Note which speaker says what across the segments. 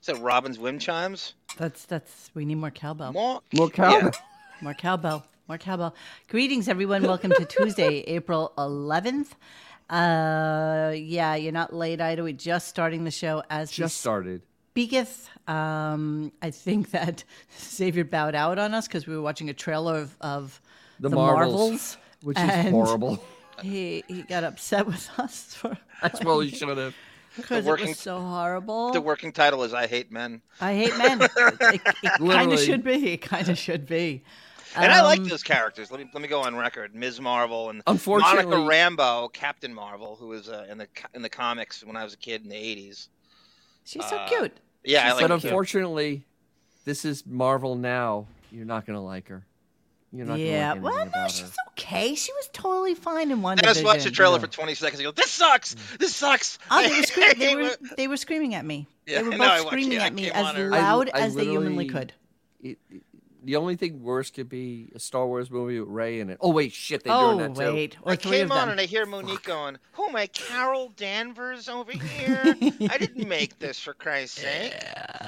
Speaker 1: Is that Robin's wind chimes?
Speaker 2: That's that's we need more cowbell.
Speaker 1: More,
Speaker 3: More cowbell.
Speaker 2: More cowbell. More cowbell. Greetings, everyone. Welcome to Tuesday, April 11th. Uh, yeah, you're not late, Ida. We're just starting the show as we
Speaker 3: Just started.
Speaker 2: speaketh. Um, I think that Xavier bowed out on us because we were watching a trailer of, of
Speaker 3: The, Marvels, which is
Speaker 2: and
Speaker 3: horrible.
Speaker 2: He, he got upset with us for
Speaker 3: That's well, you should have.
Speaker 2: because it
Speaker 1: working-
Speaker 2: was so horrible.
Speaker 1: The working title is "I Hate Men,"
Speaker 2: I hate men. it kind
Speaker 3: Literally.
Speaker 2: of should be. It kind of should be.
Speaker 1: and I like
Speaker 2: Um,
Speaker 1: those characters. Let me let me go on record: Ms. Marvel and Monica
Speaker 3: Unfortunately-
Speaker 1: Rambo, Captain Marvel, who was uh, in the co- in the comics when I was a kid in the '80s.
Speaker 2: She's so
Speaker 1: uh,
Speaker 2: cute.
Speaker 1: Yeah, I
Speaker 2: She's
Speaker 1: like.
Speaker 3: but
Speaker 1: her.
Speaker 3: unfortunately, this is Marvel now. You're not gonna like her. You're not
Speaker 2: Yeah,
Speaker 3: gonna like anything
Speaker 2: well, no,
Speaker 3: about
Speaker 2: she's
Speaker 3: her.
Speaker 2: okay. She was totally fine in one.
Speaker 1: I just watched the trailer
Speaker 3: yeah. Mm.
Speaker 1: for 20 seconds. and go, this sucks. This sucks.
Speaker 2: Oh, they were, scream- they,
Speaker 1: hate
Speaker 2: were,
Speaker 1: it."
Speaker 2: they were screaming at me.
Speaker 1: Yeah,
Speaker 2: they were
Speaker 1: no,
Speaker 2: both
Speaker 1: I watched-
Speaker 2: screaming
Speaker 1: yeah, I
Speaker 2: at me
Speaker 1: came
Speaker 2: as
Speaker 1: on her.
Speaker 3: I-
Speaker 2: loud
Speaker 3: I
Speaker 2: as they humanly
Speaker 3: literally-
Speaker 2: could.
Speaker 3: It- it- the only thing worse could be a Star Wars movie with Ray in it. Oh wait, shit, they're
Speaker 2: Oh
Speaker 3: doing that too.
Speaker 2: wait, or
Speaker 1: I
Speaker 2: three
Speaker 1: came
Speaker 2: of
Speaker 1: on
Speaker 2: them.
Speaker 1: and I hear Monique going, "Who am I, Carol Danvers over here? I didn't make this for Christ's sake."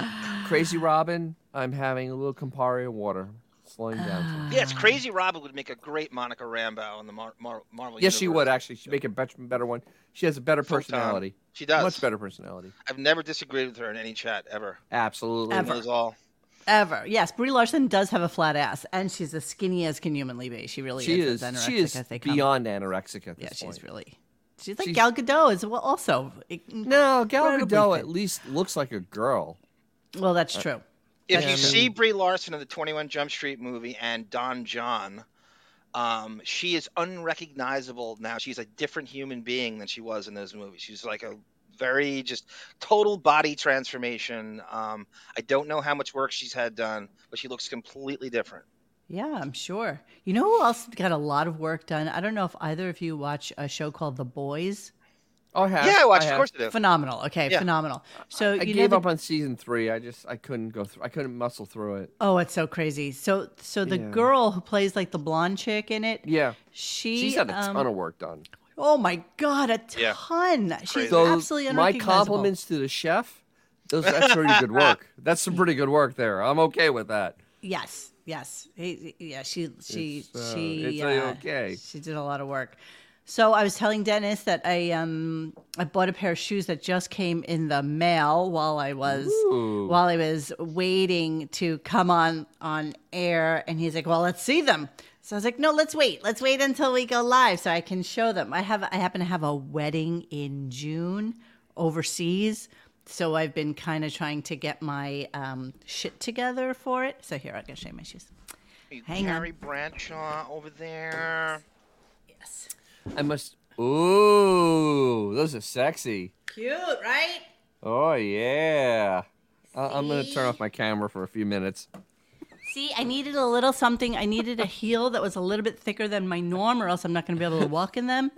Speaker 3: Crazy Robin, I'm having a little Campari and water slowing down. to
Speaker 1: Yeah, it's crazy. Robin would make a great Monica Rambo in the Mar- Mar- Marvel.
Speaker 3: Yes, she would
Speaker 1: universe.
Speaker 3: actually. She'd make a bet- better one. She has a better
Speaker 1: Full time.
Speaker 3: personality,
Speaker 1: She does.
Speaker 3: much better personality.
Speaker 1: I've never disagreed with her in any chat ever.
Speaker 3: Absolutely.
Speaker 1: She knows all.
Speaker 2: Ever, yes. Brie Larson does have a flat ass, and she's as skinny as can humanly be. She really
Speaker 3: She
Speaker 2: is.
Speaker 3: is.
Speaker 2: as
Speaker 3: She
Speaker 2: anorexic
Speaker 3: is
Speaker 2: as they come.
Speaker 3: beyond anorexic at this
Speaker 2: Yeah, she's
Speaker 3: point.
Speaker 2: really. She's like
Speaker 3: She's-
Speaker 2: Gal Gadot as well. Also,
Speaker 3: No, Gal
Speaker 2: incredibly
Speaker 3: Gadot
Speaker 2: thin.
Speaker 3: at least looks like a girl. Uh,
Speaker 2: well, that's true.
Speaker 1: If you
Speaker 3: Yeah.
Speaker 1: see Brie Larson in the 21 Jump Street movie and Don John, um, she is unrecognizable now. She's a different human being than she was in those movies. She's like a very just total body transformation. Um, I don't know how much work she's had done, but she looks completely different.
Speaker 2: Yeah, I'm sure. You know who else got a lot of work done? I don't know if either of you watch a show called The Boys.
Speaker 3: Oh, I have.
Speaker 1: yeah, I watched.
Speaker 3: I
Speaker 1: Of
Speaker 3: have.
Speaker 1: course, I do.
Speaker 2: Phenomenal. Okay,
Speaker 1: Yeah.
Speaker 2: phenomenal. So
Speaker 3: I
Speaker 2: you
Speaker 3: gave
Speaker 2: know the-
Speaker 3: up on season three. I just I couldn't go through. I couldn't muscle through it.
Speaker 2: Oh, it's so crazy. So so the
Speaker 3: Yeah.
Speaker 2: girl who plays like the blonde chick in it,
Speaker 3: Yeah,
Speaker 2: she
Speaker 3: she's had a
Speaker 2: um,
Speaker 3: ton of work done.
Speaker 2: Oh my god, a
Speaker 1: Yeah.
Speaker 2: ton. She's
Speaker 3: So
Speaker 2: absolutely
Speaker 3: my
Speaker 2: unrecognizable.
Speaker 3: compliments to the chef. Those that's pretty good work. That's some pretty good work there. I'm okay with that.
Speaker 2: Yes. Yes. He- he- Yeah, she she
Speaker 3: It's, uh,
Speaker 2: she
Speaker 3: it's
Speaker 2: uh,
Speaker 3: okay.
Speaker 2: She did a lot of work. So I was telling Dennis that I um I bought a pair of shoes that just came in the mail while I was
Speaker 3: Ooh.
Speaker 2: while I was waiting to come on on air, and he's like, "Well, let's see them." So I was like, "No, let's wait. Let's wait until we go live so I can show them." I have I happen to have a wedding in June overseas, so I've been kind of trying to get my um, shit together for it. So here, I'm gonna show you my shoes. Hang on.
Speaker 1: Carrie Bradshaw over there.
Speaker 2: Yes,
Speaker 3: I must. Ooh, those are sexy.
Speaker 2: cute, right?
Speaker 3: Oh yeah. I I'm gonna turn off my camera for a few minutes.
Speaker 2: See, I needed a little something. I needed a heel that was a little bit thicker than my norm, or else I'm not going to be able to walk in them.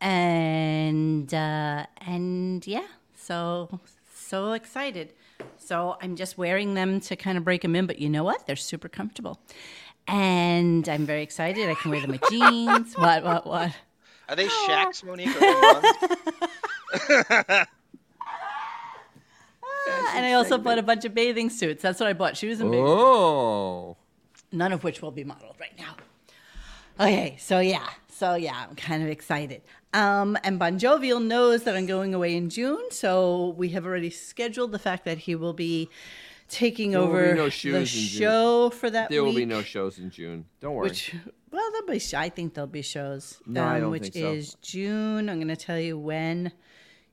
Speaker 2: And uh, and yeah, so so excited. So I'm just wearing them to kind of break them in, but you know what? They're super comfortable, and I'm very excited. I can wear them with jeans. What what what?
Speaker 1: Are they
Speaker 2: Oh.
Speaker 1: Shaq's Monique? Or are they ones?
Speaker 2: Ah, and I also bought a bunch of bathing suits. That's what I bought. Shoes and bathing.
Speaker 3: Oh.
Speaker 2: none of which will be modeled right now. Okay, so yeah, so yeah, I'm kind of excited. Um, and Bon Jovial knows that I'm going away in June, so we have already scheduled the fact that he will be taking
Speaker 3: will be
Speaker 2: over
Speaker 3: no shoes
Speaker 2: the
Speaker 3: in June.
Speaker 2: show for that
Speaker 3: There will
Speaker 2: week.
Speaker 3: be no shows in June. Don't worry.
Speaker 2: Which, well, there'll be. sh- I think there'll be shows. um,
Speaker 3: No, I don't
Speaker 2: which
Speaker 3: think so.
Speaker 2: is June. I'm going to tell you when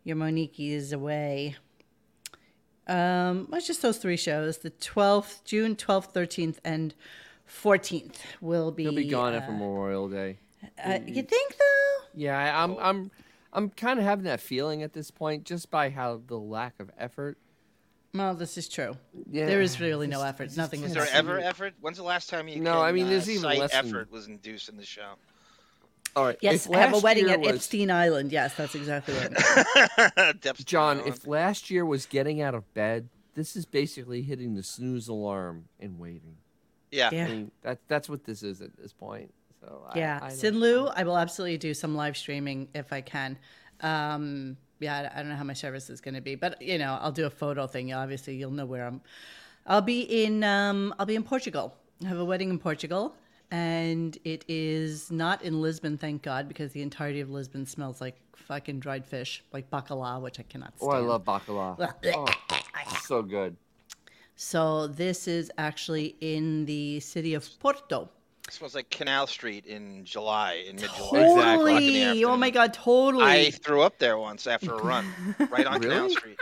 Speaker 2: your Monique is away. Um, well, it's just those three shows: the 12th, June 12th, 13th, and 14th will be.
Speaker 3: He'll be gone after Memorial Day.
Speaker 2: Uh, you think though?
Speaker 3: Yeah, I, I'm I'm I'm kind of having that feeling at this point just by how the lack of effort.
Speaker 2: Well, this is true.
Speaker 3: Yeah.
Speaker 2: There is really no effort. Nothing
Speaker 1: Is
Speaker 2: is
Speaker 1: there
Speaker 2: done.
Speaker 1: ever effort? When's the last time you?
Speaker 3: No,
Speaker 1: can,
Speaker 3: I mean,
Speaker 1: uh,
Speaker 3: there's even
Speaker 1: cite
Speaker 3: less than-
Speaker 1: effort was induced in the show.
Speaker 3: All right.
Speaker 2: Yes,
Speaker 3: if
Speaker 2: I have a
Speaker 3: last
Speaker 2: wedding
Speaker 3: year
Speaker 2: at
Speaker 3: was-
Speaker 2: Epstein Island. Yes, that's exactly what.
Speaker 1: Depth
Speaker 3: John,
Speaker 1: down.
Speaker 3: if last year was getting out of bed, this is basically hitting the snooze alarm and waiting.
Speaker 1: yeah,
Speaker 3: I
Speaker 2: Yeah.
Speaker 3: mean, that that's what this is at this point. So I-
Speaker 2: Yeah,
Speaker 3: I don't-
Speaker 2: Sin Lu, I will absolutely do some live streaming if I can. Um, yeah, I I don't know how my service is going to be, but you know, I'll do a photo thing. Obviously, you'll know where I'm. I'll be in. Um, I'll be in Portugal. I have a wedding in Portugal, and it is not in Lisbon, thank God, because the entirety of Lisbon smells like fucking dried fish, like bacalao, which I cannot.
Speaker 3: Oh,
Speaker 2: Stand.
Speaker 3: I love bacala. so good.
Speaker 2: So this is actually in the city of Porto.
Speaker 1: It smells like Canal Street in July, in mid-July.
Speaker 3: Exactly.
Speaker 2: Totally. Oh my god, totally.
Speaker 1: I threw up there once after a run, right on Canal
Speaker 3: Really?
Speaker 1: Street.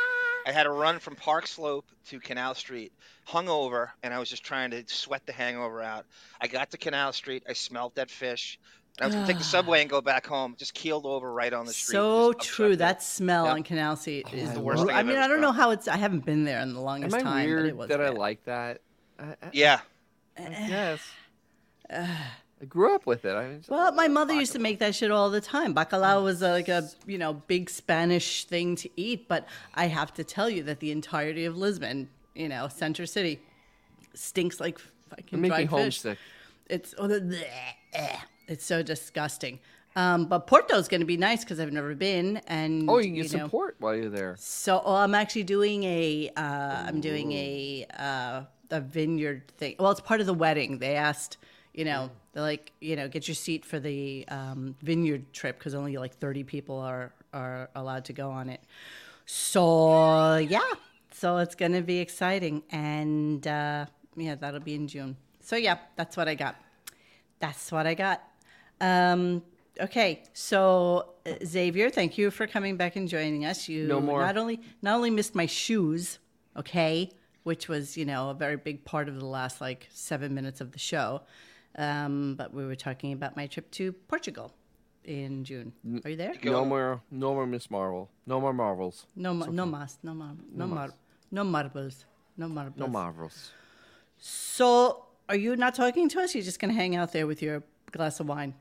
Speaker 1: I had a run from Park Slope to Canal Street, hungover, and I was just trying to sweat the hangover out. I got to Canal Street, I smelled that fish, and I was gonna take the subway and go back home. Just keeled over right on the street.
Speaker 2: so
Speaker 1: just upside
Speaker 2: true.
Speaker 1: down.
Speaker 2: That smell
Speaker 1: Yep.
Speaker 2: on Canal Seat is
Speaker 3: Oh,
Speaker 2: the
Speaker 3: I love
Speaker 2: worst.
Speaker 3: it.
Speaker 2: Thing I
Speaker 1: I've
Speaker 2: mean,
Speaker 1: ever
Speaker 2: I don't know
Speaker 1: smelled.
Speaker 2: how it's. I haven't been there in the longest
Speaker 3: Am I
Speaker 2: time, but it
Speaker 3: weird
Speaker 2: was
Speaker 3: that I
Speaker 2: bad.
Speaker 3: like that? I, I,
Speaker 1: Yeah.
Speaker 3: I guess. I grew up with it. I mean, it's-
Speaker 2: Well, my mother used to make that shit all the time. Bacalao was uh, like a you know big Spanish thing to eat, but I have to tell you that the entirety of Lisbon, you know, Center City, stinks like
Speaker 3: it
Speaker 2: fucking
Speaker 3: made me
Speaker 2: dried fish.
Speaker 3: homesick.
Speaker 2: It's oh, the, bleh, it's so disgusting. Um, but Porto's going to be nice because I've never been, and
Speaker 3: Oh, you can get
Speaker 2: know,
Speaker 3: support while you're there.
Speaker 2: So oh, I'm actually doing a uh, I'm doing a uh, a vineyard thing. Well, it's part of the wedding. They asked, you know, they're like, you know, get your seat for the um, vineyard trip because only like 30 people are are allowed to go on it. So yeah, so it's gonna be exciting, and uh, yeah, that'll be in June. So yeah, that's what I got. That's what I got. Um, okay, so uh, Xavier, thank you for coming back and joining us. You
Speaker 3: No more.
Speaker 2: not only not only missed my shoes, okay, which was you know a very big part of the last like seven minutes of the show, um, but we were talking about my trip to Portugal in June. Are you there?
Speaker 3: No more, no more Miss Marvel. No more Marvels.
Speaker 2: No, ma- no mas, no mar, no mar, no marbles, no marbles.
Speaker 3: No Marvels.
Speaker 2: So, are you not talking to us? You're just gonna hang out there with your glass of wine.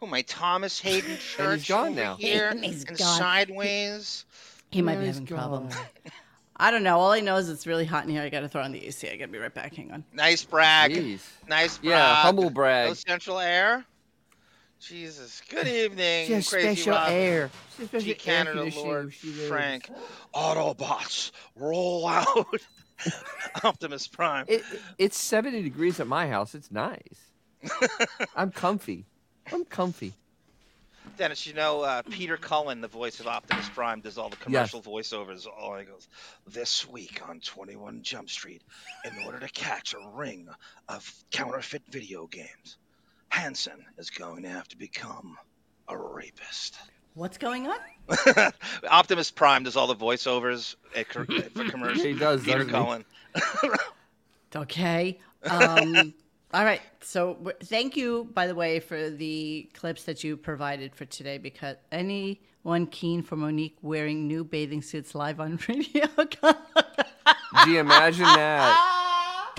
Speaker 1: Oh, my Thomas Hayden Church
Speaker 3: gone
Speaker 1: over
Speaker 3: now.
Speaker 1: here
Speaker 2: He's
Speaker 1: and
Speaker 2: gone.
Speaker 1: sideways.
Speaker 2: He might
Speaker 3: Where
Speaker 2: be
Speaker 3: is
Speaker 2: having problems.
Speaker 3: God?
Speaker 2: I don't know. All I know is it's really hot in here. I got to throw on the AC. I got to be right back. Hang on.
Speaker 1: Nice brag.
Speaker 3: Jeez.
Speaker 1: Nice brag.
Speaker 3: Yeah, humble brag.
Speaker 1: No central air. Jesus. Good evening,
Speaker 3: Just
Speaker 1: crazy
Speaker 3: special
Speaker 1: Robin.
Speaker 3: air. Just special
Speaker 1: G
Speaker 3: air
Speaker 1: Canada
Speaker 3: conditioning
Speaker 1: Lord
Speaker 3: she wears.
Speaker 1: Frank. Autobots, roll out. Optimus Prime.
Speaker 3: It, it- it's 70 degrees at my house. It's nice. I'm comfy. I'm comfy.
Speaker 1: Dennis, you know uh, Peter Cullen, the voice of Optimus Prime, does all the commercial voiceovers. All he goes, this week on 21 Jump Street, in order to catch a ring of counterfeit video games, Hanson is going to have to become a rapist.
Speaker 2: What's going on?
Speaker 1: Optimus Prime does all the voiceovers at, co- for commercials.
Speaker 3: He does,
Speaker 1: Peter
Speaker 3: doesn't he?
Speaker 1: Cullen.
Speaker 2: Okay. Um, all right. So, w- thank you, by the way, for the clips that you provided for today because anyone keen for Monique wearing new bathing suits live on radio?
Speaker 3: Do you imagine that?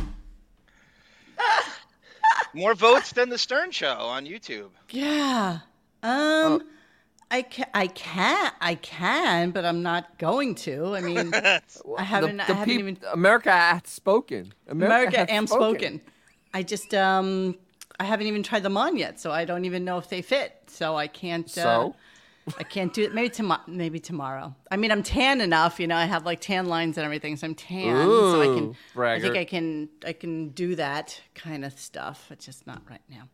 Speaker 1: More votes than the Stern Show on YouTube.
Speaker 2: yeah. Um, I, ca- I can, I can, but I'm not going to. I mean, I haven't, I haven't
Speaker 3: peop-
Speaker 2: even
Speaker 3: America hath spoken.
Speaker 2: America
Speaker 3: hath
Speaker 2: am spoken. I just um I haven't even tried them on yet, so I don't even know if they fit. So I can't. Uh,
Speaker 3: So?
Speaker 2: I can't do it. Maybe tomorrow. Maybe tomorrow. I mean, I'm tan enough. You know, I have like tan lines and everything, so I'm tan. so I
Speaker 3: Ooh,
Speaker 2: can. I
Speaker 3: braggart.
Speaker 2: think I can. I can do that kind of stuff. It's just not right now.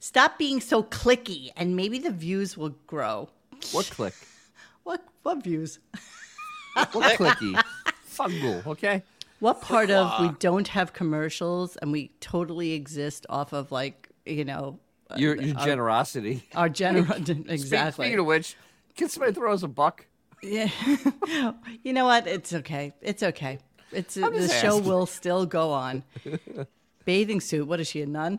Speaker 2: Stop being so clicky, and maybe the views will grow.
Speaker 3: What click?
Speaker 2: What what views?
Speaker 3: What clicky? Fungal, okay?
Speaker 2: What part of we don't have commercials and we totally exist off of like you know
Speaker 3: Your, your generosity.
Speaker 2: Uh, Our general,
Speaker 3: Spe-
Speaker 2: exactly.
Speaker 3: Speaking of which, can somebody throw us a buck?
Speaker 2: yeah. you know what? It's okay. It's okay. It's the
Speaker 3: just
Speaker 2: show
Speaker 3: asking.
Speaker 2: will still go on. bathing suit. What is she a nun?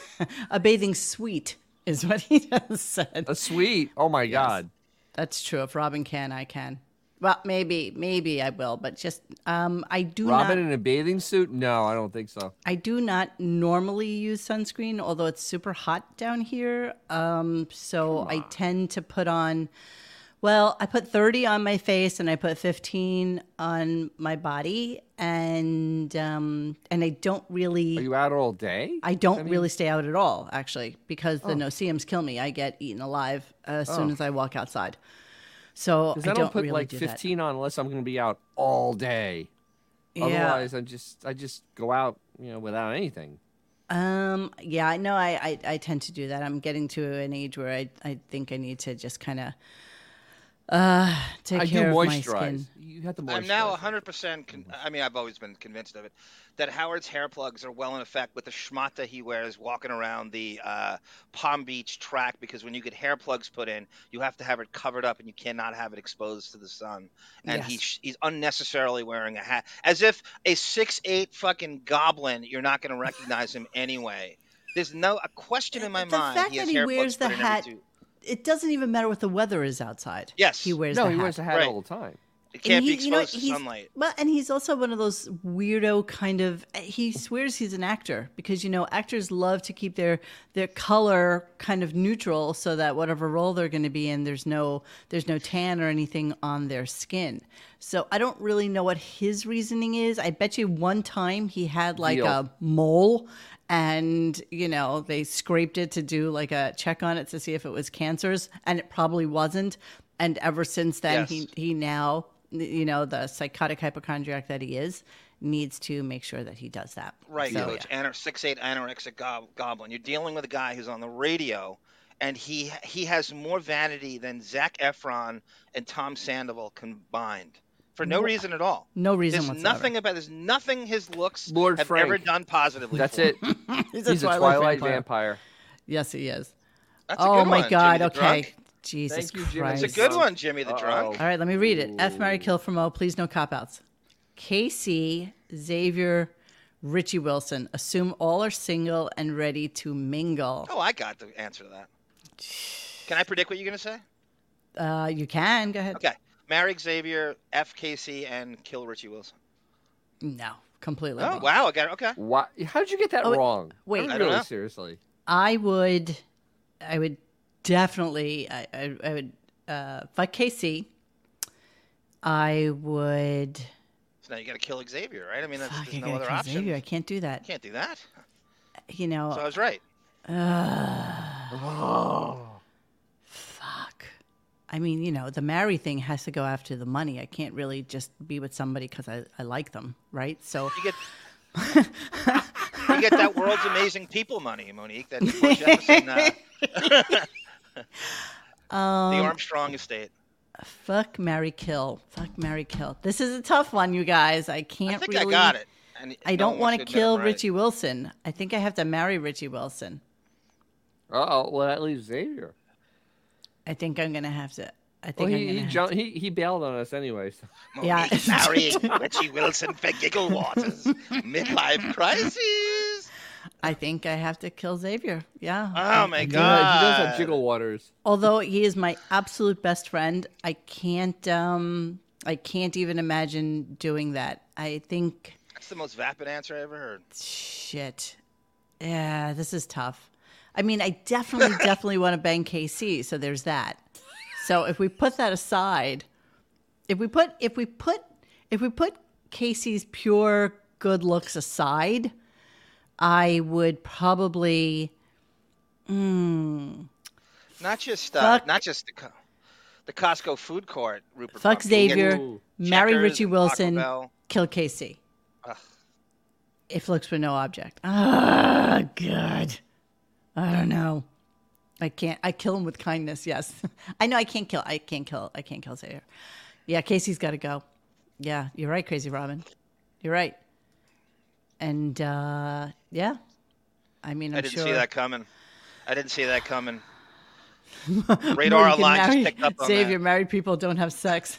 Speaker 2: a bathing suite is what he just said.
Speaker 3: A sweet. Oh my God.
Speaker 2: That's true. If Robin can, I can. Well, maybe, maybe I will, but just um, I do not.
Speaker 3: Robin in a bathing suit? No, I don't think so.
Speaker 2: I do not normally use sunscreen, although it's super hot down here. Um, so I tend to put on, well, I put 30 on my face and I put 15 on my body. and um, and I don't really
Speaker 3: Are you out all day?
Speaker 2: I don't
Speaker 3: mean-
Speaker 2: really stay out at all, actually, because the
Speaker 3: Oh.
Speaker 2: noceums kill me. I get eaten alive as soon
Speaker 3: Oh.
Speaker 2: as I walk outside. So I
Speaker 3: Because I,
Speaker 2: don't,
Speaker 3: don't put
Speaker 2: really
Speaker 3: like
Speaker 2: do
Speaker 3: 15 on unless I'm going to be out all day.
Speaker 2: That. Yeah.
Speaker 3: Otherwise, I just I just go out, you know, without anything.
Speaker 2: Um. Yeah. I know. I, I I tend to do that. I'm getting to an age where I I think I need to just kind of uh take
Speaker 3: I do
Speaker 2: care of my
Speaker 3: moisturize.
Speaker 2: skin.
Speaker 3: You have to moisturize.
Speaker 1: I'm now
Speaker 3: it.
Speaker 1: 100%. Con- I mean, I've always been convinced of it that Howard's hair plugs are well in effect with the schmata he wears walking around the uh, Palm Beach track because when you get hair plugs put in, you have to have it covered up and you cannot have it exposed to the sun. And
Speaker 2: Yes.
Speaker 1: he sh he's unnecessarily wearing a hat as if a six eight fucking goblin. You're not going to recognize him anyway. There's no a question in my
Speaker 2: The
Speaker 1: mind.
Speaker 2: fact
Speaker 1: has
Speaker 2: that he
Speaker 1: hair
Speaker 2: wears
Speaker 1: plugs put
Speaker 2: the
Speaker 1: in every
Speaker 2: hat-
Speaker 1: two-
Speaker 2: It doesn't even matter what the weather is outside.
Speaker 1: Yes.
Speaker 2: He wears
Speaker 3: No,
Speaker 2: the
Speaker 3: he
Speaker 2: hat.
Speaker 3: wears a hat
Speaker 1: Right.
Speaker 3: all the time.
Speaker 1: It can't be
Speaker 2: Oh, he- you know,
Speaker 1: exposed to
Speaker 2: he's-
Speaker 1: sunlight.
Speaker 2: Well, and he's also one of those weirdo kind of. He swears he's an actor because you know actors love to keep their their color kind of neutral so that whatever role they're going to be in, there's no there's no tan or anything on their skin. So I don't really know what his reasoning is. I bet you one time he had like
Speaker 3: Veal.
Speaker 2: a mole. And you know they scraped it to do like a check on it to see if it was cancerous, and it probably wasn't. And ever since then,
Speaker 1: Yes.
Speaker 2: he he now, you know, the psychotic hypochondriac that he is, needs to make sure that he does that.
Speaker 1: Right,
Speaker 2: So,
Speaker 1: coach.
Speaker 2: yeah.
Speaker 1: Anar- six eight anorexic gob- goblin. You're dealing with a guy who's on the radio, and he he has more vanity than Zach Efron and Tom Sandoval combined for no reason at all.
Speaker 2: No reason
Speaker 1: There's
Speaker 2: whatsoever.
Speaker 1: nothing about there's nothing his looks
Speaker 3: Lord
Speaker 1: have
Speaker 3: Frank.
Speaker 1: ever done positively.
Speaker 3: That's
Speaker 1: for
Speaker 3: it.
Speaker 1: him.
Speaker 2: He's
Speaker 3: He's a Twilight,
Speaker 2: vampire.
Speaker 3: vampire.
Speaker 2: Yes, he is.
Speaker 1: That's a
Speaker 2: oh
Speaker 1: good
Speaker 2: my
Speaker 1: one,
Speaker 2: God.
Speaker 1: Jimmy the
Speaker 2: okay.
Speaker 1: Drunk.
Speaker 2: Jesus
Speaker 3: Thank you, Jimmy.
Speaker 2: Christ.
Speaker 1: It's a good one, Jimmy the
Speaker 3: Uh-oh.
Speaker 1: drunk.
Speaker 2: All right, let me read it. F. Mary Kill from O. Please, no cop outs. Casey, Xavier, Richie Wilson. Assume all are single and ready to mingle.
Speaker 1: Oh, I got the answer to that. Can I predict what you're gonna say?
Speaker 2: Uh, you can go ahead.
Speaker 1: Okay, marry Xavier, F Casey, and kill Richie Wilson.
Speaker 2: No, completely.
Speaker 1: Oh
Speaker 2: wrong.
Speaker 1: wow, I got it. Okay.
Speaker 3: Why? How did you get that
Speaker 2: Oh,
Speaker 3: wrong?
Speaker 2: wait.
Speaker 3: I'm
Speaker 1: I don't
Speaker 3: really
Speaker 1: know.
Speaker 3: seriously.
Speaker 2: I would, I would definitely, I, I, I would, uh, if I Casey, I would.
Speaker 1: So now you got to kill Xavier, right? I mean, that's,
Speaker 2: Fuck,
Speaker 1: there's
Speaker 2: I
Speaker 1: no
Speaker 2: gotta
Speaker 1: other
Speaker 2: kill
Speaker 1: option.
Speaker 2: Xavier. I can't do that.
Speaker 1: Can't do that.
Speaker 2: You know. Uh,
Speaker 1: So I was right.
Speaker 2: fuck. I mean, you know, the marry thing has to go after the money. I can't really just be with somebody because I, I like them, right? So
Speaker 1: You get you get that world's amazing people money, Monique. That George Jefferson, uh,
Speaker 2: Um,
Speaker 1: the Armstrong estate.
Speaker 2: fuck, marry, kill. Fuck, marry, kill. This is a tough one, you guys. I can't.
Speaker 1: I think
Speaker 2: really...
Speaker 1: I got it. And
Speaker 2: I
Speaker 1: no
Speaker 2: don't want
Speaker 1: one wants
Speaker 2: to
Speaker 1: admit I'm
Speaker 2: kill
Speaker 1: right.
Speaker 2: Richie Wilson. I think I have to marry Richie Wilson.
Speaker 3: Oh, well, that leaves Xavier.
Speaker 2: I think I'm gonna have to. I
Speaker 3: Well,
Speaker 2: think I'm
Speaker 3: he
Speaker 2: gonna
Speaker 3: he,
Speaker 2: have
Speaker 3: jumped, he he bailed on us anyway. So.
Speaker 2: Yeah.
Speaker 1: Monique marrying Richie Wilson for giggle waters. Midlife crisis.
Speaker 2: I think I have to kill Xavier. Yeah.
Speaker 1: Oh my
Speaker 3: He does
Speaker 1: god.
Speaker 3: have jiggle waters.
Speaker 2: Although he is my absolute best friend, I can't. Um, I can't even imagine doing that. I think.
Speaker 1: That's the most vapid answer I ever heard.
Speaker 2: Shit. Yeah, this is tough. I mean, I definitely, definitely want to bang KC. So there's that. So if we put that aside, if we put, if we put, if we put Casey's pure good looks aside, I would probably. hmm,
Speaker 1: Not just uh,
Speaker 2: Fuck.
Speaker 1: not just the co- the Costco food court. Rupert.
Speaker 2: Fuck
Speaker 1: Murdoch. You get
Speaker 2: Xavier,
Speaker 3: Ooh.
Speaker 2: marry
Speaker 1: Checkers
Speaker 2: Richie
Speaker 1: and Taco
Speaker 2: Wilson,
Speaker 1: Bell.
Speaker 2: kill Casey.
Speaker 1: Ugh.
Speaker 2: If looks were no object. Oh, God. I don't know. I can't. I kill him with kindness. Yes, I know. I can't kill. I can't kill. I can't kill Xavier. Yeah, Casey's got to go. Yeah, you're right, Crazy Robin. You're right. And uh, yeah, I mean, I'm
Speaker 1: I didn't
Speaker 2: sure
Speaker 1: see that coming. I didn't see that coming. Radar
Speaker 2: Morgan
Speaker 1: Align just
Speaker 2: married-
Speaker 1: picked up on
Speaker 2: Xavier,
Speaker 1: that.
Speaker 2: married people don't have sex.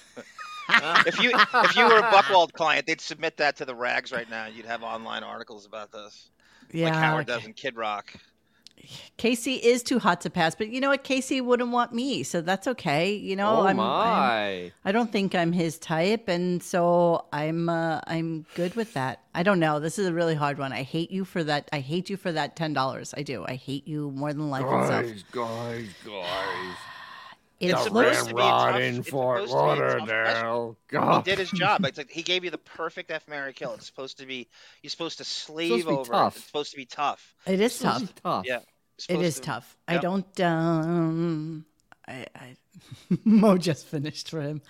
Speaker 1: If you if you were a Buckwald client, they'd submit that to the rags right now. You'd have online articles about this,
Speaker 2: Yeah,
Speaker 1: like Howard
Speaker 2: okay.
Speaker 1: does in Kid Rock.
Speaker 2: Casey is too hot to pass, but you know what? Casey wouldn't want me, so that's okay. You know,
Speaker 3: oh
Speaker 2: I'm, I'm
Speaker 3: my!
Speaker 2: I don't think I'm his type, and so I'm uh, I'm good with that. I don't know. This is a really hard one. I hate you for that. I hate you for that ten dollars. I do. I hate you more than life itself.
Speaker 3: guys, guys, guys!
Speaker 2: It
Speaker 1: It's
Speaker 3: the
Speaker 2: looks
Speaker 1: supposed to be a tough-
Speaker 3: ramrod in
Speaker 1: it's
Speaker 3: Fort
Speaker 1: supposed to be a tough
Speaker 3: Lauderdale.
Speaker 1: He
Speaker 3: God.
Speaker 1: did his job. It's like he gave you the perfect F Mary kill. It's supposed to be you're supposed to sleeve
Speaker 3: be
Speaker 1: over.
Speaker 3: tough.
Speaker 1: It. It's supposed to be tough.
Speaker 2: It is
Speaker 3: It's tough.
Speaker 2: tough.
Speaker 3: tough.
Speaker 1: Yeah. It's
Speaker 2: It
Speaker 1: supposed
Speaker 2: is
Speaker 1: to-
Speaker 2: tough. I
Speaker 1: Yep.
Speaker 2: don't. Um, I, I Mo Oh, just finished for him.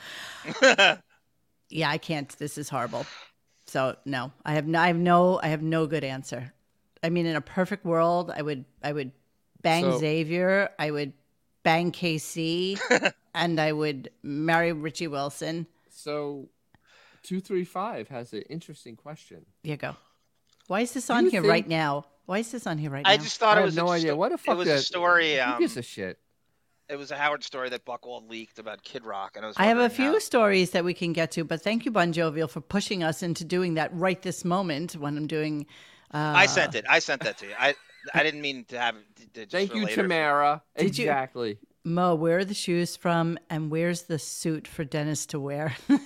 Speaker 2: Yeah, I can't. This is horrible. So no, I have no. I have no. I have no good answer. I mean, in a perfect world, I would. I would bang
Speaker 3: So-
Speaker 2: Xavier. I would bang KC, and I would marry Richie Wilson.
Speaker 3: So, 235 has an interesting question.
Speaker 2: You go. Why is this
Speaker 3: Do
Speaker 2: on
Speaker 3: you
Speaker 2: here right
Speaker 3: think-
Speaker 2: now? Why is this on here right
Speaker 1: I
Speaker 2: now?
Speaker 1: just thought
Speaker 3: I
Speaker 1: it
Speaker 3: have
Speaker 1: was a
Speaker 3: no
Speaker 1: sto-
Speaker 3: idea. What the
Speaker 1: It
Speaker 3: fuck
Speaker 1: was a
Speaker 3: that-
Speaker 1: story.
Speaker 3: Who
Speaker 1: Um,
Speaker 3: gives a shit?
Speaker 1: it was a Howard story that Buckwald leaked about Kid Rock, and I was.
Speaker 2: I have a
Speaker 1: wondering uh,
Speaker 2: few
Speaker 1: how-
Speaker 2: stories that we can get to, but thank you, Bon Jovial, for pushing us into doing that right this moment when I'm doing. Uh,
Speaker 1: I sent it. I sent that to you. I I didn't mean to have. it- To, to just
Speaker 3: Thank
Speaker 1: for
Speaker 3: you,
Speaker 1: later.
Speaker 3: Tamara.
Speaker 2: Did you-
Speaker 3: exactly.
Speaker 2: Mo, where are the shoes from, and where's the suit for Dennis to wear?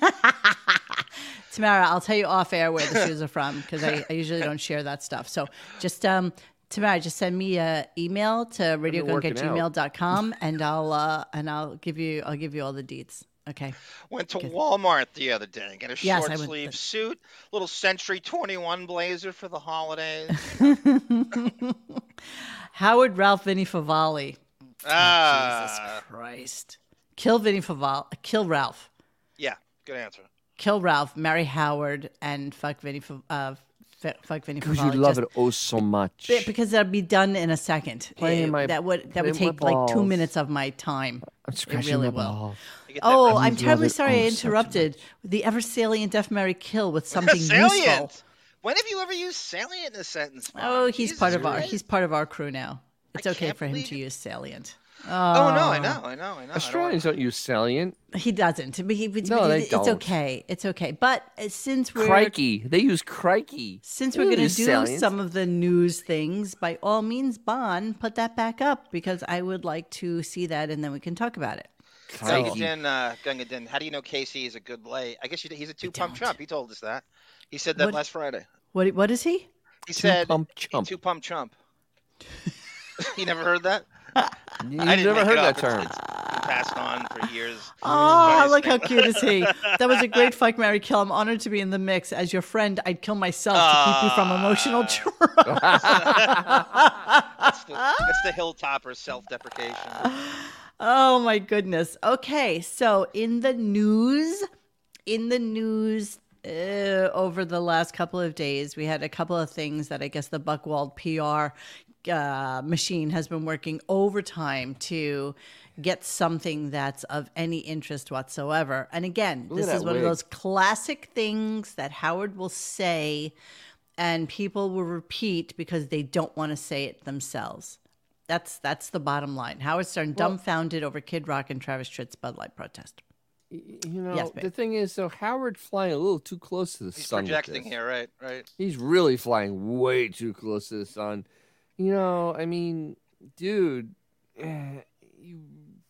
Speaker 2: Tamara, I'll tell you off air where the shoes are from because I, I usually don't share that stuff. So just um, Tamara, just send me a email to radiogunk@gmail.com, and I'll uh, and I'll give you I'll give you all the deets. Okay.
Speaker 1: Went to Walmart the other day and got a
Speaker 2: Yes, I
Speaker 1: short
Speaker 2: went-
Speaker 1: sleeve suit, little Century 21 blazer for the holidays. Uh,
Speaker 2: Howard Ralph Vinny Favali.
Speaker 1: ah,
Speaker 2: Jesus Christ. Kill Vinny Favali. Kill Ralph.
Speaker 1: yeah, good answer.
Speaker 2: Kill Ralph. Marry Howard and fuck Vinny. Fa- Uh, f- fuck Vinny
Speaker 3: Because
Speaker 2: Favali.
Speaker 3: you love
Speaker 2: Just-
Speaker 3: it oh so much.
Speaker 2: be- Because that'd be done in a second.
Speaker 3: Playing
Speaker 2: Eh,
Speaker 3: my-
Speaker 2: that would that would
Speaker 3: playing my
Speaker 2: take like two
Speaker 3: balls.
Speaker 2: minutes of my time.
Speaker 3: I'm
Speaker 2: scratching
Speaker 3: scratching
Speaker 2: really my
Speaker 3: my
Speaker 2: will.
Speaker 3: ball.
Speaker 1: You get that
Speaker 2: Oh,
Speaker 1: reference?
Speaker 2: I'm terribly
Speaker 3: love it
Speaker 2: sorry I
Speaker 3: oh so
Speaker 2: interrupted. The ever salient Deaf Mary Kill with something useful.
Speaker 1: salient. When have you ever used salient in a sentence? Mark?
Speaker 2: Oh, he's
Speaker 1: Jesus
Speaker 2: part of our
Speaker 1: Christ.
Speaker 2: he's part of our crew now. It's okay
Speaker 1: can't
Speaker 2: for him
Speaker 1: believe
Speaker 2: to
Speaker 1: it.
Speaker 2: use salient.
Speaker 1: Oh no,
Speaker 2: Um,
Speaker 1: I know, I know, I know. I don't
Speaker 3: Australians don't use salient.
Speaker 2: Oh. He doesn't. But he, but
Speaker 3: No,
Speaker 2: but
Speaker 3: they
Speaker 2: it's
Speaker 3: don't.
Speaker 2: okay. It's okay. But uh, since we're
Speaker 3: Crikey. They use crikey.
Speaker 2: Since
Speaker 3: They
Speaker 2: we're
Speaker 3: don't
Speaker 2: going to
Speaker 3: use
Speaker 2: do
Speaker 3: salient.
Speaker 2: some of the news things, by all means, Bon, put that back up because I would like to see that and then we can talk about it.
Speaker 1: wanna-
Speaker 3: Crikey.
Speaker 1: Gungadin, uh, Gungadin, how do you know Casey is a good lay? I guess you, he's a two-pump
Speaker 2: don't.
Speaker 1: chump. He told us that. He said that
Speaker 2: What-
Speaker 1: last Friday.
Speaker 2: What, what is he?
Speaker 1: He said
Speaker 3: Two-pump chump.
Speaker 1: two-pump chump. you never heard that?
Speaker 3: You've
Speaker 1: I didn't
Speaker 3: never
Speaker 1: make
Speaker 3: heard
Speaker 1: it
Speaker 3: that
Speaker 1: up.
Speaker 3: term.
Speaker 1: It's, it's been passed on for years.
Speaker 2: Oh,
Speaker 1: It's
Speaker 2: look how
Speaker 1: funny
Speaker 2: cute is he. That was a great fuck, Mary kill. I'm honored to be in the mix. As your friend, I'd kill myself to keep you from emotional trauma.
Speaker 1: It's the, it's the hilltopper self-deprecation.
Speaker 2: oh, my goodness. Okay, so in the news, in the news uh, over the last couple of days, we had a couple of things that I guess the Buckwald PR uh, machine has been working overtime to get something that's of any interest whatsoever. And again,
Speaker 3: at
Speaker 2: this is
Speaker 3: that
Speaker 2: one of
Speaker 3: wig.
Speaker 2: those classic things that Howard will say and people will repeat because they don't want to say it themselves. That's that's the bottom line. Howard Stern dumbfounded over Kid Rock and Travis Tritt's Bud Light protest.
Speaker 3: Y- You know,
Speaker 2: Yes, babe.
Speaker 3: the thing is, so Howard flying a little too close to the
Speaker 1: He's
Speaker 3: sun. with
Speaker 1: projecting
Speaker 3: this.
Speaker 1: here, right? Right.
Speaker 3: He's really flying way too close to the sun. You know, I mean, dude, eh, you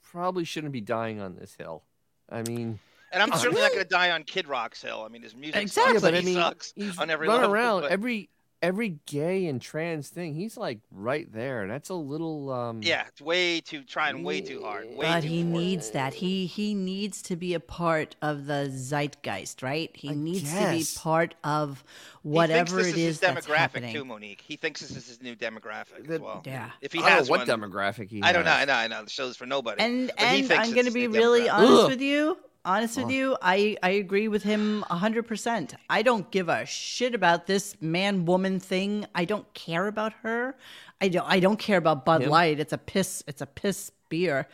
Speaker 3: probably shouldn't be dying on this hill. I mean,
Speaker 1: And I'm
Speaker 3: It's
Speaker 1: certainly not
Speaker 3: really-
Speaker 1: going to die on Kid Rock's hill. I mean, his music
Speaker 2: Exactly.
Speaker 1: sucks.
Speaker 2: but
Speaker 1: and
Speaker 3: I
Speaker 1: he
Speaker 3: mean,
Speaker 1: sucks
Speaker 3: he's
Speaker 1: on every
Speaker 3: run
Speaker 1: level,
Speaker 3: around
Speaker 1: but-
Speaker 3: every every gay and trans thing. He's like right there, and that's a little um
Speaker 1: Yeah, it's way too trying, way too hard. Way
Speaker 2: But
Speaker 1: too
Speaker 2: he
Speaker 1: hard.
Speaker 2: needs that. He he needs to be a part of the zeitgeist, right? He needs to
Speaker 3: guess.
Speaker 2: be part of
Speaker 1: Uh, He thinks
Speaker 2: whatever
Speaker 1: this
Speaker 2: it is
Speaker 1: is his
Speaker 2: that's
Speaker 1: demographic
Speaker 2: happening.
Speaker 1: too, Monique. He thinks this is his new demographic as
Speaker 3: That-
Speaker 1: well.
Speaker 2: Yeah.
Speaker 1: If he
Speaker 3: I don't
Speaker 1: has
Speaker 3: know what
Speaker 1: one,
Speaker 3: demographic he
Speaker 1: I don't know. I
Speaker 3: has.
Speaker 1: know. I know. The show's for nobody.
Speaker 2: And
Speaker 1: But he
Speaker 2: and
Speaker 1: thinks
Speaker 2: I'm
Speaker 1: it's
Speaker 2: going to
Speaker 1: his
Speaker 2: be
Speaker 1: new
Speaker 2: really
Speaker 1: demographic.
Speaker 2: honest
Speaker 3: Ugh.
Speaker 2: with you. Honest with you, I I agree with him 100%. I don't give a shit about this man woman thing. I don't care about her. I don't I don't care about Bud Light. It's a piss it's a piss beer.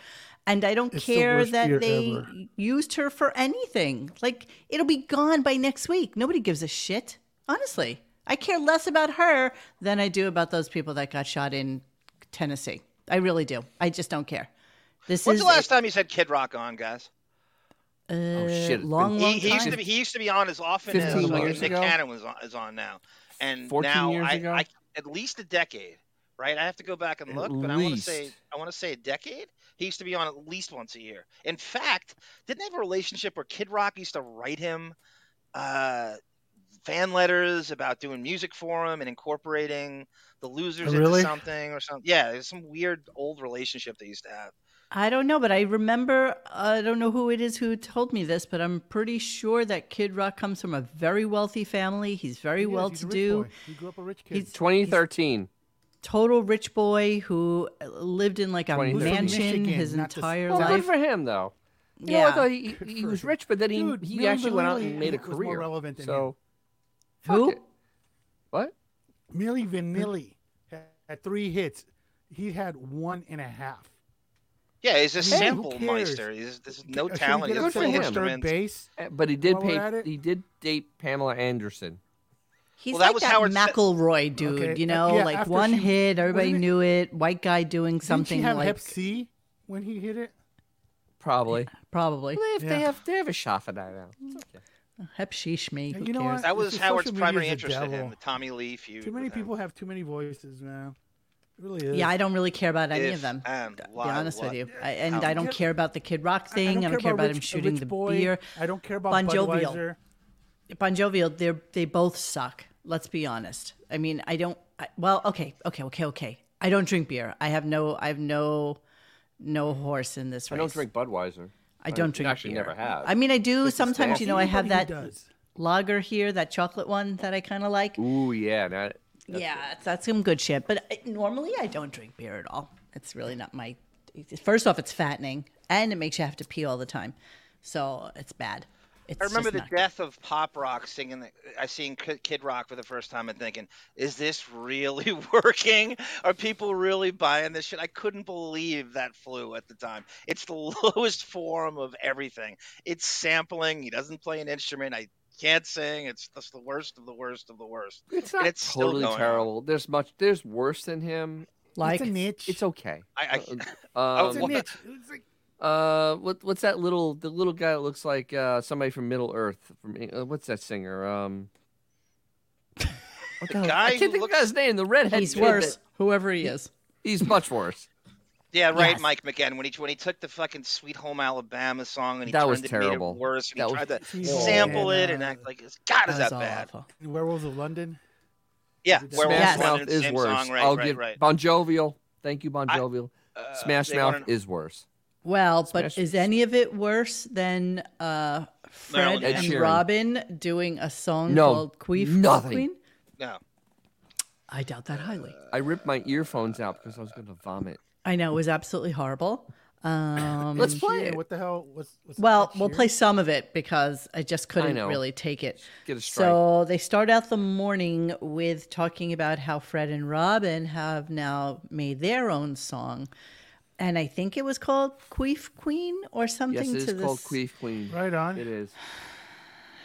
Speaker 2: And I don't
Speaker 4: It's the
Speaker 2: care
Speaker 4: worst
Speaker 2: that
Speaker 4: beer
Speaker 2: they
Speaker 4: ever.
Speaker 2: used her for anything. Like it'll be gone by next week. Nobody gives a shit. Honestly, I care less about her than I do about those people that got shot in Tennessee. I really do. I just don't care. This
Speaker 1: When's
Speaker 2: is
Speaker 1: the last time you said Kid Rock on, guys?
Speaker 3: Oh shit! it's been
Speaker 2: long,
Speaker 1: He,
Speaker 2: long
Speaker 1: he used
Speaker 2: time.
Speaker 1: to be. He used to be on as often
Speaker 3: 15
Speaker 1: as like,
Speaker 3: years
Speaker 1: Nick
Speaker 3: ago?
Speaker 1: Cannon was on, is on now, and
Speaker 3: 14
Speaker 1: now
Speaker 3: years
Speaker 1: I,
Speaker 3: ago?
Speaker 1: I at least a decade, right? I have to go back and
Speaker 3: At
Speaker 1: look, but I want to say
Speaker 3: least.
Speaker 1: I want to say a decade. He used to be on at least once a year. In fact, didn't they have a relationship where Kid Rock used to write him uh, fan letters about doing music for him and incorporating the losers
Speaker 4: Really?
Speaker 3: Oh,
Speaker 1: into something or something? Yeah, there's some weird old relationship they used to have.
Speaker 2: I don't know, but I remember, I don't know who it is who told me this, but I'm pretty sure that Kid Rock comes from a very wealthy family. He's very
Speaker 5: He is,
Speaker 2: well
Speaker 5: he's
Speaker 2: to
Speaker 5: a rich
Speaker 2: do,
Speaker 5: boy. He grew up a rich kid.
Speaker 2: He's-
Speaker 3: 2013.
Speaker 2: total rich boy who lived in like a
Speaker 3: 23. From
Speaker 2: mansion
Speaker 5: Michigan,
Speaker 2: his
Speaker 5: not this-
Speaker 2: entire
Speaker 3: Well, good
Speaker 2: life.
Speaker 3: for him though. You know, I
Speaker 2: Yeah.
Speaker 3: thought he, he- he
Speaker 5: for
Speaker 3: was
Speaker 5: him.
Speaker 3: rich, but then he,
Speaker 5: Dude,
Speaker 3: he
Speaker 5: Milli
Speaker 3: actually went out
Speaker 5: Vanilli
Speaker 3: and made a
Speaker 5: was more
Speaker 3: career.
Speaker 5: relevant than
Speaker 3: so, fuck
Speaker 2: Who?
Speaker 3: it. What?
Speaker 5: Millie Vanilli had, had three hits. He had one and a half.
Speaker 1: Yeah, he's a
Speaker 5: Hey, who
Speaker 1: sample
Speaker 5: cares?
Speaker 1: meister. He's, there's no
Speaker 5: Uh, should we
Speaker 1: talent.
Speaker 5: get
Speaker 1: He
Speaker 5: a
Speaker 3: Good for
Speaker 1: doesn't play
Speaker 3: him.
Speaker 5: full Third
Speaker 1: instruments.
Speaker 5: base.
Speaker 3: Eh, But he did
Speaker 5: While we're at
Speaker 3: pay.
Speaker 5: it-
Speaker 3: He did date Pamela Anderson.
Speaker 2: He's
Speaker 1: Well, that
Speaker 2: like that,
Speaker 1: was Howard Sa-
Speaker 2: McElroy dude,
Speaker 5: Okay,
Speaker 2: you
Speaker 5: uh,
Speaker 2: know,
Speaker 5: yeah,
Speaker 2: like
Speaker 5: after
Speaker 2: one
Speaker 5: she-
Speaker 2: hit, everybody
Speaker 5: wasn't it-
Speaker 2: knew it. White guy doing
Speaker 5: Didn't
Speaker 2: something
Speaker 5: she have
Speaker 2: like
Speaker 5: Hep C when he hit it?
Speaker 3: Probably.
Speaker 2: probably
Speaker 3: Well, if they
Speaker 5: Yeah.
Speaker 3: have they have a shot for that now. It's okay.
Speaker 2: Hep sheesh me.
Speaker 5: And
Speaker 2: Who
Speaker 5: you know
Speaker 2: cares?
Speaker 5: what?
Speaker 1: That was
Speaker 5: Social
Speaker 1: Howard's
Speaker 5: media is
Speaker 1: primary
Speaker 5: the
Speaker 1: interest in him,
Speaker 5: devil.
Speaker 1: the Tommy Lee feud.
Speaker 5: Too many
Speaker 1: with him.
Speaker 5: people have too many voices, man. It really is.
Speaker 2: Yeah, I don't really care about any
Speaker 1: If
Speaker 2: of them.
Speaker 1: and
Speaker 2: to be
Speaker 1: why
Speaker 2: honest
Speaker 1: what?
Speaker 2: with you, I, and
Speaker 1: Um,
Speaker 2: I don't care about the Kid Rock thing. I don't, care about,
Speaker 5: rich-
Speaker 2: him
Speaker 5: a
Speaker 2: shooting
Speaker 5: rich
Speaker 2: the
Speaker 5: boy.
Speaker 2: beer.
Speaker 5: I don't care about
Speaker 2: Bon Jovial.
Speaker 5: Budweiser.
Speaker 2: Bon Jovi, they they both suck. Let's be honest. I mean, I don't. I, well, okay, okay, okay, okay. I don't drink beer. I have no. I have no. No horse in this race.
Speaker 3: I don't drink Budweiser.
Speaker 2: I don't drink.
Speaker 3: actually
Speaker 2: beer.
Speaker 3: never have.
Speaker 2: I mean, I do sometimes. You know, I have
Speaker 5: Anybody
Speaker 2: that
Speaker 5: who does.
Speaker 2: lager here, that chocolate one that I kind of like.
Speaker 3: Ooh yeah, that,
Speaker 2: yeah, it's- that's some good shit. But I, normally, I don't drink beer at all. It's really not my. First off, it's fattening, and it makes you have to pee all the time, so it's bad. It's
Speaker 1: I remember
Speaker 2: just
Speaker 1: the
Speaker 2: not good.
Speaker 1: death of pop rock singing. The, I seen Kid Kid Rock for the first time and thinking, "Is this really working? Are people really buying this shit?" I couldn't believe that flew at the time. It's the lowest form of everything. It's sampling. He doesn't play an instrument. I can't sing. It's just the worst of the worst of the worst.
Speaker 3: it's
Speaker 1: And
Speaker 3: not
Speaker 1: it's still
Speaker 3: totally
Speaker 1: going on.
Speaker 3: terrible. There's much. There's worse than him.
Speaker 2: Like
Speaker 5: it's a niche.
Speaker 3: It's okay.
Speaker 1: I, I,
Speaker 3: Um,
Speaker 5: It's a
Speaker 1: Well,
Speaker 5: niche. It's like,
Speaker 3: Uh, what what's that little the little guy that looks like uh somebody from Middle Earth from Eng- uh, what's that singer um what
Speaker 1: the
Speaker 3: hell-
Speaker 1: guy
Speaker 3: I
Speaker 1: who
Speaker 3: can't think
Speaker 1: looks,
Speaker 3: of his name the redhead
Speaker 2: He's
Speaker 3: kid that-
Speaker 2: worse, whoever he is.
Speaker 3: he's much worse
Speaker 1: yeah, right,
Speaker 2: Yes.
Speaker 1: Mike McGann. When he when he took the fucking "Sweet Home Alabama" song and he
Speaker 3: That
Speaker 1: turned
Speaker 3: was
Speaker 1: it,
Speaker 3: terrible.
Speaker 1: made it worse, and
Speaker 3: That
Speaker 1: he
Speaker 3: was
Speaker 1: tried to
Speaker 5: horrible.
Speaker 1: sample it
Speaker 5: Yeah.
Speaker 1: and act like, "God, is
Speaker 2: That was
Speaker 1: that bad?"
Speaker 2: awful.
Speaker 5: Werewolves of London.
Speaker 1: Yeah,
Speaker 5: Did that-
Speaker 1: Werewolves
Speaker 2: Smash
Speaker 1: in London,
Speaker 3: Mouth is
Speaker 1: same
Speaker 3: worse
Speaker 1: Song, right,
Speaker 3: I'll
Speaker 1: right,
Speaker 3: give
Speaker 1: right.
Speaker 3: Bon Jovial thank you Bon
Speaker 1: I-
Speaker 3: Jovial
Speaker 1: Uh,
Speaker 3: Smash
Speaker 1: they wanna
Speaker 3: Mouth
Speaker 1: know-
Speaker 3: is worse
Speaker 2: Well, but
Speaker 3: Smash-
Speaker 2: is any of it worse than uh, Fred
Speaker 1: Marilyn
Speaker 2: and
Speaker 3: Manson. Ed Sheeran.
Speaker 2: Robin doing a song
Speaker 3: No,
Speaker 2: called Queef
Speaker 3: nothing.
Speaker 2: Queen?
Speaker 1: no.
Speaker 2: I doubt that highly.
Speaker 3: I ripped my earphones out because I was gonna vomit
Speaker 2: I know it was absolutely horrible. Um,
Speaker 3: let's play
Speaker 5: Yeah,
Speaker 3: it
Speaker 5: what the hell? What's, what's
Speaker 2: well,
Speaker 5: that
Speaker 2: we'll
Speaker 5: cheer?
Speaker 2: play some of it because I just couldn't
Speaker 3: know.
Speaker 2: really take it.
Speaker 3: get a strike
Speaker 2: So they start out the morning with talking about how Fred and Robin have now made their own song. And I think it was called Queef Queen or something
Speaker 3: yes it
Speaker 2: to
Speaker 3: is
Speaker 2: this.
Speaker 3: called Queef Queen
Speaker 5: Right on.
Speaker 3: it is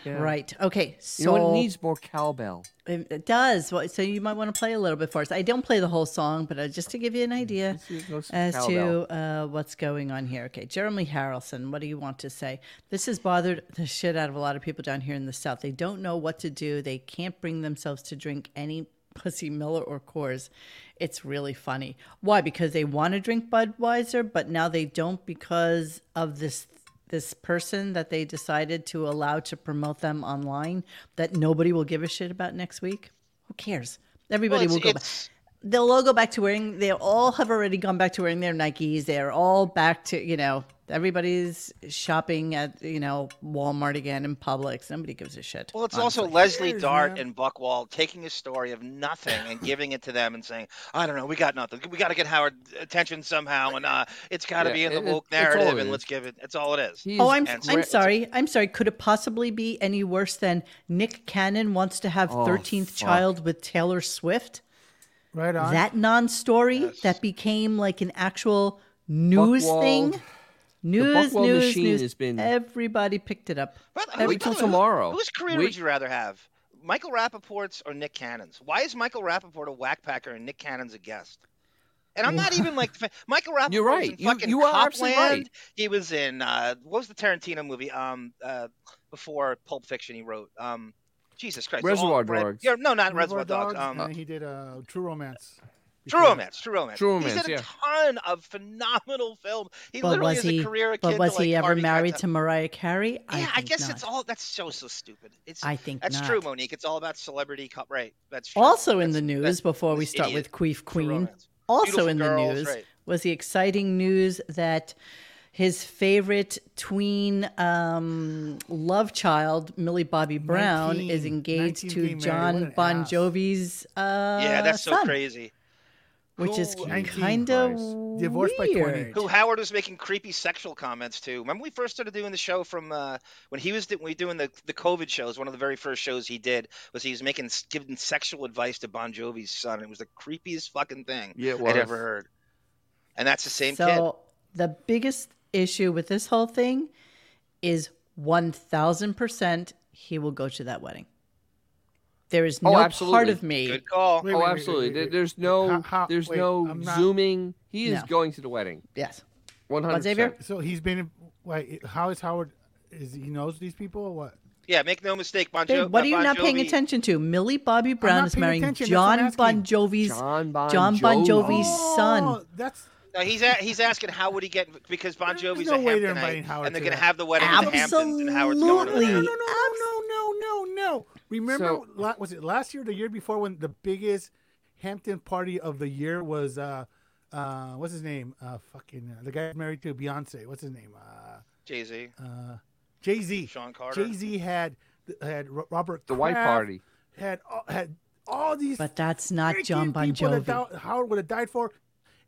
Speaker 3: Yeah.
Speaker 2: Right. Okay. So
Speaker 3: you know what? it needs more cowbell
Speaker 2: It it does. Well, So you might want to play a little bit for us. I don't play the whole song, but uh, just to give you an idea
Speaker 3: Mm-hmm. see if it goes
Speaker 2: as
Speaker 3: cowbell.
Speaker 2: to uh, what's going on here. Okay, Jeremy Harrelson, what do you want to say? This has bothered the shit out of a lot of people down here in the South. They don't know what to do. They can't bring themselves to drink any Pussy Miller or Coors. It's really funny. Why? Because they want to drink Budweiser, but now they don't because of this this person that they decided to allow to promote them online that nobody will give a shit about next week. Who cares? Everybody
Speaker 1: Well,
Speaker 2: will
Speaker 1: it's-
Speaker 2: go back.
Speaker 1: it's-
Speaker 2: They'll all go back to wearing. They all have already gone back to wearing their Nikes. They're all back to you know. Everybody's shopping at you know Walmart again in Publix. Nobody gives a shit.
Speaker 1: Well, it's
Speaker 2: honestly.
Speaker 1: also Leslie
Speaker 5: cares,
Speaker 1: Dart
Speaker 5: man?
Speaker 1: and Buckwall taking a story of nothing and giving it to them and saying, "I don't know, we got nothing. We got to get Howard attention somehow, and uh, it's got to
Speaker 3: Yeah,
Speaker 1: be in the
Speaker 3: it-
Speaker 1: woke
Speaker 3: it's all it
Speaker 1: narrative,
Speaker 3: is.
Speaker 1: and let's give it. It's all it is."
Speaker 3: He's
Speaker 2: Oh, I'm
Speaker 1: and
Speaker 2: I'm
Speaker 3: great.
Speaker 2: sorry. I'm sorry. Could it possibly be any worse than Nick Cannon wants to have
Speaker 3: Oh,
Speaker 2: thirteenth
Speaker 3: fuck.
Speaker 2: child with Taylor Swift?
Speaker 5: Right on.
Speaker 2: That non-story
Speaker 1: Yes.
Speaker 2: that became like an actual news thing.
Speaker 3: Buckwald-
Speaker 2: News,
Speaker 3: Buckwald
Speaker 2: news,
Speaker 3: machine
Speaker 2: news.
Speaker 3: has been-
Speaker 2: Everybody picked it up.
Speaker 1: But who-
Speaker 3: Wait till
Speaker 1: who-
Speaker 3: tomorrow.
Speaker 1: Whose career
Speaker 3: Wait-
Speaker 1: would you rather have, Michael Rappaport's or Nick Cannon's? Why is Michael Rappaport a whackpacker and Nick Cannon's a guest? And I'm not even like fa- Michael Rappaport.
Speaker 3: You're
Speaker 1: Was
Speaker 3: right.
Speaker 1: in
Speaker 3: You-
Speaker 1: fucking
Speaker 3: you are absolutely
Speaker 1: Copland.
Speaker 3: right.
Speaker 1: He was in uh, what was the Tarantino movie? Um, uh, before Pulp Fiction, he wrote. Um, Jesus Christ. the
Speaker 3: Reservoir
Speaker 1: Long Red-
Speaker 3: Dogs.
Speaker 1: Yeah, no, not
Speaker 5: Reservoir
Speaker 1: Reservoir Dogs.
Speaker 5: Dogs,
Speaker 1: Um,
Speaker 5: and then he did uh, True Romance.
Speaker 1: True
Speaker 5: before.
Speaker 1: Romance, True Romance.
Speaker 3: True
Speaker 1: He's
Speaker 3: Romance,
Speaker 1: done
Speaker 3: yeah.
Speaker 1: a ton of phenomenal film. He
Speaker 2: But
Speaker 1: literally
Speaker 2: was
Speaker 1: is
Speaker 2: he-
Speaker 1: a career akin
Speaker 2: But
Speaker 1: to,
Speaker 2: was he
Speaker 1: like,
Speaker 2: ever
Speaker 1: Harvey
Speaker 2: married
Speaker 1: Keitel.
Speaker 2: to Mariah Carey?
Speaker 1: Yeah, I,
Speaker 2: think
Speaker 1: guess
Speaker 2: not.
Speaker 1: it's all that's so so stupid. It's
Speaker 2: I think
Speaker 1: that's
Speaker 2: not.
Speaker 1: true, Monique. It's all about celebrity cup, right? That's true.
Speaker 2: Also in
Speaker 1: That's-
Speaker 2: the
Speaker 1: that's
Speaker 2: news before we
Speaker 1: this
Speaker 2: start
Speaker 1: idiot.
Speaker 2: with Queef
Speaker 1: True
Speaker 2: Queen.
Speaker 1: romance.
Speaker 2: Also
Speaker 1: Beautiful
Speaker 2: in the
Speaker 1: girls,
Speaker 2: news
Speaker 1: right.
Speaker 2: was the exciting news that his favorite tween um, love child, Millie Bobby Brown, is
Speaker 5: 19
Speaker 2: engaged
Speaker 5: 19
Speaker 2: to
Speaker 5: being married. What
Speaker 2: John
Speaker 5: an
Speaker 2: Bon
Speaker 5: ass.
Speaker 2: Jovi's uh,
Speaker 1: yeah, that's so
Speaker 2: son,
Speaker 1: crazy.
Speaker 2: which is
Speaker 1: Cool.
Speaker 5: 19
Speaker 2: kind of
Speaker 3: Christ.
Speaker 5: Divorced by 28.
Speaker 1: Who Howard was making creepy sexual comments to. Remember we first started doing the show from uh, when he was do- we were doing the the COVID shows. One of the very first shows he did was he was making giving sexual advice to Bon Jovi's son. It was the creepiest fucking thing
Speaker 3: Yeah, it was.
Speaker 1: I'd ever heard. And that's the same
Speaker 2: so
Speaker 1: kid.
Speaker 2: the biggest issue with this whole thing is 1000% he will go to that wedding. There is
Speaker 3: Oh,
Speaker 2: no part
Speaker 3: absolutely.
Speaker 2: of me.
Speaker 1: Good call.
Speaker 5: Wait, wait,
Speaker 3: oh,
Speaker 5: wait, wait,
Speaker 3: absolutely.
Speaker 5: wait,
Speaker 3: There-
Speaker 5: wait.
Speaker 3: There's no,
Speaker 5: How- how-
Speaker 3: there's
Speaker 5: wait,
Speaker 3: no
Speaker 5: I'm not-
Speaker 3: zooming. He is
Speaker 2: No.
Speaker 3: going to the wedding.
Speaker 2: Yes.
Speaker 3: One hundred.
Speaker 2: Xavier?
Speaker 5: So he's been like, how is Howard? Is he knows these people or what?
Speaker 1: Yeah, make no mistake, Bon Jovi.
Speaker 2: Babe, what are you
Speaker 1: Bon
Speaker 2: not paying
Speaker 1: Jovi-
Speaker 2: attention to? Millie Bobby Brown
Speaker 5: not
Speaker 2: is
Speaker 5: paying
Speaker 2: marrying
Speaker 5: attention, that's what I'm
Speaker 2: John Bon
Speaker 5: asking.
Speaker 2: Jovi's
Speaker 3: John Bon
Speaker 2: John Bon
Speaker 3: Jovi.
Speaker 2: Jovi's son.
Speaker 5: Oh, that's
Speaker 1: No, he's a, he's asking how would he get because Bon
Speaker 5: There's
Speaker 1: Jovi's
Speaker 5: no
Speaker 1: a
Speaker 5: way they're
Speaker 1: Hamptonite,
Speaker 5: inviting Howard
Speaker 1: and they're
Speaker 5: to
Speaker 1: gonna
Speaker 5: that.
Speaker 1: have the wedding in the Hamptons, and Howard's going to the
Speaker 2: Absolutely.
Speaker 5: no,
Speaker 1: wedding.
Speaker 5: no, no, no, no, no, no. Remember,
Speaker 3: So-
Speaker 5: la- was it last year, or the year before, when the biggest Hampton party of the year was uh, uh, what's his name? Uh, fucking uh, the guy married to Beyonce. What's his name? Uh,
Speaker 1: Jay Z,
Speaker 5: Jay Z.
Speaker 1: Sean Carter.
Speaker 5: Jay Z had had Ro- Robert.
Speaker 3: The white
Speaker 5: Kraft,
Speaker 3: party.
Speaker 5: had all, had all these.
Speaker 2: But that's not
Speaker 5: freaking
Speaker 2: John Bon
Speaker 5: people
Speaker 2: Jovi.
Speaker 5: that Dow- Howard would have died for,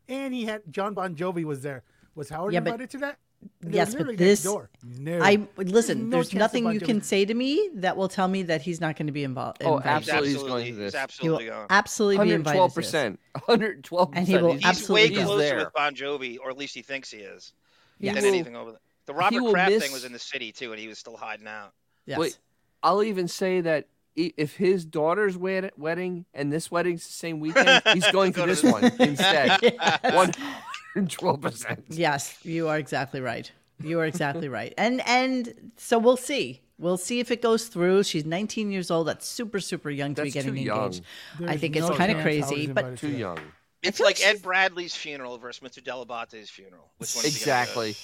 Speaker 5: and he had John Bon Jovi was there. Was Howard
Speaker 2: Yeah, but-
Speaker 5: invited to that? They were
Speaker 2: Yes, but
Speaker 5: literally next
Speaker 2: this-
Speaker 5: door. No.
Speaker 2: I listen.
Speaker 5: no
Speaker 2: there's
Speaker 5: chance
Speaker 2: nothing
Speaker 5: Bon
Speaker 2: you
Speaker 5: Jovi-
Speaker 2: can say to me that will tell me that he's not going to be involved.
Speaker 3: Oh,
Speaker 2: invited.
Speaker 1: He's
Speaker 3: absolutely, he's going to
Speaker 1: absolutely, he's
Speaker 3: this.
Speaker 2: He
Speaker 1: absolutely
Speaker 2: will
Speaker 1: going.
Speaker 2: absolutely be
Speaker 3: One hundred
Speaker 2: invited.
Speaker 3: twelve
Speaker 2: to this.
Speaker 3: percent. One hundred twelve
Speaker 2: And
Speaker 3: percent.
Speaker 2: he will
Speaker 1: He's
Speaker 2: absolutely
Speaker 1: way
Speaker 2: go.
Speaker 1: closer
Speaker 3: there.
Speaker 1: with Bon Jovi, or at least he thinks he is,
Speaker 2: Yes.
Speaker 1: than
Speaker 3: will-
Speaker 1: anything over there. The Robert
Speaker 3: will
Speaker 1: Kraft
Speaker 3: miss-
Speaker 1: thing was in the city too, and he was still hiding out.
Speaker 2: Yes.
Speaker 3: Wait, I'll even say that i- if his daughter's wed- wedding and this wedding's the same weekend, he's going
Speaker 1: Go
Speaker 3: to this
Speaker 1: to this.
Speaker 3: one instead. One hundred twelve percent.
Speaker 2: Yes, you are exactly right. You are exactly right. And and so we'll see. We'll see if it goes through. She's 19 years old. That's super super young to be
Speaker 3: That's
Speaker 2: getting
Speaker 3: too young.
Speaker 2: engaged. I
Speaker 5: There's
Speaker 2: think it's
Speaker 5: no
Speaker 2: kind of
Speaker 5: chance
Speaker 2: crazy,
Speaker 5: Howard's
Speaker 2: but
Speaker 5: invited to
Speaker 3: Too
Speaker 5: that.
Speaker 3: young.
Speaker 1: It's
Speaker 2: feel like
Speaker 1: like
Speaker 2: she's-
Speaker 1: Ed Bradley's funeral versus Mr. Delabate's funeral. Which one is he gonna
Speaker 3: Exactly.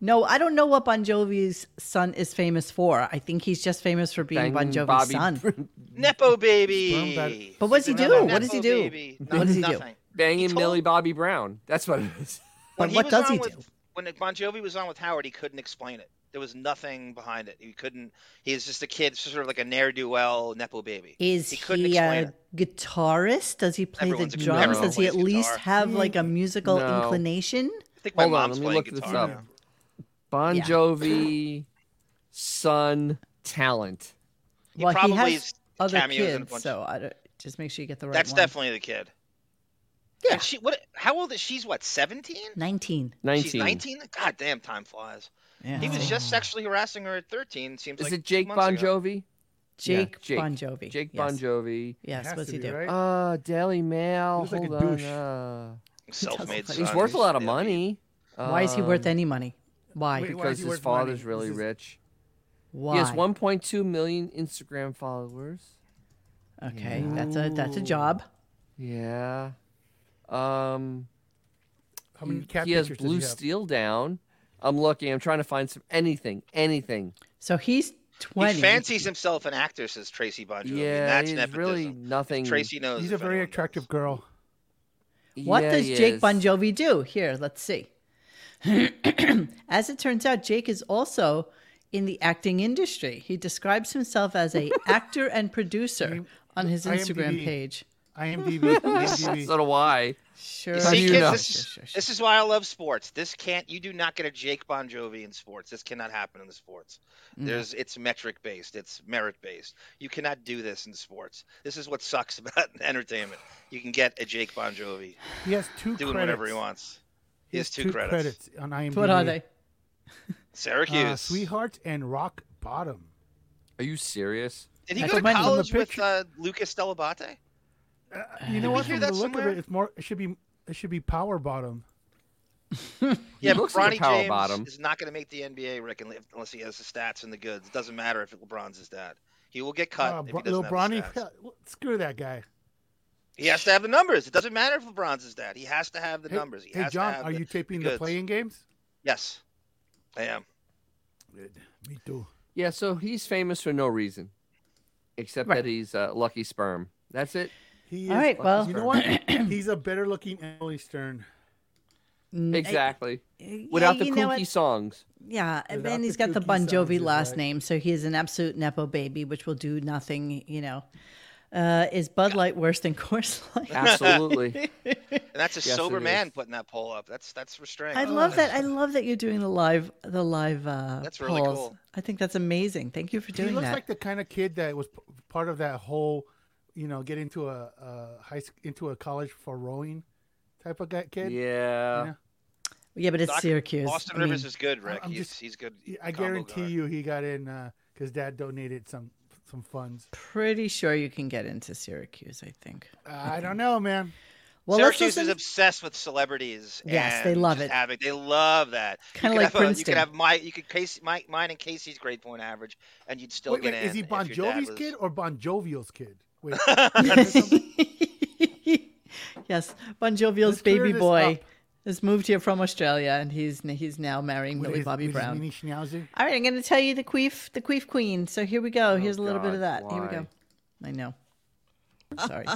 Speaker 2: no, I don't know what Bon Jovi's son is famous for. I think he's just famous for being Bon
Speaker 3: Banging
Speaker 2: Jovi's
Speaker 3: Bobby
Speaker 2: son.
Speaker 1: go? Nepo
Speaker 5: Sperm
Speaker 1: baby.
Speaker 5: bat-
Speaker 2: But what does he
Speaker 1: Nepo
Speaker 2: do? What does he do?
Speaker 1: baby.
Speaker 2: What does he do?
Speaker 1: Nothing.
Speaker 3: banging
Speaker 1: told-
Speaker 3: Millie Bobby Brown. That's what it is.
Speaker 2: But
Speaker 1: When he
Speaker 2: what
Speaker 1: was
Speaker 2: does
Speaker 1: on
Speaker 2: he
Speaker 1: with-
Speaker 2: do?
Speaker 1: When Bon Jovi was on with Howard, he couldn't explain it. There was nothing behind it. He couldn't. He was just a kid, sort of like a ne'er do well nepo baby.
Speaker 2: Is
Speaker 1: he
Speaker 2: he,
Speaker 1: couldn't explain
Speaker 2: a
Speaker 1: it.
Speaker 2: guitarist? Does he play
Speaker 1: Everyone's a
Speaker 2: the drums?
Speaker 3: guitarist.
Speaker 2: Does he at
Speaker 1: Plays
Speaker 2: least
Speaker 1: guitar.
Speaker 2: have like a musical
Speaker 3: No.
Speaker 2: inclination?
Speaker 1: I think my
Speaker 3: Hold on,
Speaker 1: mom's
Speaker 3: let me
Speaker 1: playing
Speaker 3: look this
Speaker 1: guitar.
Speaker 3: up.
Speaker 1: now.
Speaker 3: Bon
Speaker 2: Yeah.
Speaker 3: Jovi, son, talent.
Speaker 1: He
Speaker 2: well,
Speaker 1: probably
Speaker 2: he has
Speaker 1: is
Speaker 2: other
Speaker 1: cameos in a
Speaker 2: kids,
Speaker 1: bunch
Speaker 2: so I don't, just make sure you get the right
Speaker 1: That's
Speaker 2: one.
Speaker 1: definitely the kid.
Speaker 2: Yeah.
Speaker 1: And she what? How old is she's? What? Seventeen?
Speaker 2: 19.
Speaker 1: She's
Speaker 3: Nineteen.
Speaker 1: nineteen. God damn, time flies.
Speaker 2: Yeah.
Speaker 1: He was just sexually harassing her at thirteen. Seems
Speaker 3: Is
Speaker 1: like
Speaker 3: it Jake
Speaker 1: months
Speaker 3: Bon
Speaker 1: ago.
Speaker 3: Jovi?
Speaker 2: Jake,
Speaker 3: Yeah, Jake.
Speaker 2: Bon Jovi.
Speaker 3: Jake
Speaker 2: yes.
Speaker 3: Bon Jovi.
Speaker 2: Yes,
Speaker 5: Has
Speaker 2: what's
Speaker 5: to
Speaker 2: he
Speaker 5: be,
Speaker 2: do?
Speaker 5: right?
Speaker 3: Uh, Daily Mail.
Speaker 5: Looks like a
Speaker 3: Hold on.
Speaker 5: douche.
Speaker 3: uh,
Speaker 1: Self-made
Speaker 2: He
Speaker 3: he's
Speaker 1: son.
Speaker 3: worth a lot of
Speaker 1: yeah,
Speaker 3: money.
Speaker 2: Why is he worth
Speaker 3: um,
Speaker 2: any money? Why?
Speaker 5: Wait, why
Speaker 3: Because
Speaker 5: is he
Speaker 3: his
Speaker 5: worth money?
Speaker 3: father's really
Speaker 5: This is-
Speaker 3: rich.
Speaker 2: Why?
Speaker 3: He has 1.2 million Instagram followers.
Speaker 2: Okay, that's a that's a job.
Speaker 3: Yeah. Um,
Speaker 5: How many cat
Speaker 3: he has
Speaker 5: pictures does
Speaker 3: Blue
Speaker 5: he have?
Speaker 3: Steel down. I'm looking. I'm trying to find some anything, anything.
Speaker 2: So he's
Speaker 1: He
Speaker 2: 20.
Speaker 1: fancies himself an actor, says Tracy Bon Jovi.
Speaker 3: yeah,
Speaker 1: and that's
Speaker 3: he's
Speaker 1: nepotism.
Speaker 3: really nothing.
Speaker 1: Tracy knows.
Speaker 5: He's a
Speaker 1: if
Speaker 5: very
Speaker 1: anyone
Speaker 5: attractive
Speaker 1: knows.
Speaker 5: girl.
Speaker 2: What
Speaker 3: Yeah,
Speaker 2: does
Speaker 3: he
Speaker 2: Jake
Speaker 3: is.
Speaker 2: Bon Jovi do? Here, let's see. as it turns out, Jake is also in the acting industry. He describes himself as a actor and producer on his Instagram
Speaker 5: IMDb.
Speaker 2: page.
Speaker 5: IMDb.
Speaker 3: So
Speaker 5: IMDb.
Speaker 3: do I.
Speaker 2: Sure.
Speaker 1: You
Speaker 3: How do
Speaker 1: see,
Speaker 3: you
Speaker 1: kids,
Speaker 3: know?
Speaker 1: this, is, this is why I love sports. This can't. You do not get a Jake Bon Jovi in sports. This cannot happen in the sports.
Speaker 5: Mm.
Speaker 2: Mm.
Speaker 1: There's it's metric based. It's merit based. You cannot do this in sports. This is what sucks about entertainment. You can get a Jake Bon Jovi
Speaker 5: He has two
Speaker 1: doing
Speaker 5: credits.
Speaker 1: whatever he wants. He has two, credits.
Speaker 5: on IMDb.
Speaker 2: what are they?
Speaker 1: Syracuse.
Speaker 5: Uh, Sweetheart and Rock Bottom.
Speaker 3: Are you serious?
Speaker 1: Did he
Speaker 2: I
Speaker 1: go to
Speaker 2: commend him.
Speaker 1: college
Speaker 5: The
Speaker 1: with
Speaker 5: picture- Uh,
Speaker 1: uh, Lucas Delabate?
Speaker 2: Uh,
Speaker 5: You know
Speaker 1: Uh, we
Speaker 5: what?
Speaker 1: hear
Speaker 5: From
Speaker 1: that
Speaker 5: the look
Speaker 1: somewhere?
Speaker 5: of it, it's more. It should be. It should be Power Bottom.
Speaker 1: Yeah,
Speaker 3: looks
Speaker 1: Bronny
Speaker 3: like a power
Speaker 1: James
Speaker 3: bottom.
Speaker 1: is not going to make the NBA, Rick, unle- unless he has the stats and the goods. It doesn't matter if LeBron's his dad. He will get cut
Speaker 5: Uh,
Speaker 1: if
Speaker 5: Bro-
Speaker 1: he doesn't
Speaker 5: Lil
Speaker 1: have the
Speaker 5: Bronny,
Speaker 1: stats.
Speaker 5: well, screw that guy.
Speaker 1: He has to have the numbers. It doesn't matter if LeBron's his dad. He has to have the
Speaker 5: Hey,
Speaker 1: numbers. He
Speaker 5: hey
Speaker 1: has
Speaker 5: John,
Speaker 1: to have
Speaker 5: are
Speaker 1: the,
Speaker 5: you taping
Speaker 1: goods.
Speaker 5: the playing games?
Speaker 1: Yes, I am.
Speaker 5: Me too.
Speaker 3: Yeah. So he's famous for no reason, except
Speaker 2: Right.
Speaker 3: that he's uh, lucky sperm. That's it.
Speaker 5: He
Speaker 2: All
Speaker 5: is-
Speaker 2: right, well-
Speaker 5: you know what? He's a better looking Emily Stern.
Speaker 3: Exactly.
Speaker 2: Yeah,
Speaker 3: Without the
Speaker 2: you know what?
Speaker 3: kooky songs.
Speaker 2: Yeah, and
Speaker 5: Without
Speaker 2: then
Speaker 5: the
Speaker 2: he's got the
Speaker 5: kooky
Speaker 2: Bon
Speaker 5: sounds,
Speaker 2: Jovi
Speaker 5: he's
Speaker 2: last
Speaker 5: right.
Speaker 2: name, so he is an absolute nepo baby, which will do nothing. You know, uh, is Bud Light worse than Coors Light?
Speaker 3: Absolutely.
Speaker 1: And that's a
Speaker 3: Yes,
Speaker 1: sober
Speaker 3: it
Speaker 1: man
Speaker 3: is.
Speaker 1: putting that poll up. That's that's restraint.
Speaker 2: I love that. I love that you're doing the live, the live. Uh,
Speaker 1: That's really
Speaker 2: polls.
Speaker 1: cool.
Speaker 2: I think that's amazing. Thank you for doing
Speaker 5: he looks
Speaker 2: that.
Speaker 5: like the kind of kid that was p- part of that whole, you know, get into a, a high sc- into a college for rowing type of guy kid.
Speaker 3: yeah.
Speaker 5: Yeah.
Speaker 2: yeah, but it's
Speaker 1: Doc-
Speaker 2: Syracuse.
Speaker 1: Austin
Speaker 2: I mean,
Speaker 1: Rivers is good, Rick.
Speaker 5: I'm
Speaker 1: he's
Speaker 5: just-
Speaker 1: he's good.
Speaker 5: Yeah, I
Speaker 1: combo
Speaker 5: guarantee
Speaker 1: guard.
Speaker 5: you he got in because dad donated some some funds.
Speaker 2: pretty sure you can get into Syracuse. I think.
Speaker 5: Uh, I don't know, man.
Speaker 2: Well, let's
Speaker 1: Syracuse is
Speaker 2: listen-
Speaker 1: obsessed with celebrities.
Speaker 2: Yes, they
Speaker 1: and
Speaker 2: love
Speaker 1: just
Speaker 2: it.
Speaker 1: having- they love that. You
Speaker 2: Kinda
Speaker 1: could
Speaker 2: like
Speaker 1: have a- You
Speaker 2: Princeton.
Speaker 1: could have my, you could Casey, my, mine and Casey's grade point average, and you'd still
Speaker 5: Wait,
Speaker 1: get
Speaker 5: wait,
Speaker 1: in.
Speaker 5: is he
Speaker 1: if
Speaker 5: Bon
Speaker 1: your dad
Speaker 5: Jovi's
Speaker 1: was-
Speaker 5: kid or Bon Jovial's kid? Wait,
Speaker 2: yes, Bon Jovial's
Speaker 5: Let's clear
Speaker 2: baby
Speaker 5: this
Speaker 2: boy
Speaker 5: up.
Speaker 2: has moved here from Australia, and he's he's now marrying
Speaker 5: with
Speaker 2: Millie
Speaker 5: his-
Speaker 2: Bobby
Speaker 5: with his
Speaker 2: Brown.
Speaker 5: mini schnauzer?
Speaker 2: All right, I'm going to tell you the queef, the queef queen. So here we go. Here's a little bit of
Speaker 3: Oh, God,
Speaker 2: that. Here we go.
Speaker 3: why?
Speaker 2: I know. Sorry.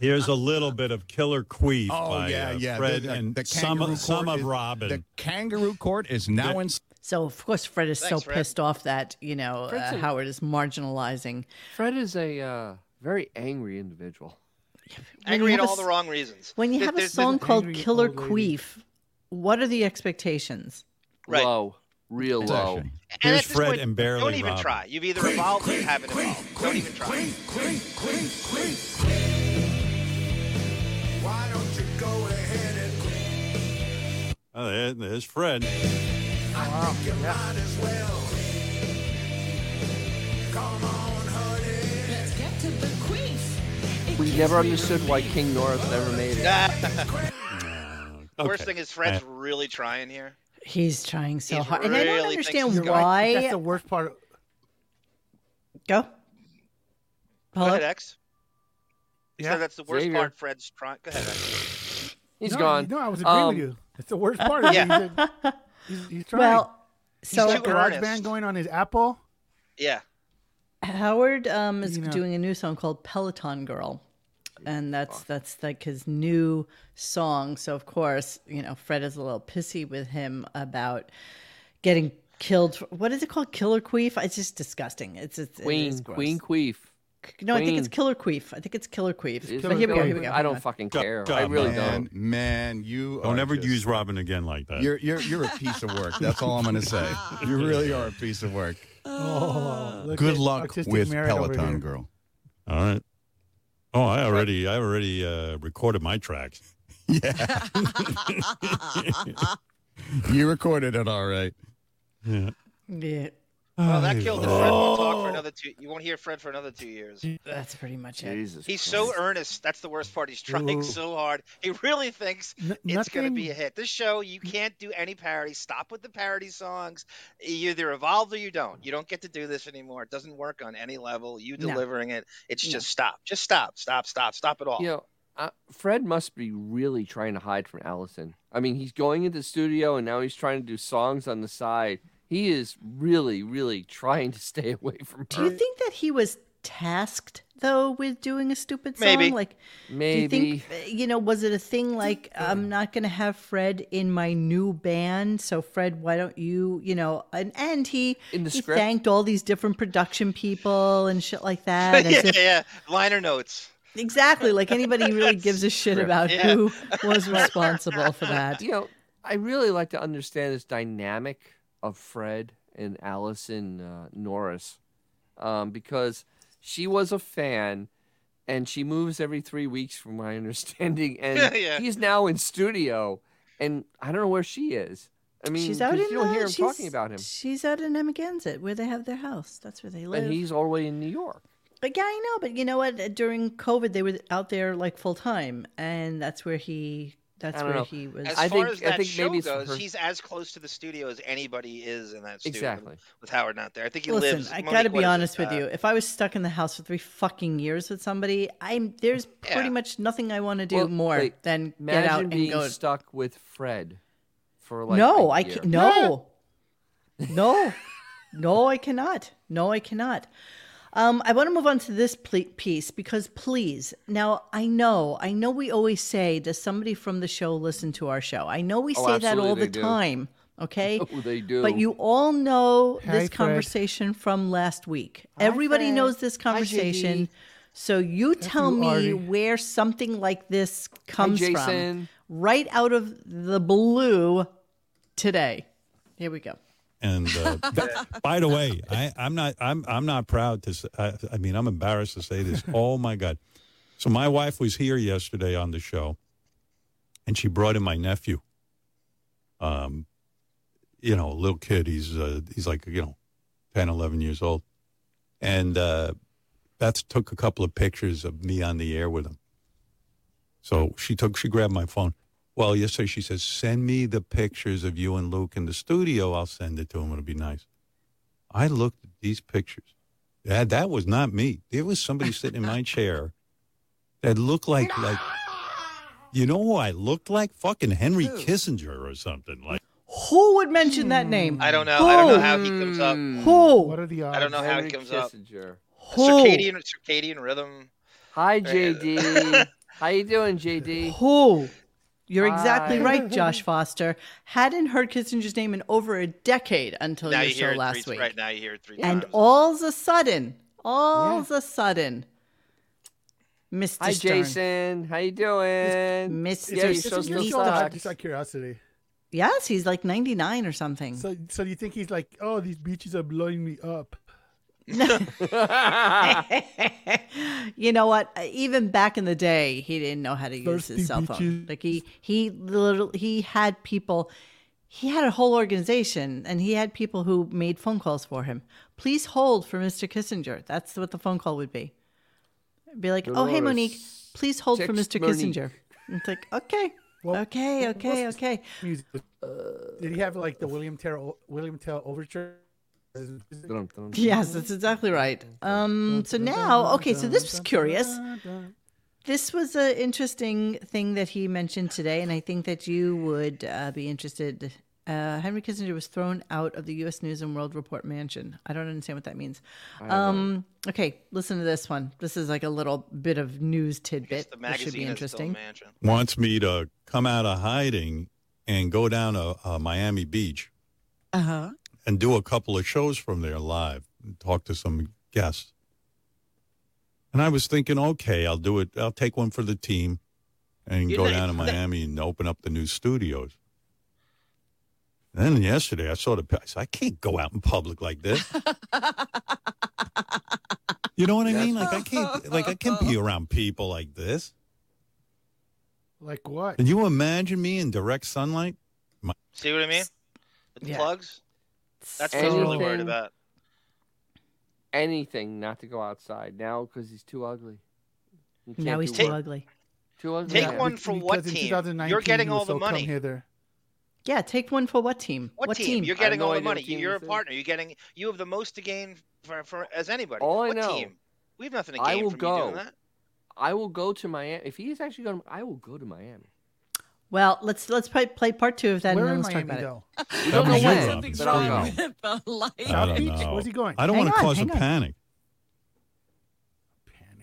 Speaker 6: Here's a little bit of Killer Queef
Speaker 7: Oh
Speaker 6: by
Speaker 7: yeah,
Speaker 6: uh,
Speaker 7: yeah.
Speaker 6: Fred
Speaker 7: the, the-
Speaker 6: and
Speaker 7: the
Speaker 6: some
Speaker 7: kangaroo
Speaker 6: of, some
Speaker 7: court
Speaker 6: of
Speaker 7: is-
Speaker 6: Robin.
Speaker 7: The kangaroo court is now in
Speaker 2: so of course Fred is so
Speaker 1: Thanks, Fred.
Speaker 2: pissed off that you know
Speaker 3: Fred's
Speaker 2: uh,
Speaker 3: a-
Speaker 2: Howard is marginalizing.
Speaker 3: Fred is a uh, very angry individual.
Speaker 2: When
Speaker 1: Angry
Speaker 2: you
Speaker 1: at
Speaker 2: have a
Speaker 1: all
Speaker 2: s-
Speaker 1: the wrong reasons.
Speaker 2: When you
Speaker 1: There-
Speaker 2: have a
Speaker 1: there's-
Speaker 2: song called
Speaker 5: angry
Speaker 2: "Killer
Speaker 5: old lady.
Speaker 2: Queef," what are the expectations?
Speaker 1: Right.
Speaker 3: Low. Real low.
Speaker 7: session.
Speaker 1: and
Speaker 6: Here's
Speaker 1: at this
Speaker 6: Fred
Speaker 1: point,
Speaker 6: and Barely
Speaker 1: Don't even
Speaker 6: Robin.
Speaker 1: try. You've either evolved or you haven't evolved. Don't even try.
Speaker 6: Oh, there- there's Fred.
Speaker 3: We never understood why King Norris never made it.
Speaker 6: Okay.
Speaker 1: Worst thing is Fred's really trying here.
Speaker 2: He's trying so
Speaker 1: He's
Speaker 2: hard, and I
Speaker 1: really
Speaker 2: don't
Speaker 1: thinks
Speaker 2: understand
Speaker 1: he's got it.
Speaker 2: why.
Speaker 5: That's the worst part. Of,
Speaker 2: Go.
Speaker 1: Go
Speaker 2: Hello?
Speaker 1: ahead, X. You
Speaker 5: Yeah.
Speaker 1: said that's the worst
Speaker 3: Xavier.
Speaker 1: part. Fred's trying. Go ahead. X.
Speaker 3: He's
Speaker 5: no,
Speaker 3: gone.
Speaker 5: No, I was agreeing with
Speaker 3: Um,
Speaker 5: you. It's the worst part. Of
Speaker 1: Yeah.
Speaker 5: it. He's, a- he's, he's trying.
Speaker 2: Well,
Speaker 5: He's
Speaker 2: so
Speaker 1: too
Speaker 5: got garage
Speaker 1: earnest.
Speaker 5: band going on his Apple.
Speaker 1: Yeah.
Speaker 2: Howard um, is
Speaker 5: You know.
Speaker 2: doing a new song called Peloton Girl. And that's that's like his new song. So of course, you know, Fred is a little pissy with him about getting killed. For, what is it called? Killer queef? It's just disgusting. It's it's it
Speaker 3: Queen,
Speaker 2: is gross.
Speaker 3: Queen Queef.
Speaker 2: No, I think it's
Speaker 3: Queen.
Speaker 2: killer queef. I think it's killer queef.
Speaker 3: It's
Speaker 2: but here we go. Here we go.
Speaker 3: I don't
Speaker 2: Hang on.
Speaker 3: fucking
Speaker 6: Shut
Speaker 3: care.
Speaker 6: up,
Speaker 3: I really
Speaker 7: Man,
Speaker 3: don't.
Speaker 7: man, you
Speaker 6: Don't
Speaker 7: are
Speaker 6: ever
Speaker 7: just-
Speaker 6: use Robin again like that.
Speaker 7: You're you're you're a piece of work. That's all I'm going to say. You really are a piece of work.
Speaker 5: Oh, look
Speaker 7: Good
Speaker 5: at
Speaker 7: luck
Speaker 5: artistic
Speaker 7: with
Speaker 5: merit over
Speaker 7: Peloton
Speaker 5: here.
Speaker 7: girl.
Speaker 6: All right. Oh, I already, I already uh, recorded my track.
Speaker 7: Yeah. you recorded it all right.
Speaker 6: Yeah.
Speaker 2: Yeah,
Speaker 1: Well, that killed the
Speaker 6: Oh,
Speaker 1: Fred. We'll talk for another two. You won't hear Fred for another two years.
Speaker 2: that's pretty much it.
Speaker 3: Jesus.
Speaker 1: He's
Speaker 3: Christ.
Speaker 1: so earnest. That's the worst part. He's trying
Speaker 5: Ooh.
Speaker 1: so hard. He really thinks
Speaker 5: N-
Speaker 1: it's going to be a
Speaker 5: nothing-
Speaker 1: hit. This show, you
Speaker 2: Mm.
Speaker 1: can't do any parody. Stop with the parody songs. E, You either evolved or you don't. You don't get to do this anymore. It doesn't work on any level. You
Speaker 2: No.
Speaker 1: delivering it, it's just stop. Just stop. Stop. Stop. Stop it all.
Speaker 3: You know, uh, Fred must be really trying to hide from Allison. I mean, he's going into the studio and now he's trying to do songs on the side. He is really, really trying to stay away from
Speaker 2: Do
Speaker 3: her.
Speaker 2: you think that he was tasked though with doing a stupid song?
Speaker 1: Maybe.
Speaker 2: Like
Speaker 3: Maybe.
Speaker 2: Do you think you know? Was it a thing like
Speaker 1: Mm-hmm.
Speaker 2: I'm not going to have Fred in my new band? So Fred, why don't you? You know, and and he
Speaker 3: In the
Speaker 2: he
Speaker 3: script?
Speaker 2: thanked all these different production people and shit like that. as
Speaker 1: yeah,
Speaker 2: if-
Speaker 1: yeah. Liner notes.
Speaker 2: exactly, like anybody really gives a shit about
Speaker 1: Yeah.
Speaker 2: who was responsible for that.
Speaker 3: you know, I really like to understand this dynamic of Fred and Allison uh, Norris um, because she was a fan and she moves every three weeks, from my understanding. And
Speaker 1: Yeah.
Speaker 3: he's now in studio, and I don't know where she is. I mean,
Speaker 2: she's out
Speaker 3: 'cause
Speaker 2: in
Speaker 3: you don't
Speaker 2: uh,
Speaker 3: hear him
Speaker 2: she's-
Speaker 3: talking about him,
Speaker 2: She's out in Amagansett where they have their house. That's where they live.
Speaker 3: and he's all the way in New York.
Speaker 2: Like, Uh, yeah, I know, but you know what? During COVID, they were out there like full time, and that's where he. That's
Speaker 3: I don't
Speaker 2: where
Speaker 3: know.
Speaker 2: he was.
Speaker 1: As
Speaker 3: I
Speaker 1: far
Speaker 3: think-
Speaker 1: as
Speaker 3: I
Speaker 1: that
Speaker 3: think
Speaker 1: show
Speaker 3: maybe it's
Speaker 1: goes,
Speaker 3: her-
Speaker 1: he's as close to the studio as anybody is in that studio.
Speaker 3: Exactly.
Speaker 1: With Howard not there, I think he
Speaker 2: Listen,
Speaker 1: lives.
Speaker 2: I
Speaker 1: Monique,
Speaker 2: got to
Speaker 1: what
Speaker 2: be
Speaker 1: is it?
Speaker 2: honest with
Speaker 1: Uh,
Speaker 2: you. If I was stuck in the house for three fucking years with somebody, I'm there's pretty
Speaker 1: Yeah.
Speaker 2: much nothing I want to do
Speaker 3: Well,
Speaker 2: more
Speaker 3: wait,
Speaker 2: than
Speaker 3: Imagine
Speaker 2: get out and
Speaker 3: being
Speaker 2: go.
Speaker 3: stuck with Fred for like
Speaker 2: no,
Speaker 3: a
Speaker 2: I
Speaker 3: year.
Speaker 2: can't. No, no, no, I cannot. No, I cannot. Um, I want to move on to this ple- piece because please, now I know, I know we always say, does somebody from the show listen to our show? I know we
Speaker 3: Oh,
Speaker 2: say that all the
Speaker 3: absolutely they do.
Speaker 2: time. Okay.
Speaker 3: Oh, they do.
Speaker 2: But you all know
Speaker 5: Hi,
Speaker 2: this
Speaker 5: Fred.
Speaker 2: conversation from last week. Everybody knows this conversation. So you tell
Speaker 5: you,
Speaker 2: me
Speaker 5: Artie.
Speaker 2: where something like this comes from,
Speaker 3: Jason.
Speaker 2: right out of the blue today. Here we go.
Speaker 6: And uh, that- by the way, I, I'm not I'm I'm not proud to. Say, I, I mean, I'm embarrassed to say this. Oh my God! So my wife was here yesterday on the show, and she brought in my nephew. Um, you know, a little kid. He's uh, he's like you know, 10, 11 years old, and uh, Beth took a couple of pictures of me on the air with him. So she took she grabbed my phone. Well, yesterday she says, send me the pictures of you and Luke in the studio. I'll send it to him. It'll be nice. I looked at these pictures. That, that was not me. There was somebody sitting in my chair that looked like, like, you know who I looked like? Fucking Henry Kissinger or something. Like,
Speaker 2: Who would mention that name?
Speaker 1: I don't know. I don't know how he comes up.
Speaker 3: Mm.
Speaker 5: What
Speaker 2: Who?
Speaker 5: are the odds?
Speaker 1: I don't know how
Speaker 3: Henry
Speaker 1: he comes up.
Speaker 3: Kissinger.
Speaker 2: Who?
Speaker 1: Circadian circadian rhythm.
Speaker 3: Hi, JD. How you doing, JD?
Speaker 2: Who? You're exactly
Speaker 3: Hi.
Speaker 2: right, Josh Foster. Hadn't heard Kissinger's name in over a decade until
Speaker 1: Now
Speaker 2: your
Speaker 1: you
Speaker 2: show
Speaker 1: hear it
Speaker 2: last
Speaker 1: three,
Speaker 2: week.
Speaker 1: right now you hear it three
Speaker 2: And
Speaker 1: times.
Speaker 2: all's a sudden, all's a sudden, Mr.
Speaker 3: Hi,
Speaker 2: Stern.
Speaker 3: Jason. How you doing?
Speaker 2: Mr.
Speaker 3: Yeah,
Speaker 2: Stern.
Speaker 3: your show still
Speaker 5: just, out,
Speaker 3: sucks.
Speaker 5: just out of curiosity.
Speaker 2: Yes, he's like 99 or something.
Speaker 5: So, so you think he's like, oh, these beaches are blowing me up?
Speaker 2: you know what? Even back in the day, he didn't know how to use
Speaker 5: Thirsty
Speaker 2: his cell phone.
Speaker 5: beaches.
Speaker 2: Like he he literally he had people. He had a whole organization, and he had people who made phone calls for him. Please hold for Mr. Kissinger. That's what the phone call would be. It'd be like, oh hey
Speaker 3: Dolores,
Speaker 2: Monique, please hold for
Speaker 3: text
Speaker 2: Mr.
Speaker 3: Monique."
Speaker 2: Kissinger. And It's like okay, okay, okay, okay. Uh,
Speaker 5: Music. Did he have like the William Tell William Tell overture?
Speaker 3: Dun, dun, dun.
Speaker 2: Yes, that's exactly right. Um, so now, okay, so this was curious. This was an interesting thing that he mentioned today, and I think that you would uh, be interested. Uh, Henry Kissinger was thrown out of the U.S. News and World Report mansion. I don't understand what that means. Um, okay, listen to this one. This is like a little bit of news tidbit.
Speaker 1: the
Speaker 2: This should be
Speaker 1: magazine is still
Speaker 2: interesting.
Speaker 1: mansion.
Speaker 6: wants me to come out of hiding and go down to uh, Miami Beach
Speaker 2: Uh huh.
Speaker 6: and do a couple of shows from there live and talk to some guests. And I was thinking, okay, I'll do it. I'll take one for the team and
Speaker 1: You
Speaker 6: go
Speaker 1: know,
Speaker 6: down to
Speaker 1: it's-
Speaker 6: Miami and open up the new studios. And then yesterday I saw the, I said, I can't go out in public like this. you know what I mean? Like I can't, like I can't be around people like this.
Speaker 5: Like what?
Speaker 6: Can you imagine me in direct sunlight?
Speaker 1: See what I mean? With the
Speaker 2: Yeah.
Speaker 1: plugs? That's what I was really
Speaker 3: Anything,
Speaker 1: worried about.
Speaker 3: anything not to go outside now because he's too ugly. You can't
Speaker 2: Now he's
Speaker 3: do
Speaker 2: too
Speaker 1: Take-
Speaker 3: work.
Speaker 2: ugly.
Speaker 3: Too ugly.
Speaker 1: Take
Speaker 3: now.
Speaker 1: one for what
Speaker 5: Because in
Speaker 1: team?
Speaker 5: 2019
Speaker 1: You're getting
Speaker 5: he
Speaker 1: all
Speaker 5: was
Speaker 1: the
Speaker 5: so come
Speaker 1: money.
Speaker 5: Hither.
Speaker 2: Yeah, take one for what team?
Speaker 1: What, team? You're
Speaker 3: I have
Speaker 1: getting
Speaker 3: no
Speaker 1: all the
Speaker 3: idea what
Speaker 1: money.
Speaker 3: team
Speaker 1: You're a
Speaker 3: this is.
Speaker 1: partner. You're getting. You have the most to gain for, for as anybody.
Speaker 3: All I
Speaker 1: what
Speaker 3: know,
Speaker 1: team? We have nothing to gain
Speaker 3: I will
Speaker 1: from you doing
Speaker 3: go.
Speaker 1: that.
Speaker 3: I will go to Miami. If he's actually going, to, I will go to Miami.
Speaker 2: Well, let's let's play, play part two of that,
Speaker 5: Where
Speaker 2: and then
Speaker 5: in
Speaker 2: let's talk
Speaker 5: Miami
Speaker 2: about it.
Speaker 5: though?
Speaker 6: We
Speaker 3: don't know when,
Speaker 4: Something's
Speaker 3: but I'll
Speaker 4: wrong
Speaker 3: go.
Speaker 4: with the light.
Speaker 6: I don't
Speaker 5: Beach?
Speaker 6: know.
Speaker 5: Where's he going?
Speaker 6: I don't
Speaker 2: Hang
Speaker 6: want to
Speaker 2: on,
Speaker 6: cause a
Speaker 2: hang on.
Speaker 6: panic.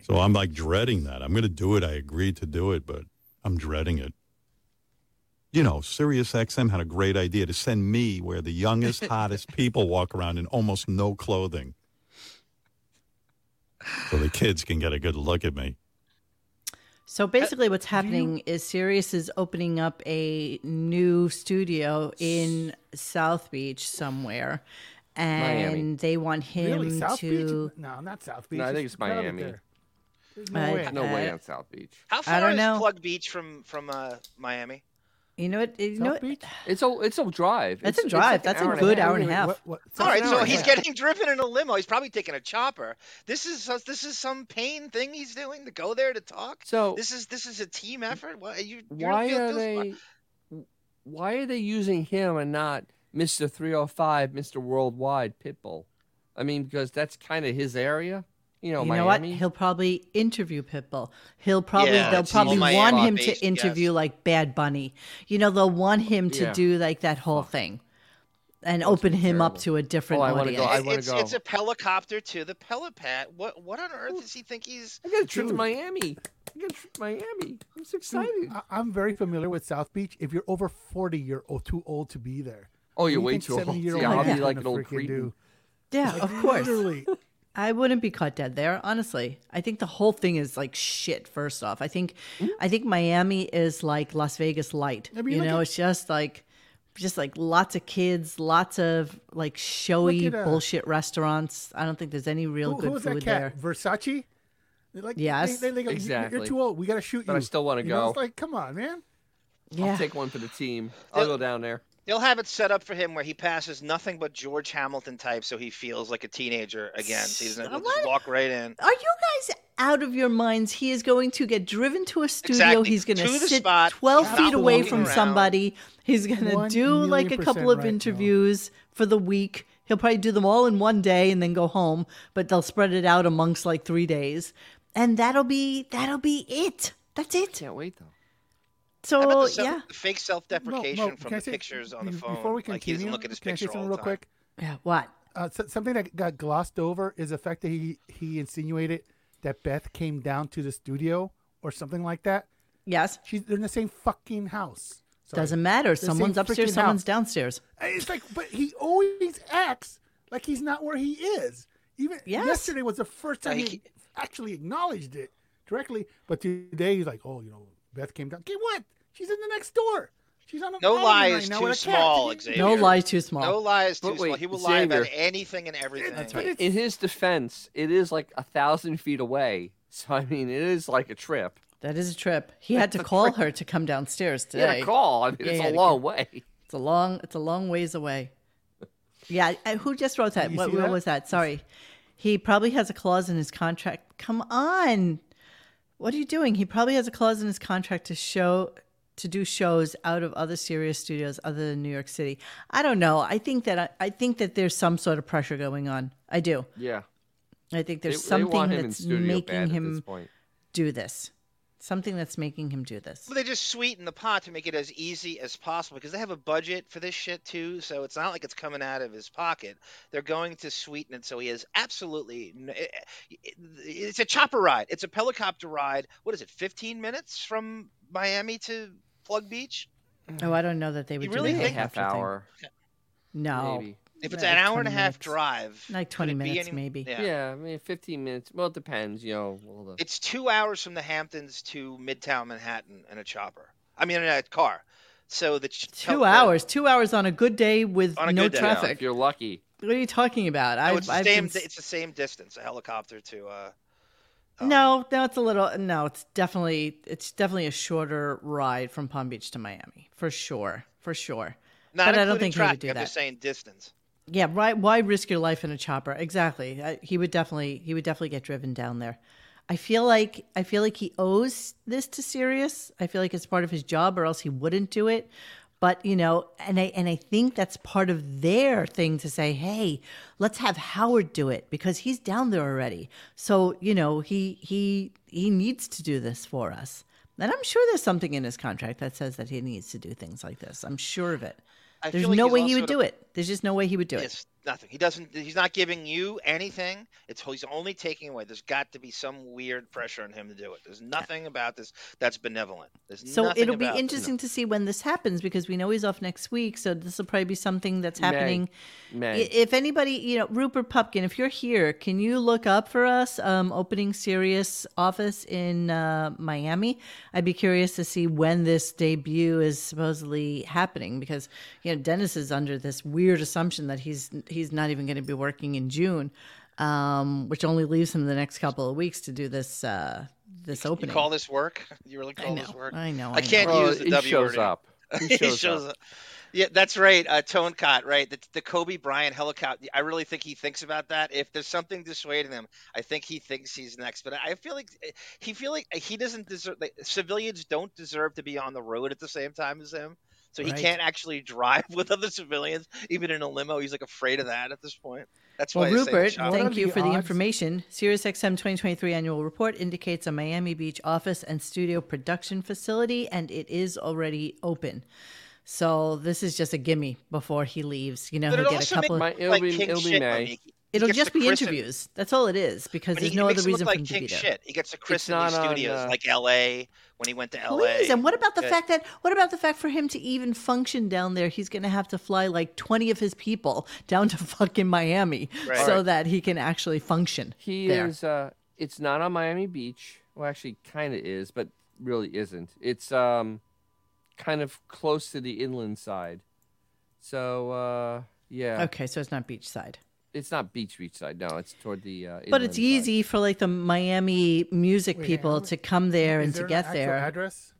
Speaker 6: So I'm like dreading that. I'm going to do it. I agreed to do it, but I'm dreading it. You know, SiriusXM had a great idea to send me where the youngest, hottest people walk around in almost no clothing. So the kids can get a good look at me.
Speaker 2: So
Speaker 3: Uh,
Speaker 2: basically, what's happening is Sirius is opening up a new studio in South Beach somewhere, and
Speaker 3: Miami.
Speaker 2: they want him
Speaker 5: Really? South
Speaker 2: to.
Speaker 5: Beach? No, not South Beach.
Speaker 3: I think
Speaker 5: There's
Speaker 3: it's
Speaker 5: crowded
Speaker 3: Miami.
Speaker 5: there. There's
Speaker 2: Uh,
Speaker 5: no way.
Speaker 3: No way
Speaker 2: Uh,
Speaker 3: on South Beach.
Speaker 1: How
Speaker 2: I
Speaker 1: far
Speaker 2: don't
Speaker 1: is
Speaker 2: know.
Speaker 1: Plug Beach from from uh, Miami?
Speaker 2: You know what? You know
Speaker 5: South
Speaker 2: what?
Speaker 5: Beach?
Speaker 3: It's a it's a drive.
Speaker 2: That's
Speaker 3: It's-
Speaker 2: a
Speaker 3: it's
Speaker 2: drive.
Speaker 3: like an
Speaker 2: That's a
Speaker 3: hour
Speaker 2: good
Speaker 3: half.
Speaker 2: hour and a half.
Speaker 5: What, what,
Speaker 1: All right, so
Speaker 3: hour,
Speaker 1: he's
Speaker 3: yeah.
Speaker 1: getting driven in a limo. He's probably taking a chopper. This is this is some pain thing he's doing to go there to talk.
Speaker 3: So
Speaker 1: This is this is a team effort. What you? you don't
Speaker 3: why
Speaker 1: feel
Speaker 3: are
Speaker 1: this-
Speaker 3: they? Why are they using him and not Mister Three Hundred Five, Mister Worldwide Pitbull? I mean, because that's kind of his area. You know,
Speaker 2: you
Speaker 3: Miami.
Speaker 2: know what? He'll probably interview Pitbull. He'll probably
Speaker 1: Yeah,
Speaker 2: they'll
Speaker 1: it's
Speaker 2: probably
Speaker 1: all
Speaker 2: want
Speaker 1: Miami
Speaker 2: him
Speaker 1: based,
Speaker 2: to interview
Speaker 1: yes.
Speaker 2: like Bad Bunny. You know, they'll want him to
Speaker 3: Yeah.
Speaker 2: do like that whole thing. and open him up
Speaker 3: terrible.
Speaker 2: to a different
Speaker 3: Oh, I wanna
Speaker 2: audience.
Speaker 3: go. I
Speaker 1: It-
Speaker 3: wanna
Speaker 1: it's, it's a helicopter to the helipad. What what on earth does he think he's?
Speaker 3: I got a trip to
Speaker 5: Dude.
Speaker 3: Miami. I got a trip to Miami. I'm so excited.
Speaker 5: I- I'm very familiar with South Beach. If you're over 40, you're o- too old to be there.
Speaker 3: Oh, you're
Speaker 5: What do
Speaker 3: way
Speaker 5: you
Speaker 3: too
Speaker 5: think
Speaker 3: old.
Speaker 5: 70-year-old
Speaker 3: Yeah, I'll
Speaker 5: man's
Speaker 3: be like
Speaker 5: gonna
Speaker 3: an old
Speaker 5: freaking
Speaker 3: cretin.
Speaker 5: do?
Speaker 2: yeah,
Speaker 5: Like,
Speaker 2: of course.
Speaker 5: Literally.
Speaker 2: I wouldn't be caught dead there, honestly. I think the whole thing is like shit. First off, I think,
Speaker 5: Mm.
Speaker 2: I think Miami is like Las Vegas light.
Speaker 5: I mean,
Speaker 2: you
Speaker 5: look
Speaker 2: know,
Speaker 5: at-
Speaker 2: it's just like, just like lots of kids, lots of like showy
Speaker 5: Look at, uh,
Speaker 2: bullshit restaurants. I don't think there's any real
Speaker 5: Who, who
Speaker 2: good
Speaker 5: was
Speaker 2: food
Speaker 5: that cat?
Speaker 2: there.
Speaker 5: Versace? They're Like,
Speaker 2: Yes.
Speaker 5: they, they, they go, "You- You're
Speaker 3: Exactly.
Speaker 5: too old. We got to shoot
Speaker 3: But
Speaker 5: you.
Speaker 3: I still wanna
Speaker 5: You know, it's
Speaker 3: go.
Speaker 5: like, come on, man.
Speaker 2: Yeah,
Speaker 3: I'll take one for the team. I'll go down there.
Speaker 1: They'll have it set up for him where he passes nothing but George Hamilton type, so he feels like a teenager again. So he doesn't he'll just
Speaker 2: What?
Speaker 1: walk right in.
Speaker 2: Are you guys out of your minds? He is going to get driven to a studio.
Speaker 1: Exactly.
Speaker 2: He's going to
Speaker 1: To the
Speaker 2: sit
Speaker 1: spot,
Speaker 2: 12
Speaker 1: stop
Speaker 2: feet away
Speaker 1: walking
Speaker 2: from
Speaker 1: around.
Speaker 2: somebody. He's going to
Speaker 5: One
Speaker 2: do like a
Speaker 5: million
Speaker 2: couple
Speaker 5: percent
Speaker 2: of
Speaker 5: right, Mel.
Speaker 2: interviews for the week. He'll probably do them all in one day and then go home, but they'll spread it out amongst like 3 days. And that'll be that'll be it. That's it.
Speaker 3: Can't wait though.
Speaker 1: How
Speaker 2: So,
Speaker 1: about the, self,
Speaker 2: yeah.
Speaker 1: the fake self-deprecation
Speaker 5: Mo, Mo,
Speaker 1: from
Speaker 5: can I
Speaker 1: the
Speaker 5: say-
Speaker 1: pictures on the
Speaker 5: be-
Speaker 1: phone.
Speaker 5: Before we
Speaker 1: like he
Speaker 5: continue,
Speaker 1: doesn't look at his
Speaker 5: can I say
Speaker 1: picture all the
Speaker 5: something real
Speaker 1: time.
Speaker 5: quick?
Speaker 2: Yeah, what?
Speaker 5: Uh, so, something that got glossed over is the fact that he, he insinuated that Beth came down to the studio or something like that.
Speaker 2: Yes.
Speaker 5: She's they're in the same fucking house. Sorry.
Speaker 2: Doesn't matter.
Speaker 5: same
Speaker 2: Someone's upstairs,
Speaker 5: freaking
Speaker 2: someone's
Speaker 5: house.
Speaker 2: downstairs.
Speaker 5: It's like, but he always acts like he's not where he is. Even
Speaker 2: Yes.
Speaker 5: yesterday was the first time
Speaker 1: he
Speaker 5: he, actually acknowledged it directly. But today he's like, oh, you know, Beth came down. Okay, what? She's in the next door. She's on a
Speaker 1: No
Speaker 5: island
Speaker 1: lie
Speaker 5: right
Speaker 1: is
Speaker 5: now
Speaker 1: too
Speaker 5: with a cat.
Speaker 1: small,
Speaker 5: She-
Speaker 1: Xavier.
Speaker 2: No lie too small.
Speaker 1: No lies too
Speaker 3: But
Speaker 1: small.
Speaker 3: wait,
Speaker 1: He will lie about
Speaker 3: Xavier-
Speaker 1: anything and everything.
Speaker 5: That's
Speaker 3: But
Speaker 5: right.
Speaker 3: in his defense, it is like a thousand feet away. So I mean, it is like a trip.
Speaker 2: That is a trip. He had to call her to come downstairs
Speaker 3: You had
Speaker 2: today.
Speaker 3: a call. I mean,
Speaker 2: yeah,
Speaker 3: it's a
Speaker 2: to
Speaker 3: long way.
Speaker 2: It's a long. It's a long ways away. Yeah, I, who just wrote that?
Speaker 5: You
Speaker 2: What
Speaker 5: see
Speaker 2: what
Speaker 5: that?
Speaker 2: was that? Sorry, he probably has a clause in his contract. Come on, what are you doing? He probably has a clause in his contract to show to do shows out of other serious studios other than New York City. I don't know. I think that I, I think that there's some sort of pressure going on. I do.
Speaker 3: Yeah,
Speaker 2: I think
Speaker 3: they,
Speaker 2: there's
Speaker 3: they
Speaker 2: something
Speaker 3: want him in
Speaker 2: that's
Speaker 3: studio bad
Speaker 2: making
Speaker 3: at this
Speaker 2: him
Speaker 3: point.
Speaker 2: do this. Something that's making him do this.
Speaker 1: Well, they just sweeten the pot to make it as easy as possible because they have a budget for this shit too. So it's not like it's coming out of his pocket. They're going to sweeten it so he has absolutely. n- it- it- It's a chopper ride. It's a helicopter ride. What is it? Fifteen minutes from Miami to Plug Beach.
Speaker 2: Oh, I don't know that they would
Speaker 1: You really
Speaker 2: do
Speaker 1: think-
Speaker 2: that.
Speaker 3: half
Speaker 2: helicopter thing.
Speaker 3: hour,
Speaker 2: No.
Speaker 3: maybe.
Speaker 1: If it's
Speaker 2: Yeah,
Speaker 1: an
Speaker 2: like
Speaker 1: hour and a
Speaker 2: 20
Speaker 1: half
Speaker 2: minutes.
Speaker 1: drive,
Speaker 2: Like
Speaker 1: could
Speaker 2: 20
Speaker 1: it be
Speaker 2: minutes,
Speaker 1: any-
Speaker 2: maybe.
Speaker 1: Yeah.
Speaker 3: Yeah. I mean, fifteen minutes. Well, it depends. You know, all the-
Speaker 1: It's two hours from the Hamptons to Midtown Manhattan in a chopper. I mean, in a car. So the ch-
Speaker 2: Two
Speaker 1: the-
Speaker 2: hours. Two hours on a good day with
Speaker 1: On a
Speaker 2: no
Speaker 1: good day.
Speaker 3: Yeah,
Speaker 2: traffic.
Speaker 3: if you're lucky.
Speaker 2: what are you talking about?
Speaker 1: No,
Speaker 2: I've-
Speaker 1: it's the
Speaker 2: I've
Speaker 1: same.
Speaker 2: been
Speaker 1: It's the same distance. A helicopter to. Uh, um,
Speaker 2: No, no, it's a little. No, it's definitely it's definitely a shorter ride from Palm Beach to Miami for sure, for sure. but
Speaker 1: Not
Speaker 2: I don't
Speaker 1: including
Speaker 2: think he would
Speaker 1: traffic,
Speaker 2: do
Speaker 1: I'm
Speaker 2: that.
Speaker 1: just saying distance.
Speaker 2: Yeah, right. Why risk your life in a chopper? Exactly. I, he would definitely he would definitely get driven down there. I feel like I feel like he owes this to Sirius. I feel like it's part of his job, or else he wouldn't do it. But you know, and I and I think that's part of their thing to say, hey, let's have Howard do it because he's down there already. So you know, he he he needs to do this for us. And I'm sure there's something in his contract that says that he needs to do things like this. I'm sure of it.
Speaker 1: I
Speaker 2: There's
Speaker 1: feel like
Speaker 2: no
Speaker 1: he's
Speaker 2: way he
Speaker 1: also
Speaker 2: would
Speaker 1: at a-
Speaker 2: do it. There's just no way he would do it.
Speaker 1: It's nothing. He doesn't. He's not giving you anything. It's he's only taking away. There's got to be some weird pressure on him to do it. There's nothing about this that's benevolent. There's
Speaker 2: So
Speaker 1: nothing
Speaker 2: it'll be
Speaker 1: about-
Speaker 2: interesting to see when this happens because we know he's off next week. So this will probably be something that's
Speaker 3: May.
Speaker 2: happening. I-
Speaker 3: May.
Speaker 2: If anybody, you know, Rupert Pupkin, if you're here, can you look up for us um, opening Sirius office in uh, Miami? I'd be curious to see when this debut is supposedly happening because you know Dennis is under this weird assumption that he's he's not even going to be working in June, um, which only leaves him the next couple of weeks to do this uh, this
Speaker 1: You
Speaker 2: opening.
Speaker 1: call this work? You really
Speaker 2: I
Speaker 1: call
Speaker 2: know,
Speaker 1: this work?
Speaker 2: I know,
Speaker 1: I
Speaker 2: I
Speaker 1: can't
Speaker 2: know.
Speaker 3: Well,
Speaker 1: use the
Speaker 3: he
Speaker 1: W
Speaker 3: shows
Speaker 1: word.
Speaker 3: up. He shows, up.
Speaker 1: Yeah, that's right. Uh, Tone Cot, right? The, the Kobe Bryant helicopter. I really think he thinks about that. If there's something dissuading him, I think he thinks he's next. But I I feel like eh, he feel like he doesn't deserve. Like, civilians don't deserve to be on the road at the same time as him. So he
Speaker 2: Right.
Speaker 1: can't actually drive with other civilians, even in a limo. He's like afraid of that at this point. That's
Speaker 2: Well,
Speaker 1: why I say the
Speaker 2: Rupert,
Speaker 1: chopper.
Speaker 5: What
Speaker 2: thank
Speaker 5: are
Speaker 2: you
Speaker 5: the
Speaker 2: for the
Speaker 5: odds?
Speaker 2: information. SiriusXM 2023 annual report indicates a Miami Beach office and studio production facility, and it is already open. So this is just a gimme before he leaves. You know,
Speaker 1: But it
Speaker 2: he'll get a
Speaker 1: also makes
Speaker 2: couple.
Speaker 3: My-
Speaker 1: him look
Speaker 3: it'll
Speaker 1: like
Speaker 3: be-
Speaker 1: king
Speaker 3: it'll be
Speaker 1: shit,
Speaker 3: May.
Speaker 1: Monique. He
Speaker 2: It'll
Speaker 1: gets
Speaker 2: just
Speaker 1: to
Speaker 2: be
Speaker 1: christen-
Speaker 2: interviews. That's all it is because
Speaker 1: But he
Speaker 2: there's no
Speaker 1: makes
Speaker 2: other
Speaker 1: him look
Speaker 2: reason
Speaker 1: like
Speaker 2: for him to
Speaker 1: king
Speaker 2: be there.
Speaker 1: shit. He gets to Chris in
Speaker 3: not
Speaker 1: these
Speaker 3: on,
Speaker 1: studios,
Speaker 3: uh,
Speaker 1: like L.A. when he went to L.A.
Speaker 2: Please, and what about the
Speaker 1: Good.
Speaker 2: fact that what about the fact for him to even function down there, he's going to have to fly like twenty of his people down to fucking Miami
Speaker 1: Right.
Speaker 2: so
Speaker 1: Right.
Speaker 2: that he can actually function.
Speaker 3: He
Speaker 2: there.
Speaker 3: is. Uh, it's not on Miami Beach. Well, actually, kind of is, but really isn't. It's um, kind of close to the inland side. So uh, yeah,
Speaker 2: Okay, so it's not beachside,
Speaker 3: it's not beach beach side. No, it's toward the. Uh,
Speaker 2: but it's
Speaker 3: inland side.
Speaker 2: easy for like the Miami music people to come there
Speaker 5: Is
Speaker 2: and
Speaker 5: there
Speaker 2: to
Speaker 5: an
Speaker 2: get
Speaker 5: actual
Speaker 2: there.
Speaker 5: Address?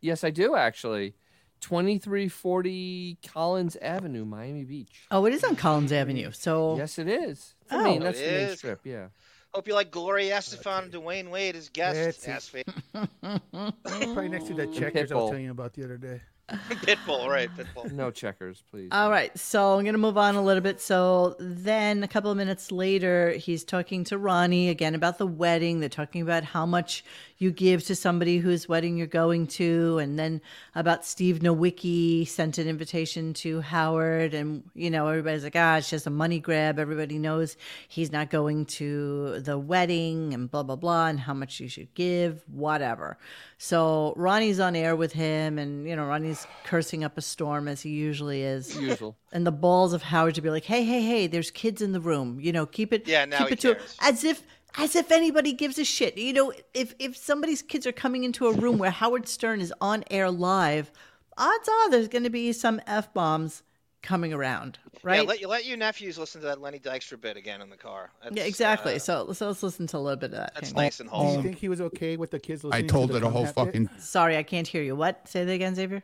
Speaker 3: Yes, I do actually. Twenty-three forty Collins Avenue, Miami Beach.
Speaker 2: Oh, it is on Collins Avenue. So
Speaker 3: Yes, it is. I
Speaker 2: Oh.
Speaker 3: mean, that's
Speaker 1: It
Speaker 3: the main
Speaker 1: is.
Speaker 3: strip. Yeah.
Speaker 1: Hope you like Gloria Estefan and Dwayne Wade as guests.
Speaker 5: That's it.
Speaker 1: Ass face.
Speaker 5: Probably next to
Speaker 2: Oh.
Speaker 5: that checkers I was
Speaker 3: Pitbull.
Speaker 5: telling you about the other day.
Speaker 1: Pitbull, right? Pitbull.
Speaker 3: No checkers, please.
Speaker 2: All right, so I'm going to move on a little bit. So then, a couple of minutes later, he's talking to Ronnie again about the wedding. They're talking about how much you give to somebody whose wedding you're going to, and then about Steve Nowicki sent an invitation to Howard, and you know everybody's like, ah, it's just a money grab. Everybody knows he's not going to the wedding, and blah blah blah, and how much you should give, whatever. So Ronnie's on air with him, and you know Ronnie's cursing up a storm as he usually is
Speaker 3: Usual.
Speaker 2: and the balls of Howard to be like, "Hey, hey, hey, there's kids in the room. You know, keep it,
Speaker 1: Yeah, now
Speaker 2: keep
Speaker 1: he
Speaker 2: it to
Speaker 1: cares.
Speaker 2: as if as if anybody gives a shit. You know, if if somebody's kids are coming into a room where Howard Stern is on air live, odds are there's going to be some f bombs coming around, right?
Speaker 1: Yeah, let you let your nephews listen to that Lenny Dykstra bit again in the car. That's,
Speaker 2: Yeah, exactly.
Speaker 1: uh,
Speaker 2: so so let's listen to a little bit of that.
Speaker 1: that's
Speaker 2: Hang on.
Speaker 1: nice and
Speaker 5: Do you
Speaker 1: wholesome.
Speaker 5: think he was okay with the kids
Speaker 7: I
Speaker 5: listening?
Speaker 7: told
Speaker 5: to the
Speaker 7: it a whole
Speaker 5: cum hat bit?
Speaker 7: fucking.
Speaker 2: Sorry, I can't hear you. What? Say that again, Xavier.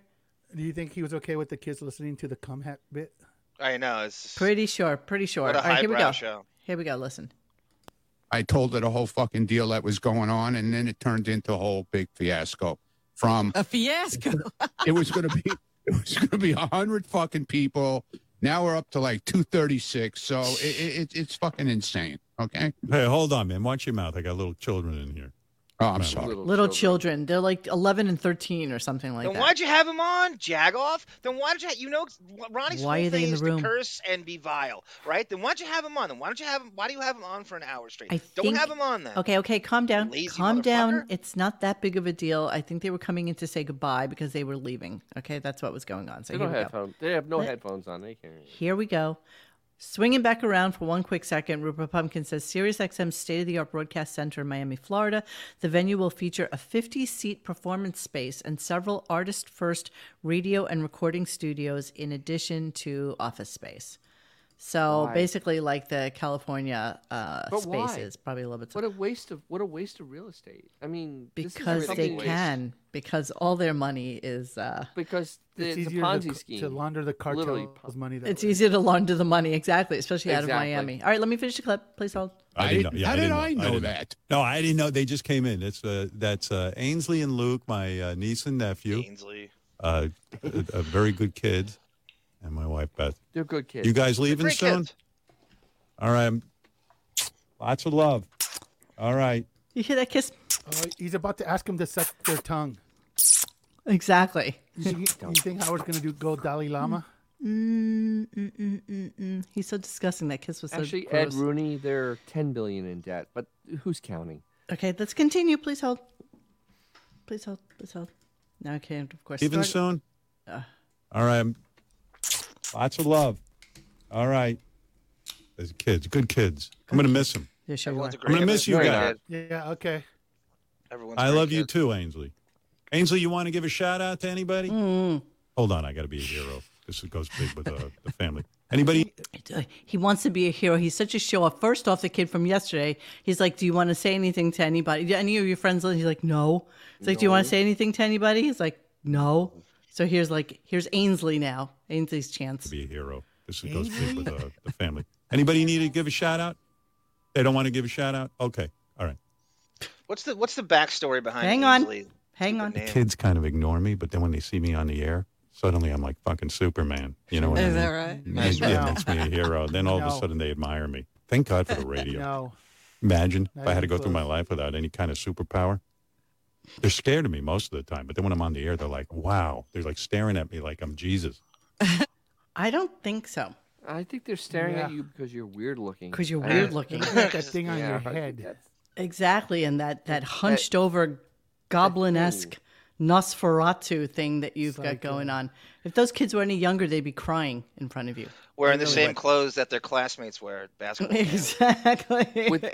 Speaker 5: Do you think he was okay with the kids listening to the cum hat bit?
Speaker 1: I know. It's
Speaker 2: Pretty sure. Pretty sure.
Speaker 1: what a
Speaker 2: All right, here we
Speaker 1: highbrow
Speaker 2: go.
Speaker 1: show.
Speaker 2: Here we go. Listen.
Speaker 7: I told it a whole fucking deal that was going on, and then it turned into a whole big fiasco. From
Speaker 4: A fiasco.
Speaker 7: it was going to be, it was going to be a hundred fucking people. Now we're up to like two thirty six. So it, it, it, it's fucking insane. Okay.
Speaker 6: Hey, hold on, man. Watch your mouth. I got little children in here.
Speaker 7: Oh, I'm sorry.
Speaker 2: Little children. They're like 11 and 13 or something like
Speaker 1: Then
Speaker 2: that.
Speaker 1: why'd you have him on, Jagoff? Then why did you? You know, Ronnie's
Speaker 2: Why
Speaker 1: whole
Speaker 2: are they
Speaker 1: thing
Speaker 2: in the
Speaker 1: is
Speaker 2: room?
Speaker 1: to curse and be vile, right? Then why'd you have him on? Then why don't you have him? Why do you have him on for an hour straight?
Speaker 2: I
Speaker 1: don't
Speaker 2: think-
Speaker 1: have him on then.
Speaker 2: Okay, okay, calm down.
Speaker 1: Lazy
Speaker 2: calm down.
Speaker 1: motherfucker.
Speaker 2: It's not that big of a deal. I think they were coming in to say goodbye because they were leaving. Okay, that's what was going on. So
Speaker 3: They
Speaker 2: here
Speaker 3: don't
Speaker 2: we
Speaker 3: have
Speaker 2: go.
Speaker 3: headphones. They have no headphones on. They can't. hear you.
Speaker 2: Here we go. Swinging back around for one quick second, Rupert Pumpkin says SiriusXM's state of the art broadcast center in Miami, Florida. The venue will feature a 50 seat performance space and several artist first radio and recording studios in addition to office space. So
Speaker 3: Why?
Speaker 2: basically, like the California uh,
Speaker 3: But why?
Speaker 2: space is probably a little bit
Speaker 3: What a waste of what a waste of real estate. I mean, this is
Speaker 2: because they
Speaker 3: something-
Speaker 2: can because all their money is uh
Speaker 3: Because the,
Speaker 5: It's
Speaker 3: it's a
Speaker 5: easier
Speaker 3: Ponzi
Speaker 5: to,
Speaker 3: scheme.
Speaker 5: to launder the
Speaker 3: Literally
Speaker 5: cartel's money. That
Speaker 2: it's
Speaker 5: way.
Speaker 2: easier to launder the money exactly especially out of
Speaker 3: Exactly.
Speaker 2: miami all right let me finish the clip please hold
Speaker 7: I
Speaker 6: didn't
Speaker 7: didn't-
Speaker 6: yeah,
Speaker 7: how did
Speaker 6: didn't
Speaker 7: I know
Speaker 6: didn't
Speaker 7: that?
Speaker 6: No, I didn't know. They just came in. It's uh, that's uh, Ainsley and Luke, my uh, niece and nephew,
Speaker 1: Ainsley.
Speaker 6: uh, uh, uh, very good kids, and my wife Beth.
Speaker 3: They're good kids.
Speaker 6: You guys leaving
Speaker 1: Great
Speaker 6: soon?
Speaker 1: kids.
Speaker 6: All right. Lots of love. All right.
Speaker 2: you hear that kiss
Speaker 5: Oh, he's about to ask him to suck their tongue.
Speaker 2: exactly
Speaker 5: You think, you think Howard's gonna do go Dalai Lama?
Speaker 2: Mm, he's so disgusting that kiss was so
Speaker 3: Actually, Ed
Speaker 2: gross.
Speaker 3: Rooney, they're ten billion in debt, but who's counting?
Speaker 2: okay let's continue please hold please hold please hold no i can't of course
Speaker 6: Even
Speaker 2: start.
Speaker 6: soon? All right. Lots of love. All right. Those kids, good kids. I'm going to miss them.
Speaker 2: yeah, sure you are.
Speaker 1: Everyone's a
Speaker 6: I'm gonna
Speaker 1: great
Speaker 6: miss you
Speaker 1: kid.
Speaker 6: guys.
Speaker 5: Yeah. Okay.
Speaker 1: Everyone's a
Speaker 6: I
Speaker 1: great
Speaker 6: love you
Speaker 1: kid.
Speaker 6: too, Ainsley. Ainsley, you want to give a shout out to anybody? Hold on. I got to be a hero. This goes big with uh, the family. Anybody?
Speaker 2: he wants to be a hero he's such a show off first off the kid from yesterday he's like do you want to say anything to anybody do any of your friends li-" he's like no it's like do you want to say anything to anybody he's like no so here's like here's ainsley now ainsley's chance
Speaker 6: Be a hero. This goes big with uh, the family. Anybody need to give a shout out? They don't want to give a shout out? Okay. All right.
Speaker 1: What's the What's the backstory behind?
Speaker 2: Hang on.
Speaker 1: Ainsley?
Speaker 2: hang
Speaker 1: Stupid
Speaker 2: on
Speaker 1: name.
Speaker 6: kids kind of ignore me, but then when they see me on the air, suddenly I'm like fucking Superman. You know what I
Speaker 4: is
Speaker 6: mean?
Speaker 4: that right?
Speaker 6: Makes- yeah,
Speaker 5: No.
Speaker 6: makes me a hero. Then all of a
Speaker 5: No.
Speaker 6: sudden they admire me. Thank God for the radio.
Speaker 5: No.
Speaker 6: Imagine if
Speaker 5: Not
Speaker 6: I had to
Speaker 5: even
Speaker 6: go through my
Speaker 5: close.
Speaker 6: life without any kind of superpower. They're scared of me most of the time, but then when I'm on the air, they're like, "Wow!" They're like staring at me like I'm Jesus.
Speaker 2: I don't think so.
Speaker 3: I think they're staring at
Speaker 5: Yeah.
Speaker 3: you because you're weird looking.
Speaker 8: because you're
Speaker 3: I-
Speaker 8: weird looking.
Speaker 5: Look at that thing on your
Speaker 3: I think
Speaker 5: head.
Speaker 3: that's-
Speaker 2: Exactly, and that that hunched over goblin esque Nosferatu thing that you've got going on. If those kids were any younger, they'd be crying in front of you.
Speaker 1: Wearing the same clothes that their classmates wear at basketball. games.
Speaker 2: Exactly.
Speaker 3: with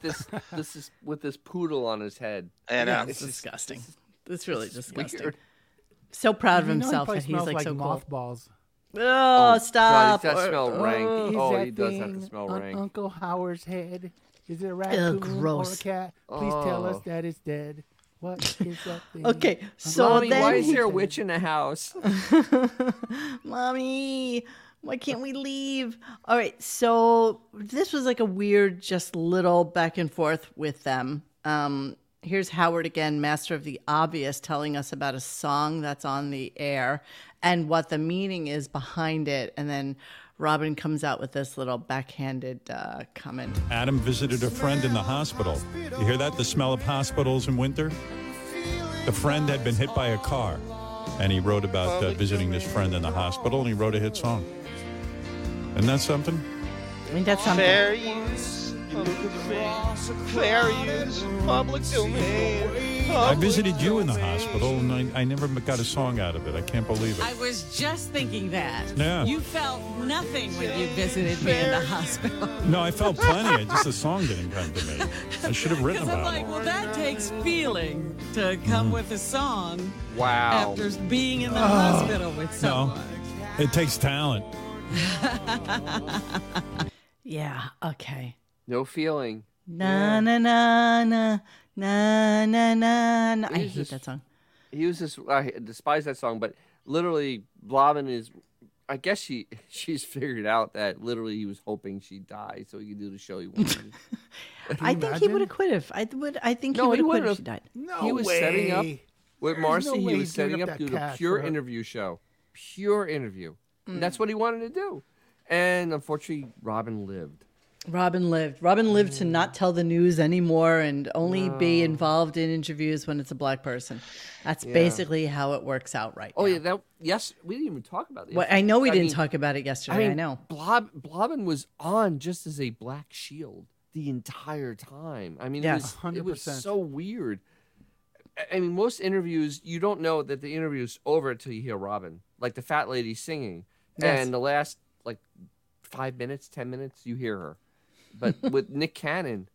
Speaker 3: this this is with this poodle on his head.
Speaker 1: And uh,
Speaker 2: it's disgusting. It's really disgusting.
Speaker 3: Weird.
Speaker 2: So proud of
Speaker 5: You know
Speaker 2: himself
Speaker 5: he
Speaker 2: that
Speaker 5: probably
Speaker 2: he's
Speaker 5: smells
Speaker 2: like,
Speaker 5: like
Speaker 2: so cool.
Speaker 5: mothballs.
Speaker 2: Oh,
Speaker 3: God,
Speaker 2: stop!
Speaker 3: does that
Speaker 2: Or-
Speaker 3: smell rank?
Speaker 5: Is
Speaker 3: Oh,
Speaker 5: that
Speaker 3: he does have to
Speaker 5: thing
Speaker 3: smell
Speaker 5: on
Speaker 3: rank.
Speaker 5: Uncle Howard's head? Is it a raccoon or a
Speaker 2: gross.
Speaker 5: cat? Please tell us
Speaker 3: Oh.
Speaker 5: that it's dead. What is that thing? Uh-huh.
Speaker 8: Okay, so
Speaker 3: Mommy,
Speaker 8: then
Speaker 3: why is there a witch in the house?
Speaker 8: Mommy, why can't we leave? All right, so
Speaker 2: this was like a weird, just little back and forth with them. Um, here's Howard again, master of the obvious, telling us about a song that's on the air and what the meaning is behind it. And then Robin comes out with this little backhanded uh, comment.
Speaker 6: Adam visited a friend in the hospital. You hear that? The smell of hospitals in winter. The friend had been hit by a car, and he wrote about uh, visiting this friend in the hospital, and he wrote a hit song. Isn't that something?
Speaker 2: I mean, that's something.
Speaker 1: fair use, public domain. Fair use, public domain.
Speaker 6: I
Speaker 1: public
Speaker 6: visited you in the
Speaker 1: domain.
Speaker 6: hospital, and I, I never got a song out of it. I can't believe it.
Speaker 4: I was just thinking that.
Speaker 6: Yeah.
Speaker 4: You felt nothing when you visited me in the hospital.
Speaker 6: No, I felt plenty. I just the song didn't come to me. I should have written
Speaker 4: Because I'm
Speaker 6: about
Speaker 4: like,
Speaker 6: it. Hmm.
Speaker 4: well, that takes feeling to come with a song
Speaker 3: Wow.
Speaker 4: after being in the
Speaker 1: Oh.
Speaker 4: hospital with someone.
Speaker 6: It takes talent.
Speaker 2: Yeah. Okay.
Speaker 3: No feeling.
Speaker 2: Na na na na na na na. na. I
Speaker 3: Who's
Speaker 2: hate
Speaker 3: this-
Speaker 2: that song.
Speaker 3: He uses. I despise that song, but literally, Blobbin is. I guess she she's figured out that literally he was hoping she died so he could do the show he wanted.
Speaker 2: I think he
Speaker 5: imagine?
Speaker 2: would have quit if I would. I think
Speaker 3: No,
Speaker 2: he would
Speaker 3: he
Speaker 2: have quit
Speaker 3: wouldn't
Speaker 2: if she
Speaker 3: have.
Speaker 2: died.
Speaker 5: No
Speaker 3: he was
Speaker 5: way.
Speaker 3: setting up With
Speaker 5: no
Speaker 3: Marcy,
Speaker 5: way
Speaker 3: he was
Speaker 5: he's giving
Speaker 3: setting
Speaker 5: up
Speaker 3: up
Speaker 5: that
Speaker 3: doing a
Speaker 5: cash
Speaker 3: pure
Speaker 5: for her.
Speaker 3: interview show, pure interview. And
Speaker 2: Mm.
Speaker 3: that's what he wanted to do. And unfortunately, Robin lived.
Speaker 2: Robin lived. Robin lived to
Speaker 5: Mm.
Speaker 2: not tell the news anymore and only be involved in interviews when it's a black person. That's basically how it works out right
Speaker 3: Oh
Speaker 2: now.
Speaker 3: yeah, that yes, we didn't even talk about this.
Speaker 2: Well, I know we didn't
Speaker 3: mean-
Speaker 2: talk about it yesterday. I,
Speaker 3: mean,
Speaker 2: know.
Speaker 3: Blob Blobbin was on just as a black shield the entire time. I mean,
Speaker 2: Yes.
Speaker 3: it, was, it was
Speaker 5: 100%.
Speaker 3: so weird. I- I mean, most interviews you don't know that the interview's over until you hear Robin, like the fat lady singing,
Speaker 2: Yes.
Speaker 3: and the last like five minutes, ten minutes, you hear her. But with Nick Cannon,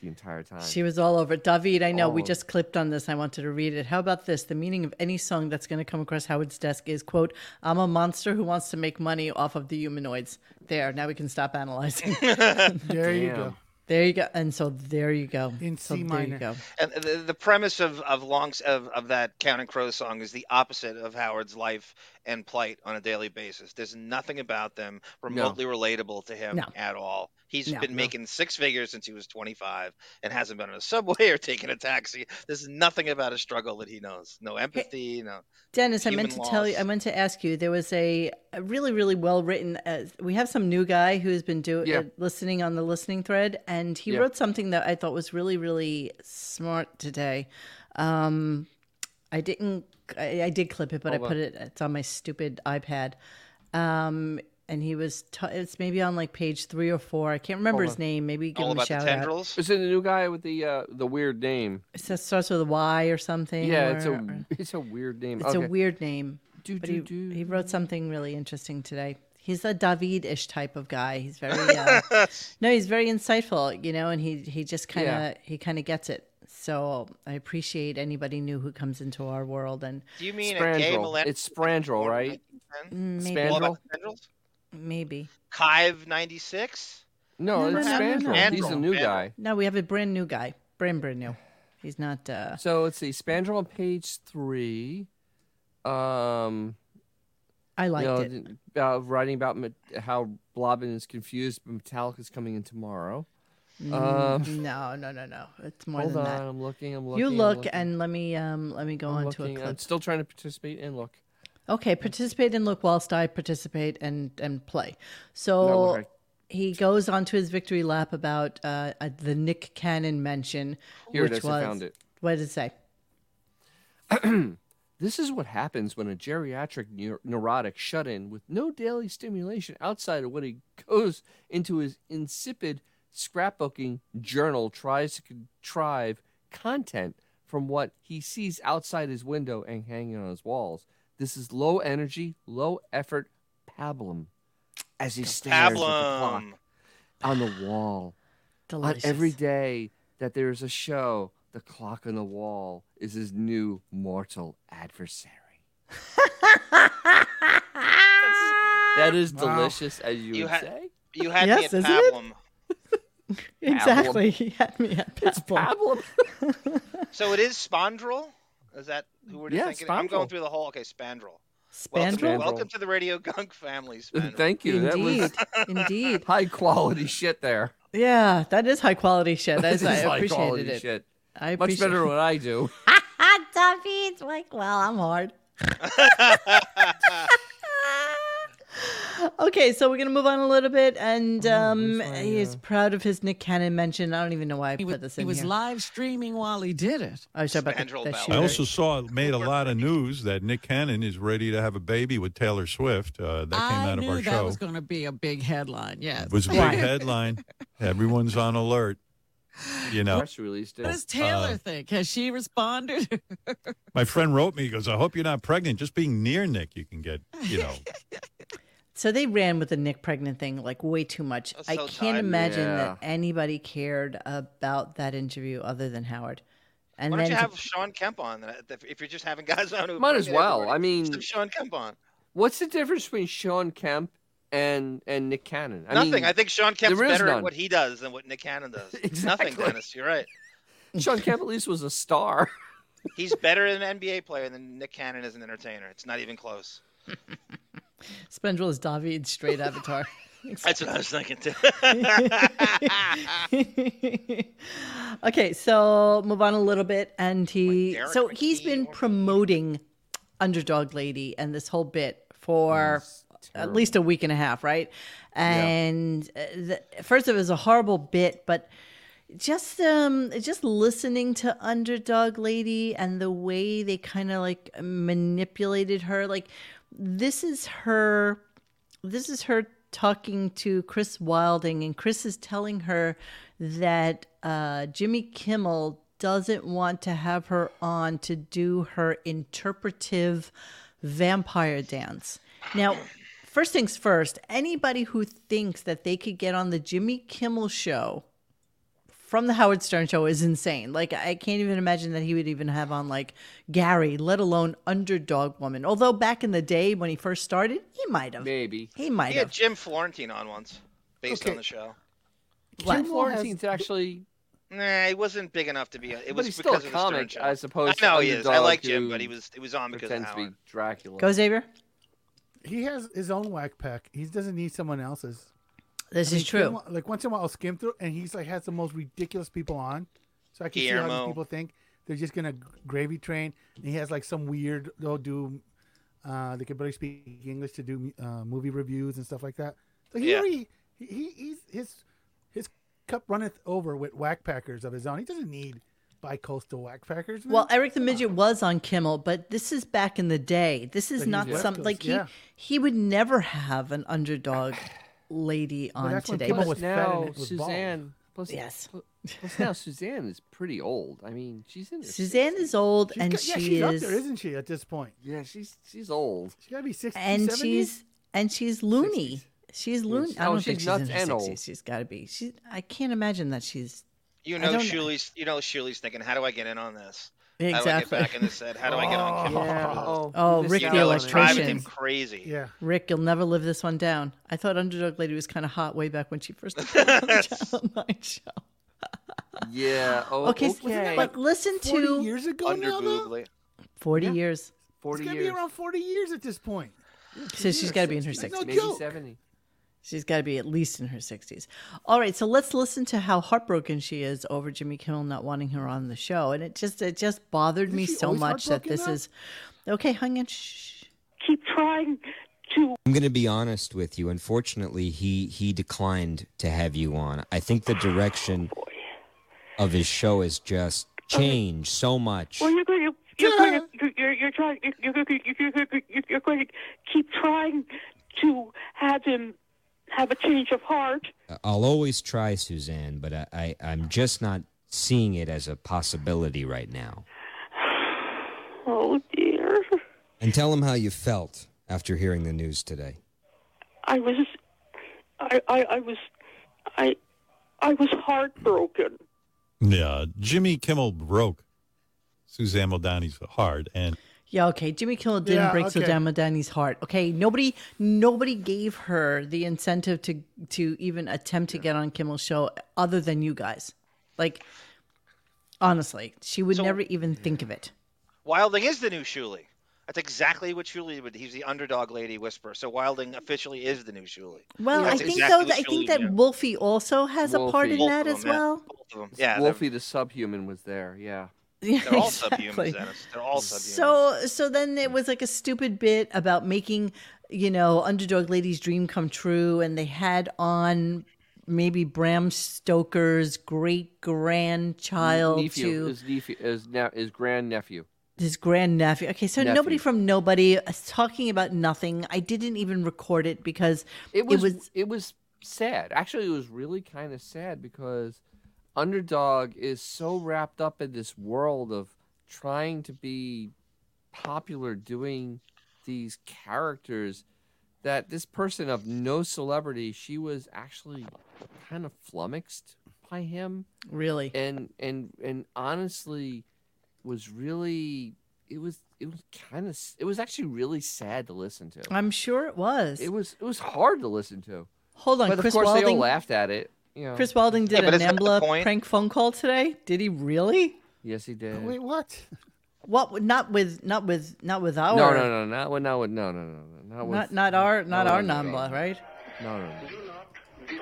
Speaker 3: the entire time.
Speaker 2: She was all over it. David, I know we
Speaker 3: All-
Speaker 2: just clipped on this. I wanted to read it. How about this? The meaning of any song that's going to come across Howard's desk is, quote, I'm a monster who wants to make money off of the humanoids. There. Now we can stop analyzing.
Speaker 5: There you
Speaker 3: Damn.
Speaker 5: go.
Speaker 2: there you go. And so there you go.
Speaker 5: In
Speaker 2: so
Speaker 5: C
Speaker 2: there
Speaker 5: minor.
Speaker 2: you go.
Speaker 1: And the, the premise of of longs of, of that Count and Crow song is the opposite of Howard's life and plight on a daily basis. There's nothing about them remotely relatable to him
Speaker 2: No.
Speaker 1: at all. He's
Speaker 2: No.
Speaker 1: been
Speaker 2: No.
Speaker 1: making six figures since he was 25 and hasn't been on a subway or taken a taxi. There's nothing about a struggle that he knows. No empathy. No.
Speaker 2: Dennis, I meant to
Speaker 1: human
Speaker 2: tell you, I
Speaker 1: loss.
Speaker 2: meant to ask you. There was a, a really, really well written. Uh, we have some new guy who's been doing
Speaker 3: Yeah.
Speaker 2: uh, listening on the listening thread, and he
Speaker 3: Yeah.
Speaker 2: wrote something that I thought was really, really smart today. Um, I didn't. I, I did clip it, but I put it. It's on my stupid iPad. Um, and he was. T- it's maybe on like page three or four. I can't remember his name. Maybe give
Speaker 1: All
Speaker 2: him a
Speaker 1: about the
Speaker 2: shout out.
Speaker 1: tendrils.
Speaker 3: Is it the new guy with the uh, the weird name?
Speaker 2: It says- starts with a Y or something.
Speaker 3: Yeah,
Speaker 2: or-
Speaker 3: it's a
Speaker 2: or-
Speaker 3: it's a weird name.
Speaker 2: It's
Speaker 3: okay.
Speaker 2: a weird name.
Speaker 3: Do,
Speaker 2: but
Speaker 3: do,
Speaker 2: he,
Speaker 3: do.
Speaker 2: he wrote something really interesting today. He's a David-ish type of guy. He's very uh, no, he's very insightful, you know, and he he just kind of
Speaker 3: Yeah.
Speaker 2: he kind of gets it. So I appreciate anybody new who comes into our world, and
Speaker 1: Do you mean a gay
Speaker 3: Sprandrel.
Speaker 1: millennial?
Speaker 3: It's Sprandrel, right?
Speaker 2: Mm, maybe
Speaker 1: All
Speaker 3: Spandrel?
Speaker 1: about the tendrils.
Speaker 2: maybe
Speaker 1: Kive 96.
Speaker 3: No,
Speaker 2: No,
Speaker 3: it's
Speaker 2: no, no, no,
Speaker 3: Spandrel.
Speaker 2: no.
Speaker 3: He's a
Speaker 1: Spandrel,
Speaker 3: new
Speaker 1: Spandrel.
Speaker 3: guy.
Speaker 2: no, we have a brand new guy, brand brand new. He's not. Uh,
Speaker 3: So let's see, Spandrel on page three. Um,
Speaker 2: I
Speaker 3: you
Speaker 2: liked
Speaker 3: know,
Speaker 2: it.
Speaker 3: th- uh, writing about Met- how Blobbin is confused, but Metallica's coming in tomorrow.
Speaker 2: Mm,
Speaker 3: Um,
Speaker 2: No, no, no, no. It's more
Speaker 3: hold
Speaker 2: than
Speaker 3: on,
Speaker 2: that.
Speaker 3: I'm looking. I'm looking.
Speaker 2: You
Speaker 3: I'm
Speaker 2: look
Speaker 3: looking,
Speaker 2: and let me um let me go
Speaker 3: I'm
Speaker 2: on to a
Speaker 3: looking,
Speaker 2: clip.
Speaker 3: I'm still trying to participate and look.
Speaker 2: Okay, participate and look whilst I participate and and play.
Speaker 3: No,
Speaker 2: So
Speaker 3: okay.
Speaker 2: he goes on to his victory lap about uh, uh, the Nick Cannon mention,
Speaker 3: Here it
Speaker 2: which
Speaker 3: is.
Speaker 2: was
Speaker 3: I found it.
Speaker 2: what did it say?
Speaker 3: this is what happens when a geriatric neur- neurotic shut in with no daily stimulation outside of what he goes into his insipid scrapbooking journal tries to contrive content from what he sees outside his window and hanging on his walls. This is low energy, low effort pablum as he stares at the clock
Speaker 1: Pablum.
Speaker 3: on the wall.
Speaker 2: Delicious.
Speaker 3: On every day that there is a show, the clock on the wall is his new mortal adversary. That is
Speaker 5: Wow.
Speaker 3: delicious, as you,
Speaker 1: You
Speaker 3: would
Speaker 1: ha-
Speaker 3: say.
Speaker 1: You had
Speaker 2: Yes,
Speaker 1: me at
Speaker 2: isn't it?
Speaker 1: Pablum.
Speaker 2: exactly. He had me at Pablum.
Speaker 3: Pablum.
Speaker 1: So it is spondrel. Is that who we're
Speaker 3: Yeah,
Speaker 1: thinking? I'm going
Speaker 3: spondrel.
Speaker 1: through the whole. Okay, spandrel. Welcome, to-
Speaker 2: Spandrel.
Speaker 1: welcome to the Radio Gunk family, spandrel.
Speaker 3: Thank you. That was
Speaker 2: Indeed. Indeed.
Speaker 3: high quality shit there.
Speaker 2: Yeah, that is high quality shit. That is, I
Speaker 3: This is high
Speaker 2: appreciated
Speaker 3: quality
Speaker 2: it.
Speaker 3: shit.
Speaker 2: I
Speaker 3: Much
Speaker 2: appreciate
Speaker 3: better than what I do.
Speaker 9: Hot topics. Like,
Speaker 2: Well, I'm hard. okay, so we're gonna move on a little bit, and
Speaker 4: Oh,
Speaker 2: um, he's proud of his Nick Cannon mention. I don't even know why I
Speaker 4: He
Speaker 2: put
Speaker 4: was,
Speaker 2: this
Speaker 4: he
Speaker 2: in
Speaker 4: was
Speaker 2: here.
Speaker 4: live streaming while he did it.
Speaker 2: I was talking about
Speaker 1: Spandrel
Speaker 2: the, the
Speaker 1: Ballet.
Speaker 6: I
Speaker 2: shooter.
Speaker 6: also saw it made a lot of news that Nick Cannon is ready to have a baby with Taylor Swift. Uh, that came
Speaker 4: I
Speaker 6: out of
Speaker 4: knew
Speaker 6: our
Speaker 4: that
Speaker 6: show.
Speaker 4: was going to be a big headline. Yes.
Speaker 6: It was a big headline. Everyone's on alert. You know,
Speaker 3: Press released it.
Speaker 4: What does Taylor
Speaker 6: Uh,
Speaker 4: think? Has she responded?
Speaker 6: my friend wrote me. He goes, "I hope you're not pregnant. Just being near Nick, you can get, you know,
Speaker 2: So they ran with the Nick pregnant thing like way too much.
Speaker 1: That's
Speaker 2: I
Speaker 1: so
Speaker 2: can't
Speaker 1: tight.
Speaker 2: imagine that
Speaker 3: Yeah.
Speaker 2: anybody cared about that interview other than Howard. And
Speaker 1: Why
Speaker 2: then
Speaker 1: don't you
Speaker 2: to-
Speaker 1: have Sean Kemp on uh, if- if you're just having guys on? who
Speaker 3: Might as well. I mean,
Speaker 1: Just have Sean Kemp on.
Speaker 3: What's the difference between Sean Kemp and and Nick Cannon? I
Speaker 1: Nothing.
Speaker 3: Mean,
Speaker 1: I think Sean Kemp's
Speaker 3: there is
Speaker 1: better
Speaker 3: none.
Speaker 1: at what he does than what Nick Cannon does.
Speaker 3: Exactly.
Speaker 1: Nothing, Dennis. You're right.
Speaker 3: Sean Kemp at least was a star.
Speaker 1: He's better as an NBA player than Nick Cannon as an entertainer. It's not even close.
Speaker 2: Spendrel is David straight avatar.
Speaker 1: That's what I was thinking too.
Speaker 2: okay, so move on a little bit, and he
Speaker 1: Like Derek
Speaker 2: so he's
Speaker 1: McKee
Speaker 2: been
Speaker 1: or-
Speaker 2: promoting Underdog Lady and this whole bit for at least a week and a half, right? And uh, the, first of it was a horrible bit, but just um just listening to underdog lady and the way they kind of like manipulated her like this is her this is her talking to Chris Wilding, and Chris is telling her that uh, Jimmy Kimmel doesn't want to have her on to do her interpretive vampire dance. Now, first things first, anybody who thinks that they could get on the Jimmy Kimmel show from the Howard Stern show is insane. Like I can't even imagine that he would even have on like Gary, let alone underdog woman. Although back in the day when he first started, he might have.
Speaker 3: Maybe.
Speaker 2: He might
Speaker 1: he had
Speaker 2: have.
Speaker 1: Jim Florentine on once, based
Speaker 3: Okay.
Speaker 1: on the show.
Speaker 3: Kim Florentine's actually,
Speaker 1: Nah, he wasn't big enough to be. It
Speaker 3: but
Speaker 1: was
Speaker 3: he's still
Speaker 1: because
Speaker 3: a
Speaker 1: of the Stern
Speaker 3: comic,
Speaker 1: show.
Speaker 3: I suppose.
Speaker 1: I know he is. I
Speaker 3: underdog
Speaker 1: like Jim,
Speaker 3: who
Speaker 1: but he was he was on because of
Speaker 3: pretends to be
Speaker 1: Howard.
Speaker 3: Dracula.
Speaker 2: Go Xavier.
Speaker 5: He has his own whack pack. He doesn't need someone else's.
Speaker 2: This
Speaker 5: I mean,
Speaker 2: is true.
Speaker 5: Kim- like once in a while, I'll skim through, and he's like has the most ridiculous people on. So I can see how
Speaker 1: Guillermo.
Speaker 5: these people think they're just gonna gravy train. And he has like some weird. They'll do. Uh, they can barely speak English to do uh, movie reviews and stuff like that. So he
Speaker 1: Yeah.
Speaker 5: already he, he he's his his cup runneth over with whack packers of his own. He doesn't need bi-coastal whack packers. man.
Speaker 2: Well, Eric the Midget was on Kimmel, but this is back in the day. This is
Speaker 5: But he
Speaker 2: not
Speaker 5: was
Speaker 2: some
Speaker 5: left
Speaker 2: like
Speaker 5: us, yeah.
Speaker 2: he he would never have an underdog lady on
Speaker 5: that's when
Speaker 2: today.
Speaker 5: Kimmel
Speaker 2: But-
Speaker 3: Plus
Speaker 5: was fat and
Speaker 3: now
Speaker 5: it was bald.
Speaker 3: Suzanne. Plus,
Speaker 2: Yes.
Speaker 3: pl- Plus now Suzanne is pretty old. I mean, she's in. her
Speaker 2: Suzanne
Speaker 3: 60s.
Speaker 2: is old
Speaker 5: She's
Speaker 2: and
Speaker 5: got- yeah,
Speaker 2: she
Speaker 5: she's up
Speaker 2: is
Speaker 5: there, isn't she? At this point,
Speaker 3: Yeah, she's she's old.
Speaker 5: she gotta be sixty.
Speaker 2: and
Speaker 5: 70?
Speaker 2: she's and she's loony. She's loony. I
Speaker 3: Oh,
Speaker 2: don't
Speaker 3: she's
Speaker 2: think she's
Speaker 3: nuts
Speaker 2: in her
Speaker 3: and old.
Speaker 2: 60s. She's got to be. She's. I can't imagine that she's
Speaker 1: You
Speaker 2: don't
Speaker 1: know,
Speaker 2: know.
Speaker 1: Shuley's. You know, Shuley's thinking, how do I get in on this? How do
Speaker 2: exactly.
Speaker 1: I get back in this set? How do I get on Kimmel?
Speaker 3: Yeah. Oh,
Speaker 2: Oh,
Speaker 3: we missed
Speaker 2: Rick
Speaker 1: You
Speaker 3: out
Speaker 2: the
Speaker 1: know,
Speaker 3: on
Speaker 1: it's
Speaker 3: it.
Speaker 1: driving him
Speaker 2: electrician.
Speaker 1: crazy.
Speaker 5: yeah.
Speaker 2: Rick, you'll never live this one down. I thought Underdog Lady was kind of hot way back when she first appeared on the Channel 9 show.
Speaker 3: Yeah. Oh,
Speaker 2: Okay,
Speaker 3: okay.
Speaker 2: so- but listen
Speaker 5: Forty
Speaker 2: to
Speaker 5: years ago
Speaker 1: Under
Speaker 5: now, though.
Speaker 1: googly.
Speaker 2: 40 years.
Speaker 5: It's
Speaker 3: 40
Speaker 5: gonna
Speaker 3: years.
Speaker 5: be around forty years at this point.
Speaker 2: So she's got to be in her
Speaker 5: There's
Speaker 2: 60s.
Speaker 5: no
Speaker 3: maybe
Speaker 5: joke.
Speaker 3: 70.
Speaker 2: She's got to be at least in her 60s. All right, so let's listen to how heartbroken she is over Jimmy Kimmel not wanting her on the show, and it just it just bothered me
Speaker 5: she
Speaker 2: so
Speaker 5: always
Speaker 2: much that
Speaker 5: heartbroken
Speaker 2: this
Speaker 5: now?
Speaker 2: is okay. Hang on. Shh.
Speaker 10: keep trying to
Speaker 11: I'm going to be honest with you. Unfortunately, he he declined to have you on. I think the direction of his show has just changed so much.
Speaker 10: well you're going to you're going to you're, you're trying you're, you're, you're, you're, you're going to keep trying to have him have a change of heart.
Speaker 11: I'll always try, Suzanne, but I, I, I'm just not seeing it as a possibility right now.
Speaker 10: Oh dear,
Speaker 11: And tell him how you felt after hearing the news today.
Speaker 10: I was I I, I was I I was heartbroken.
Speaker 6: Yeah, Jimmy Kimmel broke Suzanne Muldowney's heart, and
Speaker 2: Yeah, okay. Jimmy Kimmel didn't
Speaker 6: Yeah,
Speaker 2: break
Speaker 6: okay.
Speaker 2: Suzanne Madani's heart. Okay, nobody, nobody gave her the incentive to to even attempt to get on Kimmel's show, other than you guys. Like, honestly, she would never even think of it.
Speaker 1: Wilding is the new Shuli. That's exactly what Shuli would. He's the underdog lady whisperer. So Wilding officially is the new Shuli.
Speaker 2: Well, I
Speaker 1: That's
Speaker 2: think
Speaker 1: exactly
Speaker 2: though.
Speaker 1: what
Speaker 2: I
Speaker 1: Shuli
Speaker 2: think that
Speaker 1: did.
Speaker 2: Wolfie also has a part in
Speaker 1: Both
Speaker 2: that
Speaker 1: of
Speaker 2: as
Speaker 1: them, yeah.
Speaker 2: well.
Speaker 1: Both of them. Yeah, they're-
Speaker 3: Wolfie the subhuman was there. Yeah.
Speaker 2: Yeah,
Speaker 1: They're all
Speaker 2: exactly.
Speaker 1: subhumans, Dennis. They're all subhumans.
Speaker 2: So so then it was like a stupid bit about making, you know, underdog lady's dream come true and they had on maybe Bram Stoker's great grandchild
Speaker 3: nephew,
Speaker 2: to
Speaker 3: his nephew, his, na- his grandnephew.
Speaker 2: his grandnephew. Okay, so nobody
Speaker 3: Nephew.
Speaker 2: from nobody uh, talking about nothing. I didn't even record it because
Speaker 3: It was, it was sad. Actually, it was really kind of sad because Underdog is so wrapped up in this world of trying to be popular, doing these characters that this person of no celebrity, she was actually kind of flummoxed by him.
Speaker 2: Really?
Speaker 3: And and and honestly was really it was it was kind of it was actually really sad to listen to.
Speaker 2: I'm sure it was.
Speaker 3: It was it was hard to listen to.
Speaker 2: Hold on,
Speaker 3: but
Speaker 2: Chris
Speaker 3: of course they
Speaker 2: Wilding-
Speaker 3: all laughed at it. You know.
Speaker 2: Chris Walding did
Speaker 3: Yeah, but
Speaker 2: a
Speaker 3: isn't that the
Speaker 2: NAMBLA
Speaker 3: point?
Speaker 2: prank phone call today. Did he really?
Speaker 3: Yes, he did.
Speaker 5: Wait, what?
Speaker 2: What? Not with, not with, not with
Speaker 3: no,
Speaker 2: our.
Speaker 3: no, no, not with, not with, no, no, no, no, not with,
Speaker 2: Not, not our, not
Speaker 3: no,
Speaker 2: our
Speaker 3: no, no,
Speaker 2: NAMBLA,
Speaker 3: no.
Speaker 2: right?
Speaker 3: No, no, no.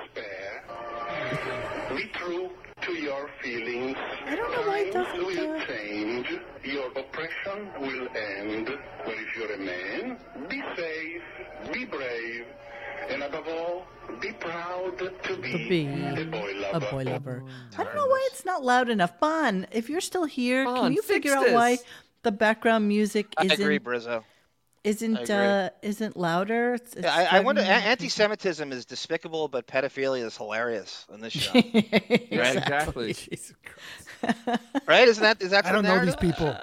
Speaker 12: Be true to your feelings.
Speaker 2: I don't know why it
Speaker 12: Time
Speaker 2: doesn't.
Speaker 12: will
Speaker 2: Uh...
Speaker 12: change. Your oppression will end. But if you're a man, be safe, be brave, and above all, be proud to be,
Speaker 2: To be
Speaker 12: a boy
Speaker 2: a
Speaker 12: lover.
Speaker 2: boy lover. I don't know why it's not loud enough. Bon, if you're still here, can
Speaker 1: Bon,
Speaker 2: you figure
Speaker 1: fix
Speaker 2: out why
Speaker 1: this.
Speaker 2: the background music
Speaker 1: I
Speaker 2: isn't
Speaker 1: agree, Brizzo. I
Speaker 2: isn't
Speaker 1: agree.
Speaker 2: uh, isn't louder? It's, it's
Speaker 1: Yeah, I, I wonder. a-
Speaker 2: driving me-
Speaker 1: Anti-Semitism is despicable, but pedophilia is hilarious in this show.
Speaker 2: Right?
Speaker 3: exactly.
Speaker 1: Right? Isn't that is that?
Speaker 5: I
Speaker 1: the
Speaker 5: don't know these
Speaker 1: narrative?
Speaker 5: people.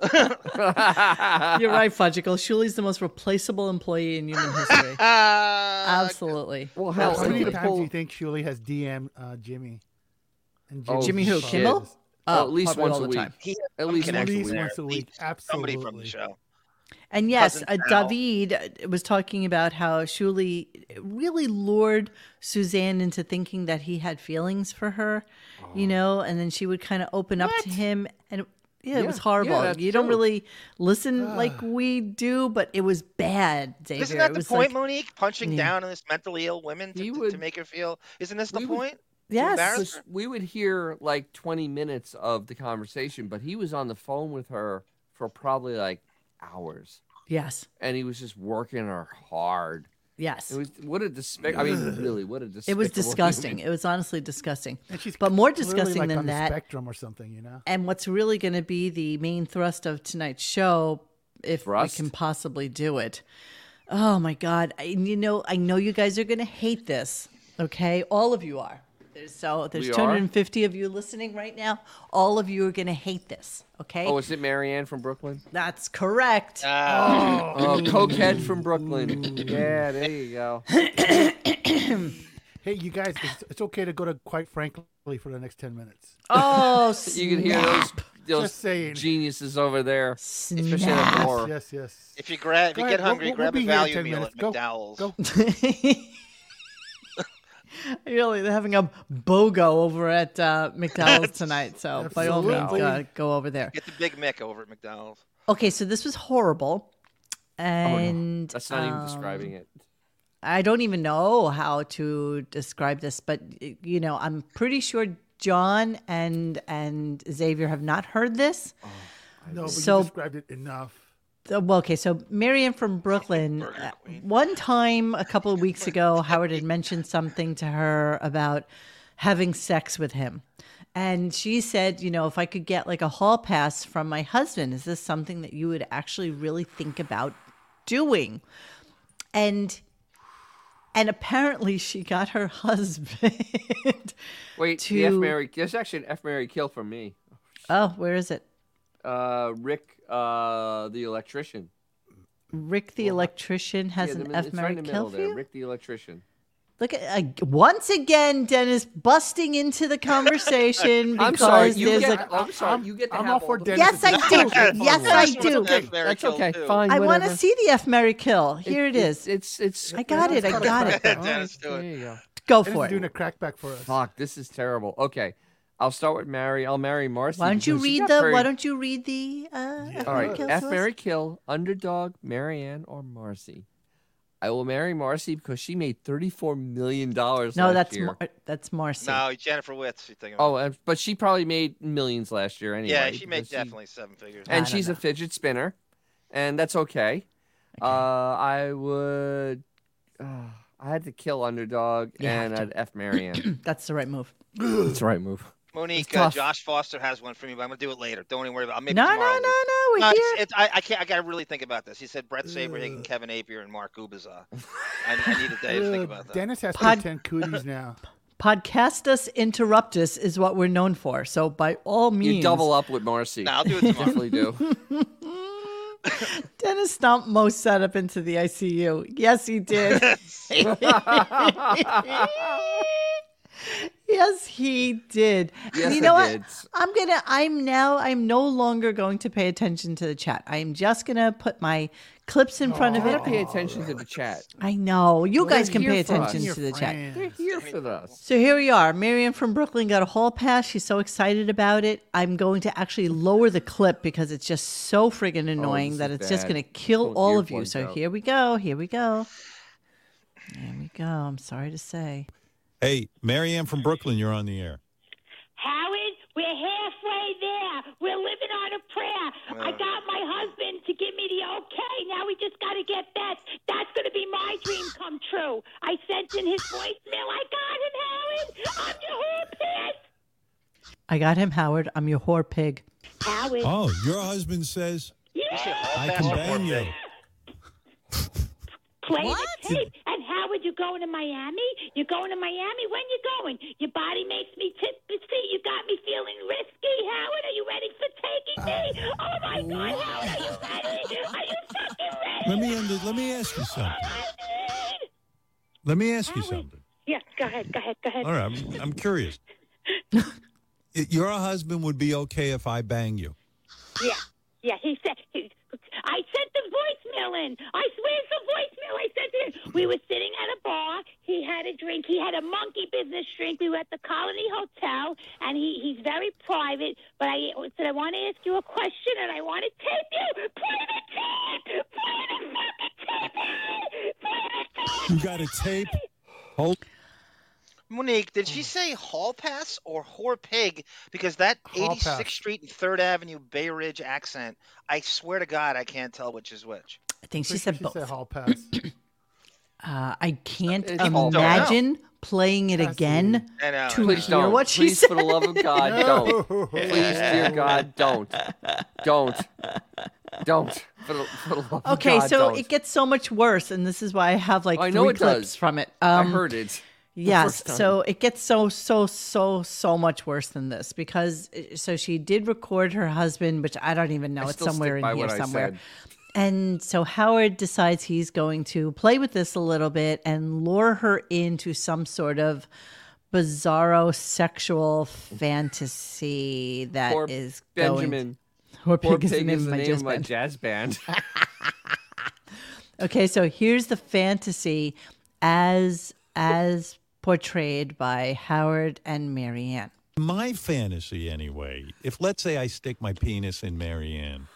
Speaker 2: You're right, Fudgicle. Shuli's the most replaceable employee in human history. Absolutely.
Speaker 3: Well,
Speaker 5: How, many
Speaker 2: Absolutely.
Speaker 5: times do you think Shuli has DM'd uh, Jimmy? And
Speaker 2: Oh, Jimmy who,
Speaker 5: follows
Speaker 2: Kimmel?
Speaker 5: this?
Speaker 2: Oh,
Speaker 3: at least
Speaker 2: probably
Speaker 3: once
Speaker 2: all
Speaker 3: a
Speaker 2: the
Speaker 3: week.
Speaker 2: time. He-
Speaker 3: At
Speaker 1: some
Speaker 3: least
Speaker 1: connection
Speaker 3: once a
Speaker 1: there.
Speaker 3: week.
Speaker 5: Once a week,
Speaker 1: Somebody
Speaker 5: absolutely.
Speaker 1: from the show.
Speaker 2: And yes, uh,
Speaker 1: Cousin Sal.
Speaker 2: David uh, was talking about how Shuli really lured Suzanne into thinking that he had feelings for her, you
Speaker 1: Oh.
Speaker 2: know, and then she would kind of open up to him. And yeah, it
Speaker 9: Yeah,
Speaker 2: was
Speaker 9: yeah,
Speaker 2: horrible.
Speaker 9: that's
Speaker 2: you don't
Speaker 9: true.
Speaker 2: really listen like we do, but it was bad, Xavier.
Speaker 1: Isn't that
Speaker 2: It
Speaker 1: the
Speaker 2: was
Speaker 1: point,
Speaker 2: like-
Speaker 1: Monique? Punching
Speaker 2: Yeah.
Speaker 1: down on this mentally ill women to, to- to make her feel. Isn't this the point? To embarrass her?
Speaker 3: we would hear like 20 minutes of the conversation, but he was on the phone with her for probably like hours.
Speaker 2: Yes.
Speaker 3: And he was just working her hard.
Speaker 2: Yes.
Speaker 3: It was what a despicable. I mean, really, what a despicable.
Speaker 2: It was
Speaker 3: human
Speaker 2: disgusting.
Speaker 3: being.
Speaker 2: It was honestly disgusting.
Speaker 5: And she's
Speaker 2: But more
Speaker 5: clearly,
Speaker 2: disgusting
Speaker 5: like,
Speaker 2: than
Speaker 5: on the
Speaker 2: that,
Speaker 5: spectrum or something, you know.
Speaker 2: and what's really going to be the main thrust of tonight's show, if
Speaker 5: Thrust?
Speaker 2: we can possibly do it. Oh my God! I, you know, I know you guys are going to hate this. Okay, all of you are. There's so there's
Speaker 3: We are?
Speaker 2: 250 of you listening right now. All of you are going to hate this. Okay,
Speaker 3: Oh, is it Marianne from Brooklyn?
Speaker 2: that's correct.
Speaker 1: Ah.
Speaker 3: Oh, cokehead from Brooklyn. Yeah, there you go.
Speaker 5: Hey, you guys, it's, it's okay to go to quite frankly for the next ten minutes.
Speaker 2: Oh,
Speaker 3: you can hear those those
Speaker 5: Just saying.
Speaker 3: geniuses over there.
Speaker 2: Especially
Speaker 3: that
Speaker 5: Yes,
Speaker 3: bar.
Speaker 5: yes, yes.
Speaker 1: If you grab, if
Speaker 5: Go
Speaker 1: you
Speaker 5: ahead,
Speaker 1: get
Speaker 5: we'll-
Speaker 1: hungry,
Speaker 5: we'll-
Speaker 1: grab
Speaker 5: we'll
Speaker 1: a
Speaker 5: be here in
Speaker 1: value
Speaker 5: 10
Speaker 1: meal
Speaker 5: minutes.
Speaker 1: at
Speaker 5: Go,
Speaker 1: McDowell's.
Speaker 2: really, they're having a BOGO over at uh, McDowell's tonight. So by all means,
Speaker 1: Absolutely.
Speaker 2: uh, go over there.
Speaker 1: Get the Big Mick over at McDonald's.
Speaker 2: Okay, so this was horrible. And
Speaker 3: Oh, That's not even
Speaker 2: um,
Speaker 3: describing it.
Speaker 2: I don't even know how to describe this, but you know, I'm pretty sure John and and Xavier have not heard this.
Speaker 3: Oh,
Speaker 5: No, but
Speaker 2: so
Speaker 5: you described it enough.
Speaker 2: uh, well, okay, so Marion from Brooklyn, uh, one time a couple of weeks ago, Howard had mentioned something to her about having sex with him. And she said, you know, if I could get like a hall pass from my husband, is this something that you would actually really think about doing? And and apparently she got her husband.
Speaker 3: Wait,
Speaker 2: to
Speaker 3: the F Mary. There's actually an F Mary kill for me.
Speaker 2: Oh, where is it?
Speaker 3: Uh, Rick, uh, the electrician.
Speaker 2: Rick the electrician has
Speaker 3: Yeah, the
Speaker 2: an
Speaker 3: mi-
Speaker 2: F
Speaker 3: it's
Speaker 2: Mary
Speaker 3: right in the
Speaker 2: kill
Speaker 3: middle
Speaker 2: for
Speaker 3: there.
Speaker 2: you?
Speaker 3: Rick the electrician.
Speaker 2: Look at uh, once again, Dennis busting into the conversation because
Speaker 3: I'm sorry. You
Speaker 2: there's
Speaker 3: get,
Speaker 2: a.
Speaker 3: I'm sorry. You get to
Speaker 5: I'm
Speaker 3: have
Speaker 5: all for
Speaker 3: the-
Speaker 5: Dennis
Speaker 2: Yes, I do. yes, I
Speaker 1: That's
Speaker 2: do.
Speaker 1: what F. Mary
Speaker 3: That's
Speaker 1: Kill
Speaker 3: okay.
Speaker 1: do.
Speaker 3: Fine.
Speaker 2: I want to
Speaker 3: whatever.
Speaker 2: see the F Mary kill. Here it is.
Speaker 3: It's it's.
Speaker 2: I got it. I got it.
Speaker 1: Dennis, do
Speaker 3: There
Speaker 1: it.
Speaker 3: you go.
Speaker 2: Go
Speaker 5: Dennis
Speaker 2: for
Speaker 5: is doing
Speaker 2: it.
Speaker 5: a crackback for us.
Speaker 3: Fuck, this is terrible. Okay, I'll start with Mary. I'll marry Marcy.
Speaker 2: Why don't you
Speaker 3: because she
Speaker 2: read
Speaker 3: got
Speaker 2: the?
Speaker 3: very-
Speaker 2: Why don't you read the? Uh, F.
Speaker 3: All
Speaker 2: Mary
Speaker 3: right,
Speaker 2: Kill
Speaker 3: F
Speaker 2: to us?
Speaker 3: Mary Kill, Underdog, Marianne, or Marcy. I will marry Marcy because she made thirty-four million dollars.
Speaker 2: No,
Speaker 3: last
Speaker 2: that's
Speaker 3: year.
Speaker 2: Mar- that's Marcy.
Speaker 1: No, Jennifer Witz. You think?
Speaker 3: Oh, uh, but she probably made millions last year anyway.
Speaker 1: yeah, she made
Speaker 3: because
Speaker 1: definitely seven figures.
Speaker 3: and
Speaker 2: I don't
Speaker 3: she's a
Speaker 2: know.
Speaker 3: fidget spinner, and that's okay. Uh, I would. Uh, I had to kill Underdog,
Speaker 2: You have
Speaker 3: and
Speaker 2: to.
Speaker 3: I'd f Marianne.
Speaker 2: That's the right move.
Speaker 3: that's the right move.
Speaker 1: Monique,
Speaker 2: It's
Speaker 1: uh,
Speaker 2: tough.
Speaker 1: Josh Foster has one for me, but I'm gonna do it later. Don't even worry about. it. Maybe
Speaker 2: No, no, no,
Speaker 1: tomorrow. I'll do it.
Speaker 2: no. We're
Speaker 1: No, it's,
Speaker 2: here.
Speaker 1: it's, I, I can't. I gotta really think about this. He said Brett Saberhagen, Kevin Apier, and Mark Ubaza. I, I need a day to think
Speaker 5: Ugh,
Speaker 1: about that.
Speaker 5: Dennis has
Speaker 2: Pod-
Speaker 5: Pod- ten cooties now.
Speaker 2: Podcastus interruptus is what we're known for. So by all means,
Speaker 3: You double up with Marcy.
Speaker 1: No, I'll do it tomorrow.
Speaker 3: Definitely do.
Speaker 2: Dennis stomped Mo's setup into the ICU. Yes, he did. yes, he did. And
Speaker 3: Yes,
Speaker 2: you know what?
Speaker 3: I did.
Speaker 2: I'm gonna. I'm now. I'm no longer going to pay attention to the chat. I'm just gonna put my clips in front of
Speaker 3: Try Oh. to pay
Speaker 2: it.
Speaker 3: attention to the chat.
Speaker 2: I know you
Speaker 3: They're
Speaker 2: guys can pay
Speaker 3: here for us.
Speaker 2: attention
Speaker 5: Your
Speaker 2: to the chat.
Speaker 5: friend.
Speaker 3: They're here for us.
Speaker 2: So here we are. Miriam from Brooklyn got a hall pass. She's so excited about it. I'm going to actually lower the clip because it's just so friggin' annoying
Speaker 3: Oh, this
Speaker 2: that
Speaker 3: is
Speaker 2: it's just
Speaker 3: bad.
Speaker 2: going to kill
Speaker 3: Pull
Speaker 2: all of you.
Speaker 3: earplugs
Speaker 2: So
Speaker 3: out.
Speaker 2: here we go. Here we go. There we go. I'm sorry to say.
Speaker 6: Hey, Marianne from Brooklyn, you're on the air.
Speaker 13: Howard, we're halfway there. We're living on a prayer. I got my husband to give me the okay. Now we just got to get that. That's going to be my dream come true. I sent in his voicemail. I got him, Howard. I'm your whore pig.
Speaker 2: I got him, Howard. I'm your whore pig.
Speaker 13: Howard.
Speaker 6: Oh, your husband says I can bang you.
Speaker 13: Play
Speaker 4: What?
Speaker 13: the tape. And Howard, you going to Miami? You're going to Miami? When you going? Your body makes me tipsy. You got me feeling risky. Howard, are you ready for taking me? Oh my God, Howard, are you ready? Are you fucking ready?
Speaker 6: Let me end it. Let me ask you something. Let me ask you something.
Speaker 13: Yeah, go ahead, go ahead, go ahead.
Speaker 6: All right, I'm, I'm curious. Y- Your husband would be okay if I bang you.
Speaker 13: Yeah, yeah. He said he, I sent the voicemail in. I swear it's a voicemail. I sent it. We were sitting at a bar. He had a drink. He had a monkey business drink. We were at the Colony Hotel, and he, he's very private. But I said I want to ask you a question, and I want to tape you. Play the tape. Play the fucking tape. Ed! Play the
Speaker 6: You
Speaker 13: tape.
Speaker 6: got a tape? Hold.
Speaker 1: Monique, did she say hall pass or whore pig? Because that
Speaker 5: Hall
Speaker 1: 86th
Speaker 5: pass.
Speaker 1: Street and Third Avenue Bay Ridge accent, I swear to God, I can't tell which is which.
Speaker 2: I think she
Speaker 5: Pretty
Speaker 2: said
Speaker 5: sure
Speaker 2: both.
Speaker 5: She said hall pass.
Speaker 2: Uh, I can't
Speaker 3: It's all bad.
Speaker 2: imagine playing it again.
Speaker 1: I know.
Speaker 2: Too-
Speaker 3: uh, Please
Speaker 2: Hear
Speaker 3: don't.
Speaker 2: what she
Speaker 3: Please, for the love of God, don't. Please, dear God, don't. Don't. Don't. For the, for the love of
Speaker 2: Okay,
Speaker 3: Oh, God,
Speaker 2: so
Speaker 3: don't.
Speaker 2: it gets so much worse, and this is why I have like
Speaker 3: I
Speaker 2: three
Speaker 3: know it
Speaker 2: clips
Speaker 3: does.
Speaker 2: from it.
Speaker 3: I
Speaker 2: Um,
Speaker 3: heard it. the
Speaker 2: Yes.
Speaker 3: first time.
Speaker 2: So it gets so, so, so, so much worse than this because uh, so she did record her husband, which I don't even know.
Speaker 3: I
Speaker 2: it's
Speaker 3: still stick
Speaker 2: somewhere in
Speaker 3: by
Speaker 2: here
Speaker 3: what I
Speaker 2: somewhere.
Speaker 3: said.
Speaker 2: And so Howard decides he's going to play with this a little bit and lure her into some sort of bizarro sexual fantasy that is
Speaker 3: Poor Benjamin.
Speaker 2: Going, or
Speaker 3: Poor
Speaker 2: pig is the
Speaker 3: Pig
Speaker 2: name of
Speaker 3: is the
Speaker 2: my
Speaker 3: name
Speaker 2: jazz
Speaker 3: of my
Speaker 2: band.
Speaker 3: jazz band.
Speaker 2: Okay, so here's the fantasy as as portrayed by Howard and Marianne.
Speaker 6: My fantasy, anyway. If let's say I stick my penis in Marianne,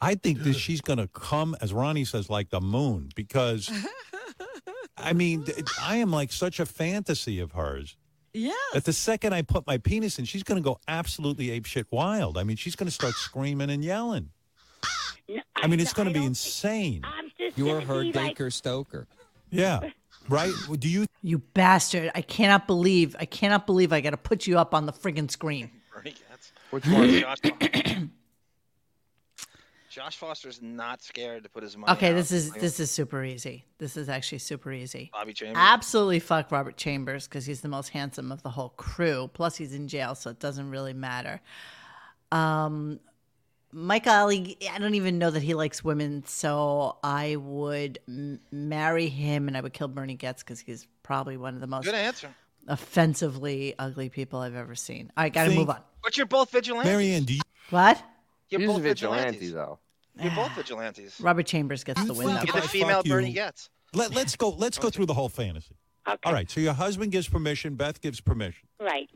Speaker 6: I think that she's gonna come, as Ronnie says, like the moon. Because, I mean, th- I am like such a fantasy of hers.
Speaker 4: Yeah.
Speaker 6: that the second I put my penis in, she's going to go absolutely apeshit wild. I mean, she's going to start screaming and yelling.
Speaker 13: No,
Speaker 6: I mean, it's going to be
Speaker 13: don't-
Speaker 6: insane.
Speaker 13: I'm just
Speaker 11: You're
Speaker 13: gonna
Speaker 11: her
Speaker 13: be like,
Speaker 11: Baker Stoker.
Speaker 6: Yeah. Right? Do you?
Speaker 2: You bastard! I cannot believe. I cannot believe I got to put you up on the friggin' screen.
Speaker 1: Bernie Katz.
Speaker 3: Which one?
Speaker 1: Josh Foster. Josh Foster's not scared to put his money.
Speaker 2: okay,
Speaker 1: out.
Speaker 2: this is
Speaker 1: Like,
Speaker 2: this is super easy. This is actually super easy.
Speaker 1: Bobby Chambers.
Speaker 2: Absolutely fuck Robert Chambers because he's the most handsome of the whole crew. Plus he's in jail, so it doesn't really matter. Um Mike Ali, I don't even know that he likes women, so I would m- marry him and I would kill Bernie Getz because he's probably one of the most
Speaker 1: Good answer.
Speaker 2: offensively ugly people I've ever seen. All right, got to
Speaker 6: Think-
Speaker 2: move on.
Speaker 1: But you're both vigilantes.
Speaker 6: Marianne, do you?
Speaker 2: What?
Speaker 1: You're
Speaker 3: He's a
Speaker 1: both
Speaker 3: vigilante,
Speaker 1: vigilantes.
Speaker 3: though.
Speaker 1: You're both vigilantes.
Speaker 2: Robert Chambers gets the win.
Speaker 6: think
Speaker 2: though.
Speaker 6: if
Speaker 1: You're
Speaker 6: I
Speaker 1: the female
Speaker 6: fuck you-
Speaker 1: Bernie Getz.
Speaker 6: Let, let's go. Let's go through the whole fantasy. All right. So your husband gives permission. Beth gives permission.
Speaker 13: Right.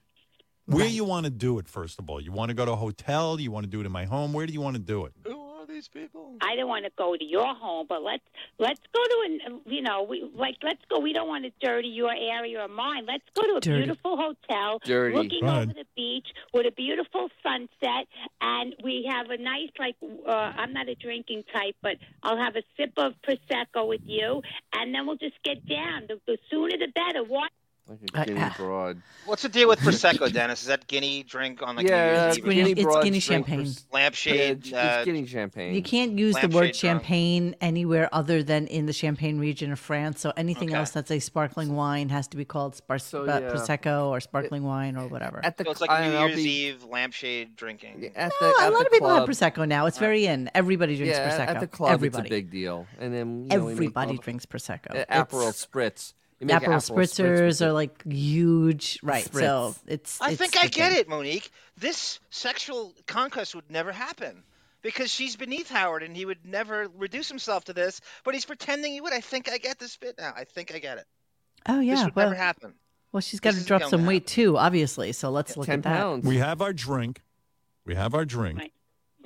Speaker 6: Where you want to do it? First of all, you want to go to a hotel. You want to do it in my home. Where do you want to do it?
Speaker 1: Who are these people?
Speaker 13: I don't want to go to your home, but let's let's go to an you know we like let's go. We don't want to dirty your area or mine. Let's go to a
Speaker 2: Dirty.
Speaker 13: beautiful hotel,
Speaker 3: Dirty.
Speaker 13: looking
Speaker 6: Right.
Speaker 13: over the beach with a beautiful sunset, and we have a nice like uh, I'm not a drinking type, but I'll have a sip of prosecco with you, and then we'll just get down. The, the sooner the better. What?
Speaker 3: Like
Speaker 2: Uh,
Speaker 3: a guinea broad.
Speaker 1: What's the deal with prosecco, Dennis? Is that guinea drink on like
Speaker 3: yeah,
Speaker 1: New
Speaker 3: that's
Speaker 1: Year's Eve?
Speaker 2: Guinea-
Speaker 3: guinea
Speaker 2: it's
Speaker 3: broad
Speaker 2: guinea
Speaker 3: straight
Speaker 2: champagne.
Speaker 3: pers-
Speaker 1: Lampshade.
Speaker 3: Yeah,
Speaker 1: uh,
Speaker 3: it's guinea champagne.
Speaker 2: You can't use the
Speaker 1: Lampshade uh,
Speaker 2: word
Speaker 1: drunk.
Speaker 2: champagne anywhere other than in the Champagne region of France. So anything
Speaker 1: Okay.
Speaker 2: else that's a sparkling wine has to be called spar-
Speaker 3: So,
Speaker 2: uh,
Speaker 3: yeah.
Speaker 2: prosecco or sparkling wine or whatever.
Speaker 3: At the
Speaker 1: so it's
Speaker 3: I
Speaker 1: like
Speaker 3: don't
Speaker 1: New
Speaker 3: know, I'll
Speaker 1: Year's
Speaker 3: be-
Speaker 1: Eve lampshade drinking.
Speaker 3: At the,
Speaker 2: No, a
Speaker 3: at
Speaker 2: lot
Speaker 3: the
Speaker 2: of people have
Speaker 3: club,
Speaker 2: prosecco now. It's very in. Everybody drinks
Speaker 3: yeah,
Speaker 2: prosecco.
Speaker 3: At the club,
Speaker 2: Everybody.
Speaker 3: it's a big deal. And then you know, we make
Speaker 2: Everybody
Speaker 3: all the-
Speaker 2: drinks prosecco.
Speaker 3: uh,
Speaker 2: It's-
Speaker 3: Aperol spritz. You make
Speaker 2: Aperol
Speaker 3: Aperol spritz with
Speaker 2: spritzers
Speaker 3: it.
Speaker 2: are like huge, right? So
Speaker 3: Spritz.
Speaker 2: it's.
Speaker 1: I
Speaker 2: it's
Speaker 1: think I
Speaker 2: the
Speaker 1: get
Speaker 2: thing.
Speaker 1: it, Monique. This sexual conquest would never happen because she's beneath Howard and he would never reduce himself to this, but he's pretending he would. I think I get this bit now. I think I get it.
Speaker 2: Oh yeah,
Speaker 1: this would
Speaker 2: well,
Speaker 1: never happen.
Speaker 2: well, she's got
Speaker 1: this
Speaker 2: to
Speaker 1: is
Speaker 2: drop
Speaker 1: gonna
Speaker 2: some weight
Speaker 1: happen.
Speaker 2: too, obviously. So let's look
Speaker 3: ten
Speaker 2: at that.
Speaker 3: pounds.
Speaker 6: We have our drink. We have our drink,
Speaker 13: Right.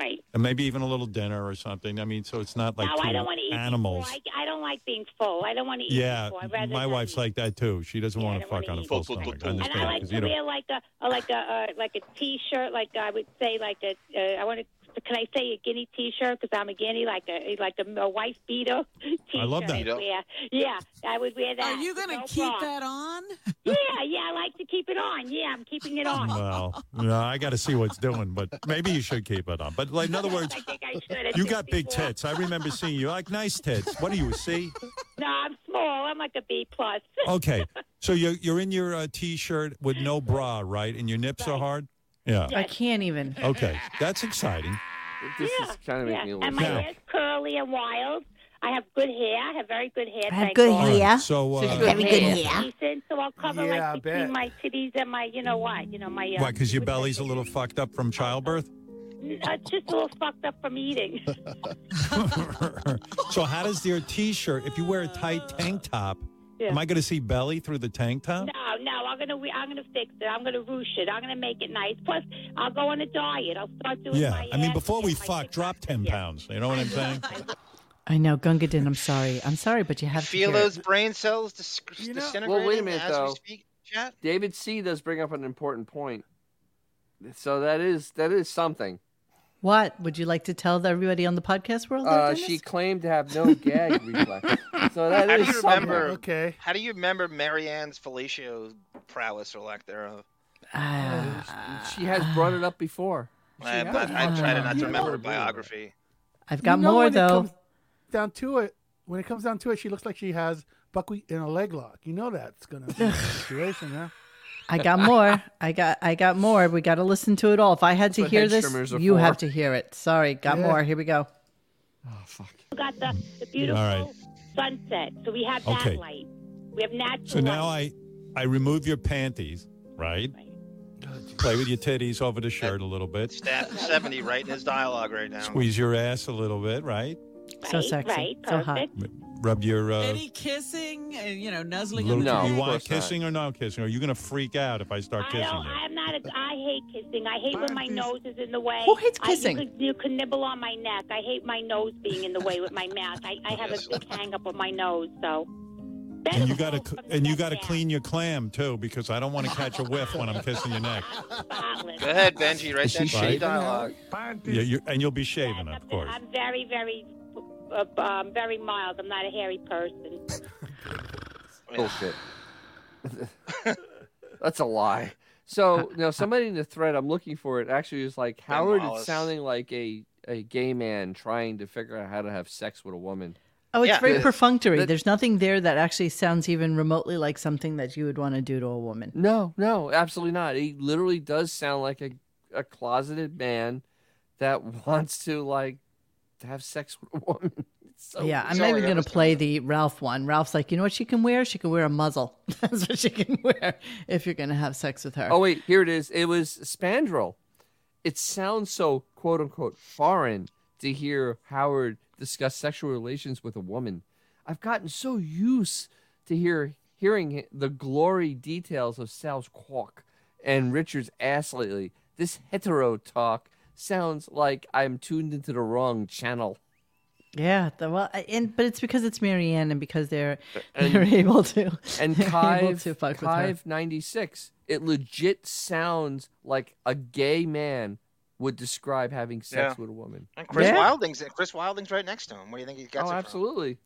Speaker 13: Right.
Speaker 6: and maybe even a little dinner or something. I mean, so it's not like
Speaker 13: no, I
Speaker 6: two
Speaker 13: don't want to eat
Speaker 6: animals.
Speaker 13: Before. I, I don't like being full. I don't want to eat.
Speaker 6: Yeah,
Speaker 13: before. I'd rather
Speaker 6: my
Speaker 13: not
Speaker 6: wife's
Speaker 13: eat.
Speaker 6: like that too. She doesn't
Speaker 13: Yeah, I
Speaker 6: want to
Speaker 13: don't wanna
Speaker 6: fuck on a
Speaker 13: eat.
Speaker 6: full stomach. I
Speaker 13: And I
Speaker 6: understand
Speaker 13: like
Speaker 6: because
Speaker 13: to
Speaker 6: you don't.
Speaker 13: wear like a, a like a uh, like a t-shirt, like I would say, like a uh, I want to. Can I say a guinea t-shirt? Because I'm a guinea, like a like a, a wife beater t-shirt.
Speaker 6: I love that.
Speaker 13: Yeah, yeah, I would wear that.
Speaker 4: Are you
Speaker 13: with
Speaker 4: going to
Speaker 13: no
Speaker 4: keep
Speaker 13: bra.
Speaker 4: that on?
Speaker 13: Yeah, yeah, I like to keep it on. Yeah, I'm keeping it on.
Speaker 6: Well, no, I got to see what's doing, but maybe you should keep it on. But like, in other words,
Speaker 13: I think I should. It's
Speaker 6: you got big
Speaker 13: 64.
Speaker 6: tits. I remember seeing you like nice tits. What are you, a C?
Speaker 13: No, I'm small. I'm like a B plus.
Speaker 6: Okay, Uh, so you're you're in your uh, t-shirt with no bra, right? And your nips are hard. Yeah.
Speaker 2: I can't even.
Speaker 6: Okay, that's exciting.
Speaker 3: This
Speaker 13: yeah,
Speaker 3: is kind of
Speaker 13: yeah.
Speaker 3: making me a
Speaker 13: And my
Speaker 3: little
Speaker 6: Now-
Speaker 13: hair's curly and wild. I have good hair. I have very good hair.
Speaker 9: I have
Speaker 13: thank
Speaker 9: good
Speaker 13: God.
Speaker 6: All right,
Speaker 9: Yeah.
Speaker 6: So
Speaker 3: She's
Speaker 6: uh,
Speaker 3: good.
Speaker 9: Very good
Speaker 13: Yeah.
Speaker 9: hair.
Speaker 13: Decent, so I'll cover
Speaker 5: Yeah, I
Speaker 13: like between
Speaker 5: bet.
Speaker 13: my titties and my, you know what, you know my. Uh,
Speaker 6: why? Because your belly's a little fucked up from childbirth.
Speaker 13: Uh, it's just a little fucked up from eating.
Speaker 6: so how does your t-shirt? If you wear a tight tank top,
Speaker 13: Yeah.
Speaker 6: am I going to see belly through the tank top?
Speaker 13: No, no, I'm gonna we- I'm gonna fix it. I'm gonna ruche it. I'm gonna make it nice. Plus, I'll go on a diet. I'll start doing
Speaker 6: Yeah,
Speaker 13: my.
Speaker 6: I mean,
Speaker 13: ass
Speaker 6: before
Speaker 13: and
Speaker 6: we
Speaker 13: my
Speaker 6: fuck,
Speaker 13: dick.
Speaker 6: drop ten
Speaker 13: Yeah.
Speaker 6: pounds. You know what I'm saying?
Speaker 2: I know, Gungadin. I'm sorry. I'm sorry, but you have
Speaker 1: Feel
Speaker 2: to hear it.
Speaker 1: those brain cells dis-
Speaker 5: You know-
Speaker 1: disintegrating
Speaker 3: Well, wait a minute,
Speaker 1: as
Speaker 3: though.
Speaker 1: we speak, chat?
Speaker 3: David C does bring up an important point. So that is that is something.
Speaker 2: What would you like to tell everybody on the podcast world? there,
Speaker 3: Uh,
Speaker 2: Dennis?
Speaker 3: she claimed to have no gag reflex. So that
Speaker 1: How do
Speaker 3: is
Speaker 1: you
Speaker 3: something.
Speaker 1: remember-
Speaker 5: Okay.
Speaker 1: How do you remember Marianne's fellatio prowess or lack thereof?
Speaker 2: Ah.
Speaker 3: She has brought it up before.
Speaker 1: I,
Speaker 3: has.
Speaker 1: I, I try to not
Speaker 5: You
Speaker 1: to remember
Speaker 5: know-
Speaker 1: her biography.
Speaker 2: I've got
Speaker 5: You know
Speaker 2: more
Speaker 5: when it
Speaker 2: though.
Speaker 5: comes down to it, when it comes down to it, she looks like she has buckwheat in a leg lock. You know that's gonna be the situation, huh?
Speaker 2: I got more. I got. I got more. We got to listen to it all. If I had to
Speaker 3: what
Speaker 2: hear
Speaker 3: hedge
Speaker 2: this,
Speaker 3: trimmers are
Speaker 2: you
Speaker 3: for.
Speaker 2: have to hear it. Sorry, got
Speaker 5: Yeah.
Speaker 2: more. Here we go.
Speaker 3: Oh fuck.
Speaker 13: We got the, the beautiful
Speaker 6: All right.
Speaker 13: sunset. So we have that
Speaker 6: Okay.
Speaker 13: light. We have natural.
Speaker 6: So now
Speaker 13: light.
Speaker 6: I I remove your panties, right? Play with your titties over the shirt a little bit.
Speaker 1: Staff of 70 right in his dialogue right now.
Speaker 6: Squeeze your ass a little bit, right?
Speaker 13: right,
Speaker 2: So sexy.
Speaker 13: Right,
Speaker 2: So hot.
Speaker 13: perfect.
Speaker 6: Rub your uh,
Speaker 4: Any kissing and, you know, nuzzling
Speaker 6: little.
Speaker 3: No,
Speaker 6: you
Speaker 3: of
Speaker 6: want
Speaker 3: course not.
Speaker 6: kissing or no kissing? Are you gonna freak out if I start
Speaker 13: I
Speaker 6: kissing
Speaker 13: don't.
Speaker 6: you?
Speaker 13: I'm not. A, I hate kissing. I hate when my nose is in the way.
Speaker 2: Who hates
Speaker 13: I-
Speaker 2: kissing?
Speaker 13: you, could, you could nibble on my neck. I hate my nose being in the way with my mouth. I, I have a big hang up with my nose. So. Better
Speaker 6: And you gotta
Speaker 13: go
Speaker 6: cl- and you
Speaker 13: fucking
Speaker 6: gotta
Speaker 13: down.
Speaker 6: clean your clam too because I don't want to catch a whiff when I'm kissing your neck.
Speaker 13: Spotless.
Speaker 1: Go ahead, Benji. Right
Speaker 3: Is
Speaker 1: that
Speaker 3: she
Speaker 1: shitty
Speaker 3: shaving now?
Speaker 1: dialogue.
Speaker 6: Yeah, you and you'll be shaving,
Speaker 13: I'm-
Speaker 6: of course.
Speaker 13: I'm very, very, uh, um, very mild. I'm not a hairy person.
Speaker 3: Bullshit. That's a lie. So now somebody in the thread I'm looking for it actually is like Howard is
Speaker 2: Wallace.
Speaker 3: sounding like a, a gay man trying to figure out how to have sex with a woman.
Speaker 2: Oh, it's very
Speaker 3: That-
Speaker 2: perfunctory.
Speaker 3: that-
Speaker 2: There's nothing there that actually sounds even remotely like something that you would want to do to a woman.
Speaker 3: No, no, absolutely not. He literally does sound like a, a closeted man that wants to like have sex with a woman. It's so
Speaker 2: yeah, I'm not
Speaker 3: bizarre.
Speaker 2: even going to play the Ralph one. Ralph's like, you know what she can wear? She can wear a muzzle. That's what she can wear if you're going to have sex with her.
Speaker 3: Oh wait, here it is. It was Spandrel. It sounds so quote unquote foreign to hear Howard discuss sexual relations with a woman. I've gotten so used to hear hearing the glory details of Sal's quack and Richard's ass lately. This hetero talk sounds like I'm tuned into the wrong channel.
Speaker 2: Yeah, the, well, I- and but it's because it's Marianne and because they're
Speaker 3: And-
Speaker 2: they're able to
Speaker 3: and
Speaker 2: they're able
Speaker 3: Kive,
Speaker 2: to fuck with her.
Speaker 3: Kive 96 it legit sounds like a gay man would describe having sex
Speaker 1: Yeah.
Speaker 3: with a woman
Speaker 1: And Chris Wilding's Chris Wilding's right next to him. Where do you think he gets
Speaker 3: Oh,
Speaker 1: it from?
Speaker 3: absolutely.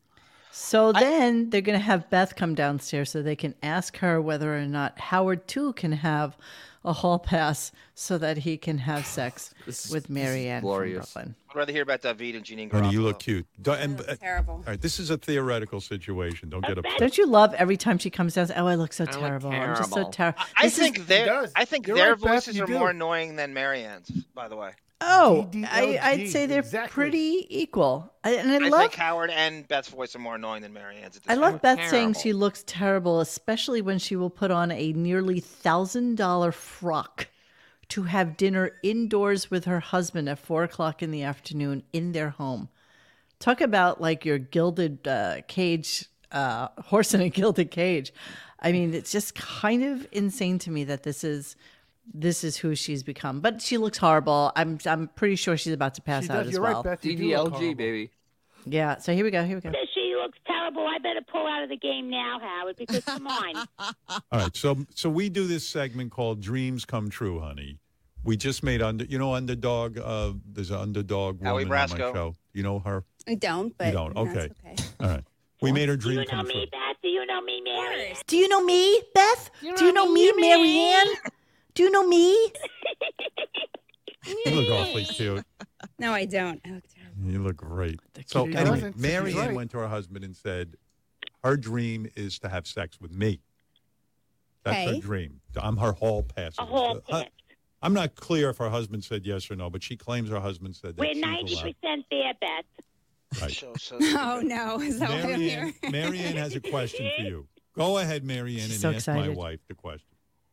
Speaker 2: So then they're going to have Beth come downstairs so they can ask her whether or not Howard too can have a hall pass so that he can have sex with Marianne.
Speaker 6: glorious.
Speaker 1: I'd rather hear about David and Jeanine
Speaker 6: Honey,
Speaker 1: Garofalo.
Speaker 6: you look cute. Do- and, uh,
Speaker 1: terrible.
Speaker 6: All right, this is a theoretical situation. Don't get upset.
Speaker 2: Don't you love every time she comes down? Oh, I look so terrible. I'm just so terrible.
Speaker 1: I think their I think
Speaker 2: You're
Speaker 1: their
Speaker 2: right, Beth,
Speaker 1: voices
Speaker 2: you
Speaker 1: are
Speaker 2: do.
Speaker 1: more annoying than Marianne's. By the way,
Speaker 2: Oh,
Speaker 1: DDLG,
Speaker 2: I, I'd say they're pretty equal. I, and I,
Speaker 1: I
Speaker 2: love
Speaker 1: think Howard and Beth's voice are more annoying than Marianne's. at this
Speaker 2: I love
Speaker 1: point.
Speaker 2: Beth saying she looks terrible, especially when she will put on a nearly thousand dollar frock to have dinner indoors with her husband at four o'clock in the afternoon in their home. Talk about like your gilded uh, cage, uh, horse in a gilded cage. I mean, it's just kind of insane to me that this is this is who she's become. But she looks horrible. I'm I'm pretty sure she's about to pass
Speaker 3: She
Speaker 2: out
Speaker 3: does.
Speaker 2: as
Speaker 3: You're right,
Speaker 2: well.
Speaker 3: Beth, you do look DDLG, horrible. baby.
Speaker 2: Yeah. So here we go. Here we go.
Speaker 13: Says She looks terrible. I better pull out of the game now, Howard, because come on.
Speaker 6: All right, so so we do this segment called "Dreams Come True," honey. We just made under, you know, underdog. Uh, there's an underdog woman
Speaker 1: Ally
Speaker 6: on my
Speaker 1: Brasco.
Speaker 6: show. You know her.
Speaker 14: I don't, but
Speaker 6: you don't.
Speaker 14: that's
Speaker 6: Okay. All right. We made her dream come true.
Speaker 13: Beth, do you know me, Mary?
Speaker 2: Do you know me, Beth? Do you know me, Marianne? Do you know me?
Speaker 6: You look awfully cute.
Speaker 14: no, I don't. I look
Speaker 6: You look great. So
Speaker 14: cute
Speaker 6: anyway,
Speaker 14: girl.
Speaker 6: Mary
Speaker 14: She's
Speaker 6: Ann
Speaker 14: right.
Speaker 6: went to her husband and said, "Her dream is to have sex with me. That's her
Speaker 14: Okay.
Speaker 6: dream. I'm her hall pass.
Speaker 13: A hall pass.
Speaker 6: I'm not clear if her husband said yes or no, but she claims her husband said that.
Speaker 13: We're
Speaker 6: she's
Speaker 13: ninety
Speaker 6: allowed.
Speaker 13: percent there, Beth.
Speaker 6: Right.
Speaker 14: terrible. Oh no, is that what I'm
Speaker 6: Mary Ann,
Speaker 14: here?
Speaker 6: Mary Ann has a question for you. Go ahead, Mary Ann, and
Speaker 2: She's so
Speaker 6: ask my
Speaker 2: excited.
Speaker 6: wife the question.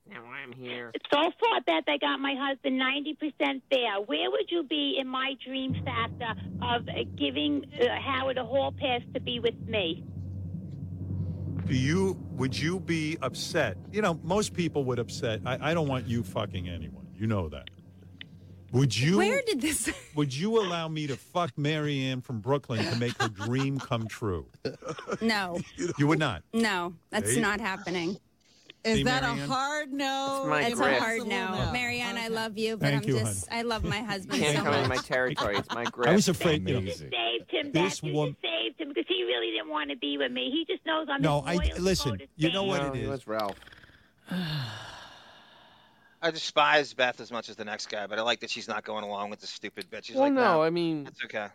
Speaker 13: Now I'm here. So far, Beth, I got my husband ninety percent there. Where would you be in my dream factor of uh, giving uh, Howard a hall pass to be with me?
Speaker 6: Do you would you be upset? You know, most people would upset. I, I don't want you fucking anyone. You know that. Would you
Speaker 14: Where did this?
Speaker 6: would you allow me to fuck Mary Ann from Brooklyn to make her dream come true?
Speaker 14: No,
Speaker 6: You would not.
Speaker 14: no, that's
Speaker 6: Hey.
Speaker 14: not happening.
Speaker 6: Is See, that a Marianne?
Speaker 14: hard no?
Speaker 3: That's my
Speaker 14: It's a
Speaker 3: grip.
Speaker 14: hard no,
Speaker 3: No.
Speaker 14: Marianne. I love you, but
Speaker 6: Thank
Speaker 14: I'm
Speaker 6: you,
Speaker 14: just. I love my husband
Speaker 3: Can't
Speaker 14: so
Speaker 3: come
Speaker 14: much.
Speaker 3: in my territory. It's my grip.
Speaker 6: I was afraid. you know,
Speaker 13: Saved him.
Speaker 6: This
Speaker 13: Beth. You
Speaker 6: wom-
Speaker 13: just saved him because he really didn't want to be with me. He just knows I'm.
Speaker 6: no,
Speaker 13: his
Speaker 6: I
Speaker 13: loyal
Speaker 6: listen.
Speaker 13: devoted
Speaker 6: You know what
Speaker 3: No,
Speaker 6: it
Speaker 3: it
Speaker 6: is.
Speaker 3: was Ralph.
Speaker 1: I despise Beth as much as the next guy, but I like that she's not going along with this stupid bitch. She's
Speaker 3: well,
Speaker 1: like,
Speaker 3: no,
Speaker 1: no,
Speaker 3: I mean,
Speaker 1: it's okay.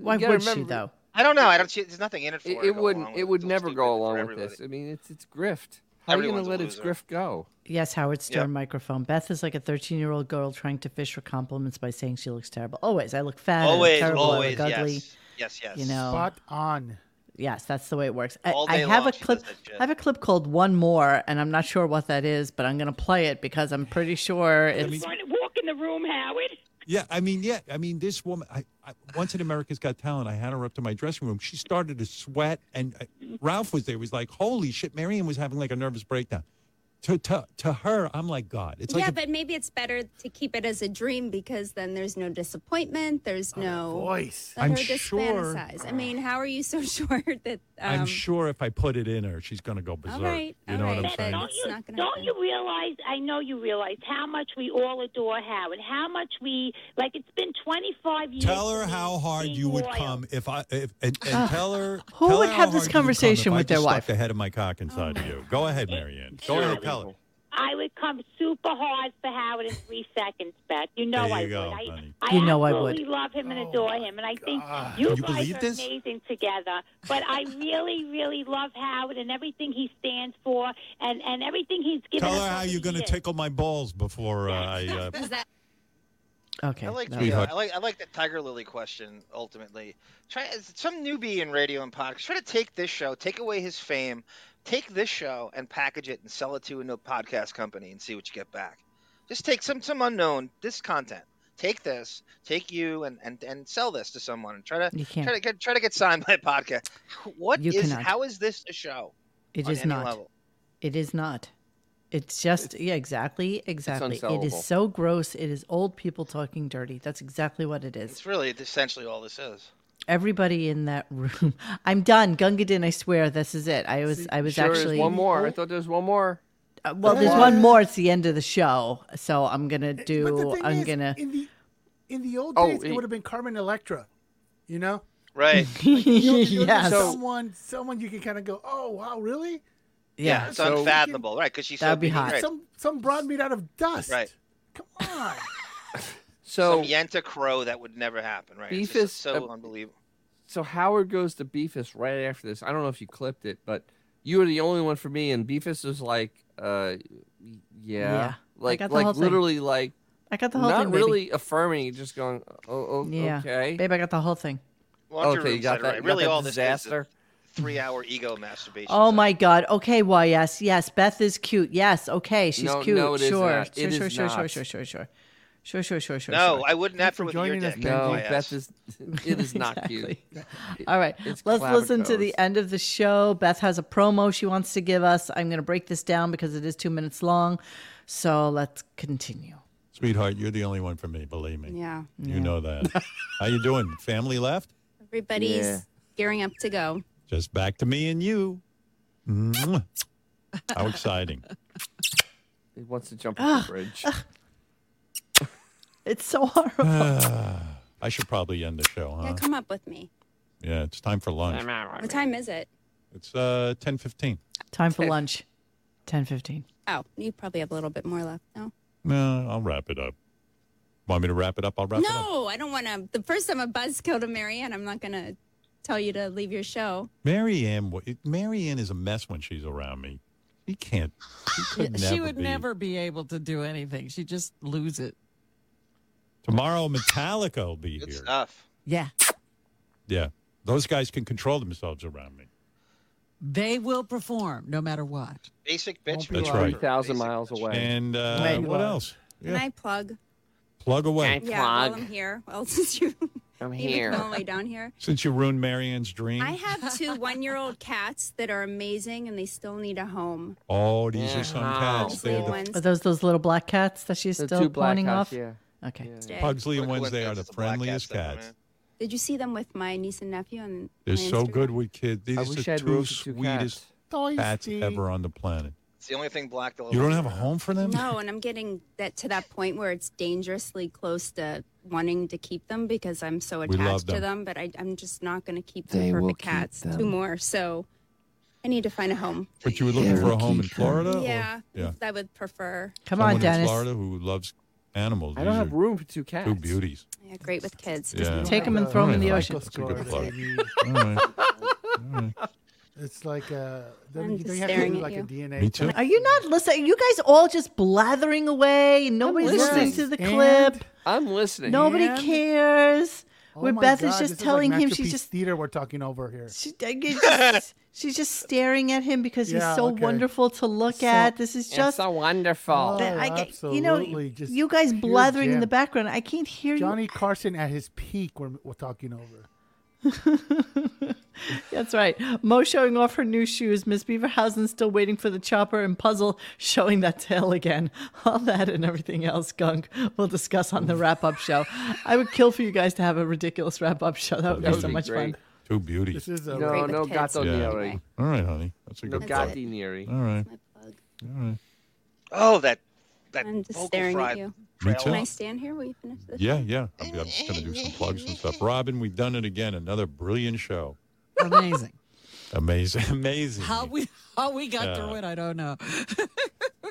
Speaker 2: Why
Speaker 3: you gotta
Speaker 2: would she
Speaker 3: remember-
Speaker 2: though?
Speaker 1: I don't know. I don't. She, there's nothing in it for her.
Speaker 3: It,
Speaker 1: to
Speaker 3: it
Speaker 1: go
Speaker 3: wouldn't.
Speaker 1: along
Speaker 3: It
Speaker 1: with
Speaker 3: would
Speaker 1: It's
Speaker 3: never go along with
Speaker 1: everybody.
Speaker 3: this. I mean, it's it's grift. How
Speaker 1: Everyone's a
Speaker 3: are you gonna let its
Speaker 1: loser.
Speaker 3: grift go?
Speaker 2: Yes, Howard Stern
Speaker 3: Yep.
Speaker 2: microphone. Beth is like a 13 year old girl trying to fish for compliments by saying she looks terrible. Always. I look fat. I
Speaker 1: Always,
Speaker 2: look terrible.
Speaker 1: always,
Speaker 2: I look ugly.
Speaker 1: yes. Yes, yes.
Speaker 2: You know.
Speaker 5: Spot on.
Speaker 2: Yes, that's the way it works. I,
Speaker 1: All
Speaker 2: I
Speaker 1: day
Speaker 2: have
Speaker 1: long
Speaker 2: a
Speaker 1: she
Speaker 2: clip.
Speaker 1: does that shit.
Speaker 2: I have a clip called "One More," and I'm not sure what that is, but I'm going to play it because I'm pretty sure it's.
Speaker 13: Run- Walk in the room, Howard.
Speaker 6: Yeah, I mean, yeah, I mean, this woman. I, I once in America's Got Talent, I had her up to my dressing room. She started to sweat, and uh, Ralph was there. He was like, "Holy shit!" Marion was having like a nervous breakdown. To to to her, I'm like God. It's like
Speaker 14: yeah,
Speaker 6: a-
Speaker 14: but maybe it's better to keep it as a dream because then there's no disappointment. There's no
Speaker 6: voice.
Speaker 14: Let
Speaker 6: I'm
Speaker 14: her just
Speaker 6: sure-
Speaker 14: fantasize. I mean, how are you so sure that
Speaker 6: I'm
Speaker 14: um,
Speaker 6: sure if I put it in her, she's going to go berserk.
Speaker 14: right,
Speaker 6: you
Speaker 14: all
Speaker 6: know what
Speaker 14: right,
Speaker 6: I'm saying?
Speaker 14: but-
Speaker 13: Don't you, don't you realize? I know you realize how much we all adore Howard. How much we like. It's been 25 years.
Speaker 6: Tell her
Speaker 13: since
Speaker 6: how hard
Speaker 13: being
Speaker 6: you would
Speaker 13: loyal.
Speaker 6: come if I if, and, and tell her.
Speaker 13: Who
Speaker 6: tell
Speaker 13: would
Speaker 6: her
Speaker 13: have
Speaker 6: how hard
Speaker 13: this
Speaker 6: you would come
Speaker 13: conversation
Speaker 6: if
Speaker 13: with
Speaker 6: I
Speaker 13: their
Speaker 6: just stuck
Speaker 13: wife?
Speaker 6: The head of my cock inside of
Speaker 1: Oh.
Speaker 6: you. Go ahead, Marianne. Go ahead, tell her.
Speaker 13: I would come super hard for Howard in three seconds, Beth. You know
Speaker 6: There
Speaker 13: I
Speaker 6: you
Speaker 13: would.
Speaker 6: go,
Speaker 13: I,
Speaker 6: honey.
Speaker 13: I
Speaker 6: You know I
Speaker 13: absolutely
Speaker 6: would.
Speaker 13: love him and adore him, and I think
Speaker 6: God.
Speaker 13: you,
Speaker 6: You
Speaker 13: guys
Speaker 6: believe
Speaker 13: are
Speaker 6: this?
Speaker 13: amazing together. But I really, really love Howard and everything he stands for, and and everything he's given.
Speaker 6: Tell
Speaker 13: us
Speaker 6: her how
Speaker 13: over
Speaker 6: you're
Speaker 13: the
Speaker 6: going to
Speaker 13: years.
Speaker 6: tickle my balls before uh, I. Uh,
Speaker 2: Okay.
Speaker 1: I like,
Speaker 6: no.
Speaker 1: the, uh,
Speaker 6: Sweetheart.
Speaker 1: I like I like the Tiger Lily question. Ultimately, try some newbie in radio and podcast. Try to take this show, take away his fame, take this show and package it and sell it to a new podcast company and see what you get back. Just take some some unknown this content. Take this, take you, and and, and sell this to someone. And try to
Speaker 2: You can't.
Speaker 1: try to get try to get signed by a podcast. What
Speaker 2: You
Speaker 1: is-
Speaker 2: cannot.
Speaker 1: how is this a show?
Speaker 2: It
Speaker 1: on
Speaker 2: is
Speaker 1: any
Speaker 2: not.
Speaker 1: level?
Speaker 2: It is not. It's just yeah, exactly, exactly. it
Speaker 1: unsellable.
Speaker 2: is so gross. It is old people talking dirty. That's exactly what it is.
Speaker 1: It's really essentially all this is.
Speaker 2: Everybody in that room. I'm done. Gungadin, I swear this is it. I was I was
Speaker 3: sure is
Speaker 2: actually
Speaker 3: one more. I thought there was one more.
Speaker 2: Uh, well, there's one more. It's the end of the show, so I'm gonna
Speaker 5: But the
Speaker 2: do.
Speaker 5: thing
Speaker 2: I'm
Speaker 5: is,
Speaker 2: gonna.
Speaker 5: in the in the old
Speaker 2: Oh,
Speaker 5: days, it
Speaker 2: it-
Speaker 5: would have been Carmen Electra, you know.
Speaker 1: Right.
Speaker 2: yes.
Speaker 5: Someone, someone you can kind of go, oh wow, really?
Speaker 1: Yeah,
Speaker 2: Yeah,
Speaker 1: it's
Speaker 2: so-
Speaker 1: unfathomable, right? Because she's so
Speaker 2: That'd be
Speaker 1: big,
Speaker 2: hot.
Speaker 1: right.
Speaker 5: Some some broad meat out of dust.
Speaker 1: Right.
Speaker 3: So
Speaker 1: Some Yenta Crow that would never happen, right? It's
Speaker 3: Beefus,
Speaker 1: just so
Speaker 3: uh,
Speaker 1: unbelievable.
Speaker 3: so Howard goes to Beefus right after this. I don't know if you clipped it, but you were the only one for me, and Beefus was like, uh, yeah,
Speaker 2: Yeah. I
Speaker 3: like
Speaker 2: got the
Speaker 3: like
Speaker 2: whole thing.
Speaker 3: literally like
Speaker 2: I got the whole
Speaker 3: not
Speaker 2: thing, baby.
Speaker 3: really affirming, just going, oh, oh
Speaker 2: Yeah,
Speaker 3: okay,
Speaker 2: babe, I got the whole thing.
Speaker 1: Laundry
Speaker 3: okay, you
Speaker 1: room
Speaker 3: got
Speaker 1: said it
Speaker 3: that.
Speaker 1: right.
Speaker 3: you got
Speaker 1: Really,
Speaker 3: that
Speaker 1: all this is a
Speaker 3: disaster.
Speaker 1: Three-hour ego masturbation.
Speaker 2: Oh my God. Okay. Why? Yes. Yes. Beth is cute. Yes. Okay. She's
Speaker 3: No,
Speaker 2: cute.
Speaker 3: no, it is
Speaker 2: sure.
Speaker 3: not.
Speaker 2: Sure.
Speaker 3: It
Speaker 2: sure. sure.
Speaker 3: is
Speaker 2: Sure.
Speaker 3: not.
Speaker 2: Sure. Sure. Sure. Sure. Sure. Sure. Sure.
Speaker 1: No,
Speaker 2: sure.
Speaker 1: I wouldn't have for with your dick.
Speaker 3: no,
Speaker 1: My
Speaker 3: Beth
Speaker 1: ass.
Speaker 3: is. It is not cute.
Speaker 2: All right.
Speaker 3: It's
Speaker 2: Let's listen to
Speaker 3: Clavico's.
Speaker 2: the end of the show. Beth has a promo she wants to give us. I'm going to break this down because it is two minutes long. So let's continue.
Speaker 6: Sweetheart, you're the only one for me. Believe me.
Speaker 14: Yeah.
Speaker 6: You know that. How you doing? Family left?
Speaker 14: Everybody's
Speaker 6: Yeah.
Speaker 14: gearing up to go.
Speaker 6: Just back to me and you. Mwah. How exciting!
Speaker 3: He wants to jump off
Speaker 2: Ugh,
Speaker 3: the bridge.
Speaker 2: It's so horrible.
Speaker 6: I should probably end the show,
Speaker 14: Yeah,
Speaker 6: huh?
Speaker 14: come up with me.
Speaker 6: Yeah, it's time for lunch.
Speaker 14: What time is it?
Speaker 6: It's uh ten fifteen.
Speaker 2: Time for lunch. 10:15.
Speaker 14: Oh, you probably have a little bit more left. No.
Speaker 6: No, I'll wrap it up. Want me to wrap it up? I'll wrap it up.
Speaker 14: no, I don't want to. The first time a buzzkill to Marianne, I'm not going to tell you to leave your show.
Speaker 6: Mary Ann, wa- Mary Ann is a mess when she's around me. She can't. She, could never
Speaker 4: she would
Speaker 6: be.
Speaker 4: never be able to do anything. She'd just lose it.
Speaker 6: Tomorrow, Metallica will be here.
Speaker 1: Stuff.
Speaker 4: Yeah.
Speaker 6: Yeah, those guys can control themselves around me.
Speaker 4: They will perform no matter what.
Speaker 1: Basic bitch.
Speaker 6: That's
Speaker 1: move.
Speaker 6: right.
Speaker 3: Three thousand miles away.
Speaker 6: And uh,
Speaker 3: Wait,
Speaker 6: what
Speaker 3: what?
Speaker 6: else?
Speaker 14: Can
Speaker 6: Yeah.
Speaker 14: I plug?
Speaker 6: Plug away.
Speaker 14: yeah, while I'm here. Well, since you
Speaker 3: I'm
Speaker 14: even come all the way down here.
Speaker 6: Since you ruined Marianne's dream.
Speaker 14: I have two one year old cats that are amazing and they still need a home.
Speaker 6: Oh, these are some cats. They're the
Speaker 14: Wednesday.
Speaker 2: Are those those little black cats that she's
Speaker 3: The
Speaker 2: still
Speaker 3: two black
Speaker 2: pointing off?
Speaker 3: cats, yeah.
Speaker 2: Okay.
Speaker 6: Pugsley and Wednesday are the friendliest cats.
Speaker 14: Did you see them with my niece and nephew? And
Speaker 6: They're so good with kids. These
Speaker 3: I
Speaker 6: are
Speaker 3: wish
Speaker 6: the
Speaker 3: I had
Speaker 6: two
Speaker 3: roasted two
Speaker 6: sweetest
Speaker 14: cats.
Speaker 6: cats
Speaker 14: Tasty.
Speaker 6: ever on the planet.
Speaker 1: It's the only thing black. They'll
Speaker 6: You don't
Speaker 1: ever
Speaker 6: have a home for them?
Speaker 14: No, and I'm getting that to that point where it's dangerously close to wanting to keep them because I'm so
Speaker 6: We
Speaker 14: attached
Speaker 6: love
Speaker 14: to
Speaker 6: them.
Speaker 14: them. But I, I'm just not going to keep
Speaker 6: They
Speaker 14: the
Speaker 6: will
Speaker 14: perfect
Speaker 6: keep
Speaker 14: cats. Two
Speaker 6: them.
Speaker 14: more, so I need to find a home.
Speaker 6: But you were looking for a home in Florida? or-
Speaker 14: yeah,
Speaker 6: Yeah.
Speaker 14: I would prefer.
Speaker 2: Come
Speaker 6: Someone
Speaker 2: on,
Speaker 6: In
Speaker 2: Dennis.
Speaker 6: Florida who loves animals.
Speaker 3: I don't
Speaker 6: These
Speaker 3: have
Speaker 6: are
Speaker 3: room for two cats.
Speaker 6: Two beauties.
Speaker 14: Yeah, great with kids.
Speaker 6: Yeah.
Speaker 2: Take 'em and throw 'em in the
Speaker 6: All
Speaker 2: ocean.
Speaker 6: That's a good plug.
Speaker 5: All
Speaker 6: right.
Speaker 5: It's like uh, don't
Speaker 2: I'm
Speaker 5: you,
Speaker 2: just
Speaker 5: don't you have to
Speaker 2: staring
Speaker 5: do
Speaker 2: at
Speaker 5: like a
Speaker 2: you.
Speaker 5: DNA.
Speaker 6: Me too.
Speaker 2: Are you not listening? Are you guys all just blathering away and nobody's listening to the clip?
Speaker 3: I'm listening.
Speaker 2: Nobody
Speaker 5: And-
Speaker 2: cares.
Speaker 5: Oh
Speaker 2: Where
Speaker 5: my
Speaker 2: Beth
Speaker 5: God,
Speaker 2: is
Speaker 5: this
Speaker 2: just
Speaker 5: like
Speaker 2: telling him she's
Speaker 5: masterpiece
Speaker 2: just
Speaker 5: theater we're talking over here.
Speaker 2: she, I get just- she's just staring at him because
Speaker 5: Yeah,
Speaker 2: he's so
Speaker 5: okay.
Speaker 2: wonderful to look at. This is
Speaker 3: It's
Speaker 2: just
Speaker 3: so wonderful.
Speaker 2: That I get- you know,
Speaker 5: Oh, absolutely, just
Speaker 2: you guys
Speaker 5: pure
Speaker 2: blathering in
Speaker 5: jam.
Speaker 2: the background. I can't hear
Speaker 5: Johnny
Speaker 2: you.
Speaker 5: Carson at his peak. We're, we're talking over.
Speaker 2: That's right. Mo showing off her new shoes. Miss Beaverhausen still waiting for the chopper and puzzle showing that tail again. All that and everything else, Gunk, we'll discuss on the wrap up show. I would kill for you guys to have a ridiculous wrap up show. That would be so much fun.
Speaker 6: Two beauty.
Speaker 5: This is
Speaker 3: a- No, Great with no kids, gato
Speaker 6: Yeah.
Speaker 3: neri.
Speaker 6: All right, honey. That's a
Speaker 3: No
Speaker 6: good
Speaker 3: That's it. gatti neri.
Speaker 6: All right. All right.
Speaker 1: Oh, that that
Speaker 14: I'm just
Speaker 1: vocal
Speaker 14: staring
Speaker 1: fry.
Speaker 14: at you.
Speaker 6: Me
Speaker 14: Can I
Speaker 6: too.
Speaker 14: stand here? Will you finish this?
Speaker 6: Yeah, yeah. I'm, I'm just going to do some plugs and stuff. Robin, we've done it again. Another brilliant show.
Speaker 2: Amazing.
Speaker 6: Amazing.
Speaker 5: Hmm.
Speaker 6: Amazing.
Speaker 4: How we how we got
Speaker 6: Uh,
Speaker 4: through it, I don't know.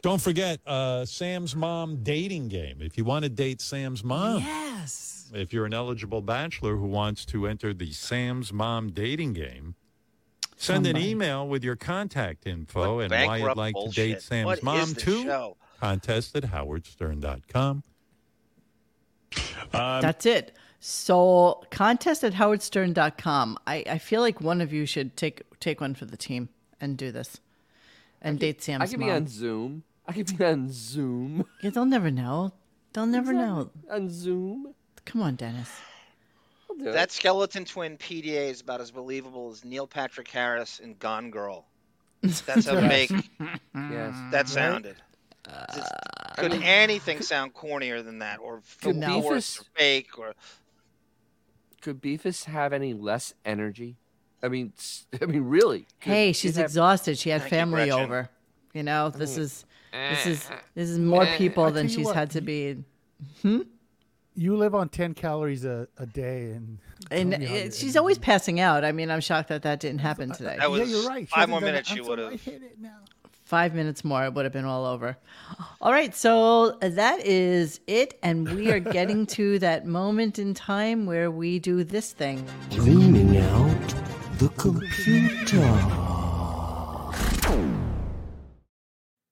Speaker 6: Don't forget uh, Sam's mom dating game. If you want to date Sam's mom,
Speaker 4: Yes.
Speaker 6: if you're an eligible bachelor who wants to enter the Sam's mom dating game, send an
Speaker 12: Somebody.
Speaker 6: email with your contact info and why you'd
Speaker 12: bankrupt
Speaker 6: like to
Speaker 12: bullshit.
Speaker 6: date Sam's
Speaker 12: What is
Speaker 6: mom
Speaker 12: this
Speaker 6: too.
Speaker 12: show?
Speaker 6: Contest at howardstern.com. Um,
Speaker 2: That's it. So contest at howardstern.com. I, I feel like one of you should take take one for the team and do this. And date Sam's
Speaker 3: I could be
Speaker 2: mom.
Speaker 3: on Zoom. I could be on Zoom.
Speaker 2: Yeah, they'll never know. They'll never know.
Speaker 3: On Zoom.
Speaker 2: Come on, Dennis.
Speaker 3: it.
Speaker 1: That skeleton twin PDA is about as believable as Neil Patrick Harris in Gone Girl. That's how
Speaker 12: Yes.
Speaker 1: big
Speaker 12: Yes.
Speaker 1: that
Speaker 12: Right?
Speaker 1: sounded. Just- could anything sound cornier than that, or
Speaker 3: Could
Speaker 1: forced or
Speaker 3: Beefus-
Speaker 1: fake, or
Speaker 3: Could Beefus have any less energy? I mean, s- I mean, really? Could
Speaker 2: hey,
Speaker 3: he
Speaker 2: she's
Speaker 3: have-
Speaker 2: exhausted. She had
Speaker 3: Thank you,
Speaker 2: family
Speaker 3: Gretchen.
Speaker 2: over. You know, this
Speaker 3: mean,
Speaker 2: is this is
Speaker 3: eh,
Speaker 2: this is more
Speaker 3: eh,
Speaker 2: people
Speaker 5: Mm. I
Speaker 2: than
Speaker 5: tell you
Speaker 2: she's
Speaker 5: what,
Speaker 2: had to be. Hmm? in.
Speaker 5: You live on ten calories a, a day, and
Speaker 2: And
Speaker 5: Tell me how
Speaker 2: uh,
Speaker 5: you-
Speaker 2: she's always passing out. I mean, I'm shocked that that didn't happen today.
Speaker 1: that was
Speaker 5: you're right. She
Speaker 1: five
Speaker 5: hasn't
Speaker 1: more
Speaker 5: done it.
Speaker 1: minutes
Speaker 5: I'm
Speaker 1: you
Speaker 5: so
Speaker 1: would have.
Speaker 2: Five minutes more, it would have been all over. All right, so uh, that is it. And we are getting to that moment in time where we do this thing.
Speaker 12: Cleaning out the computer.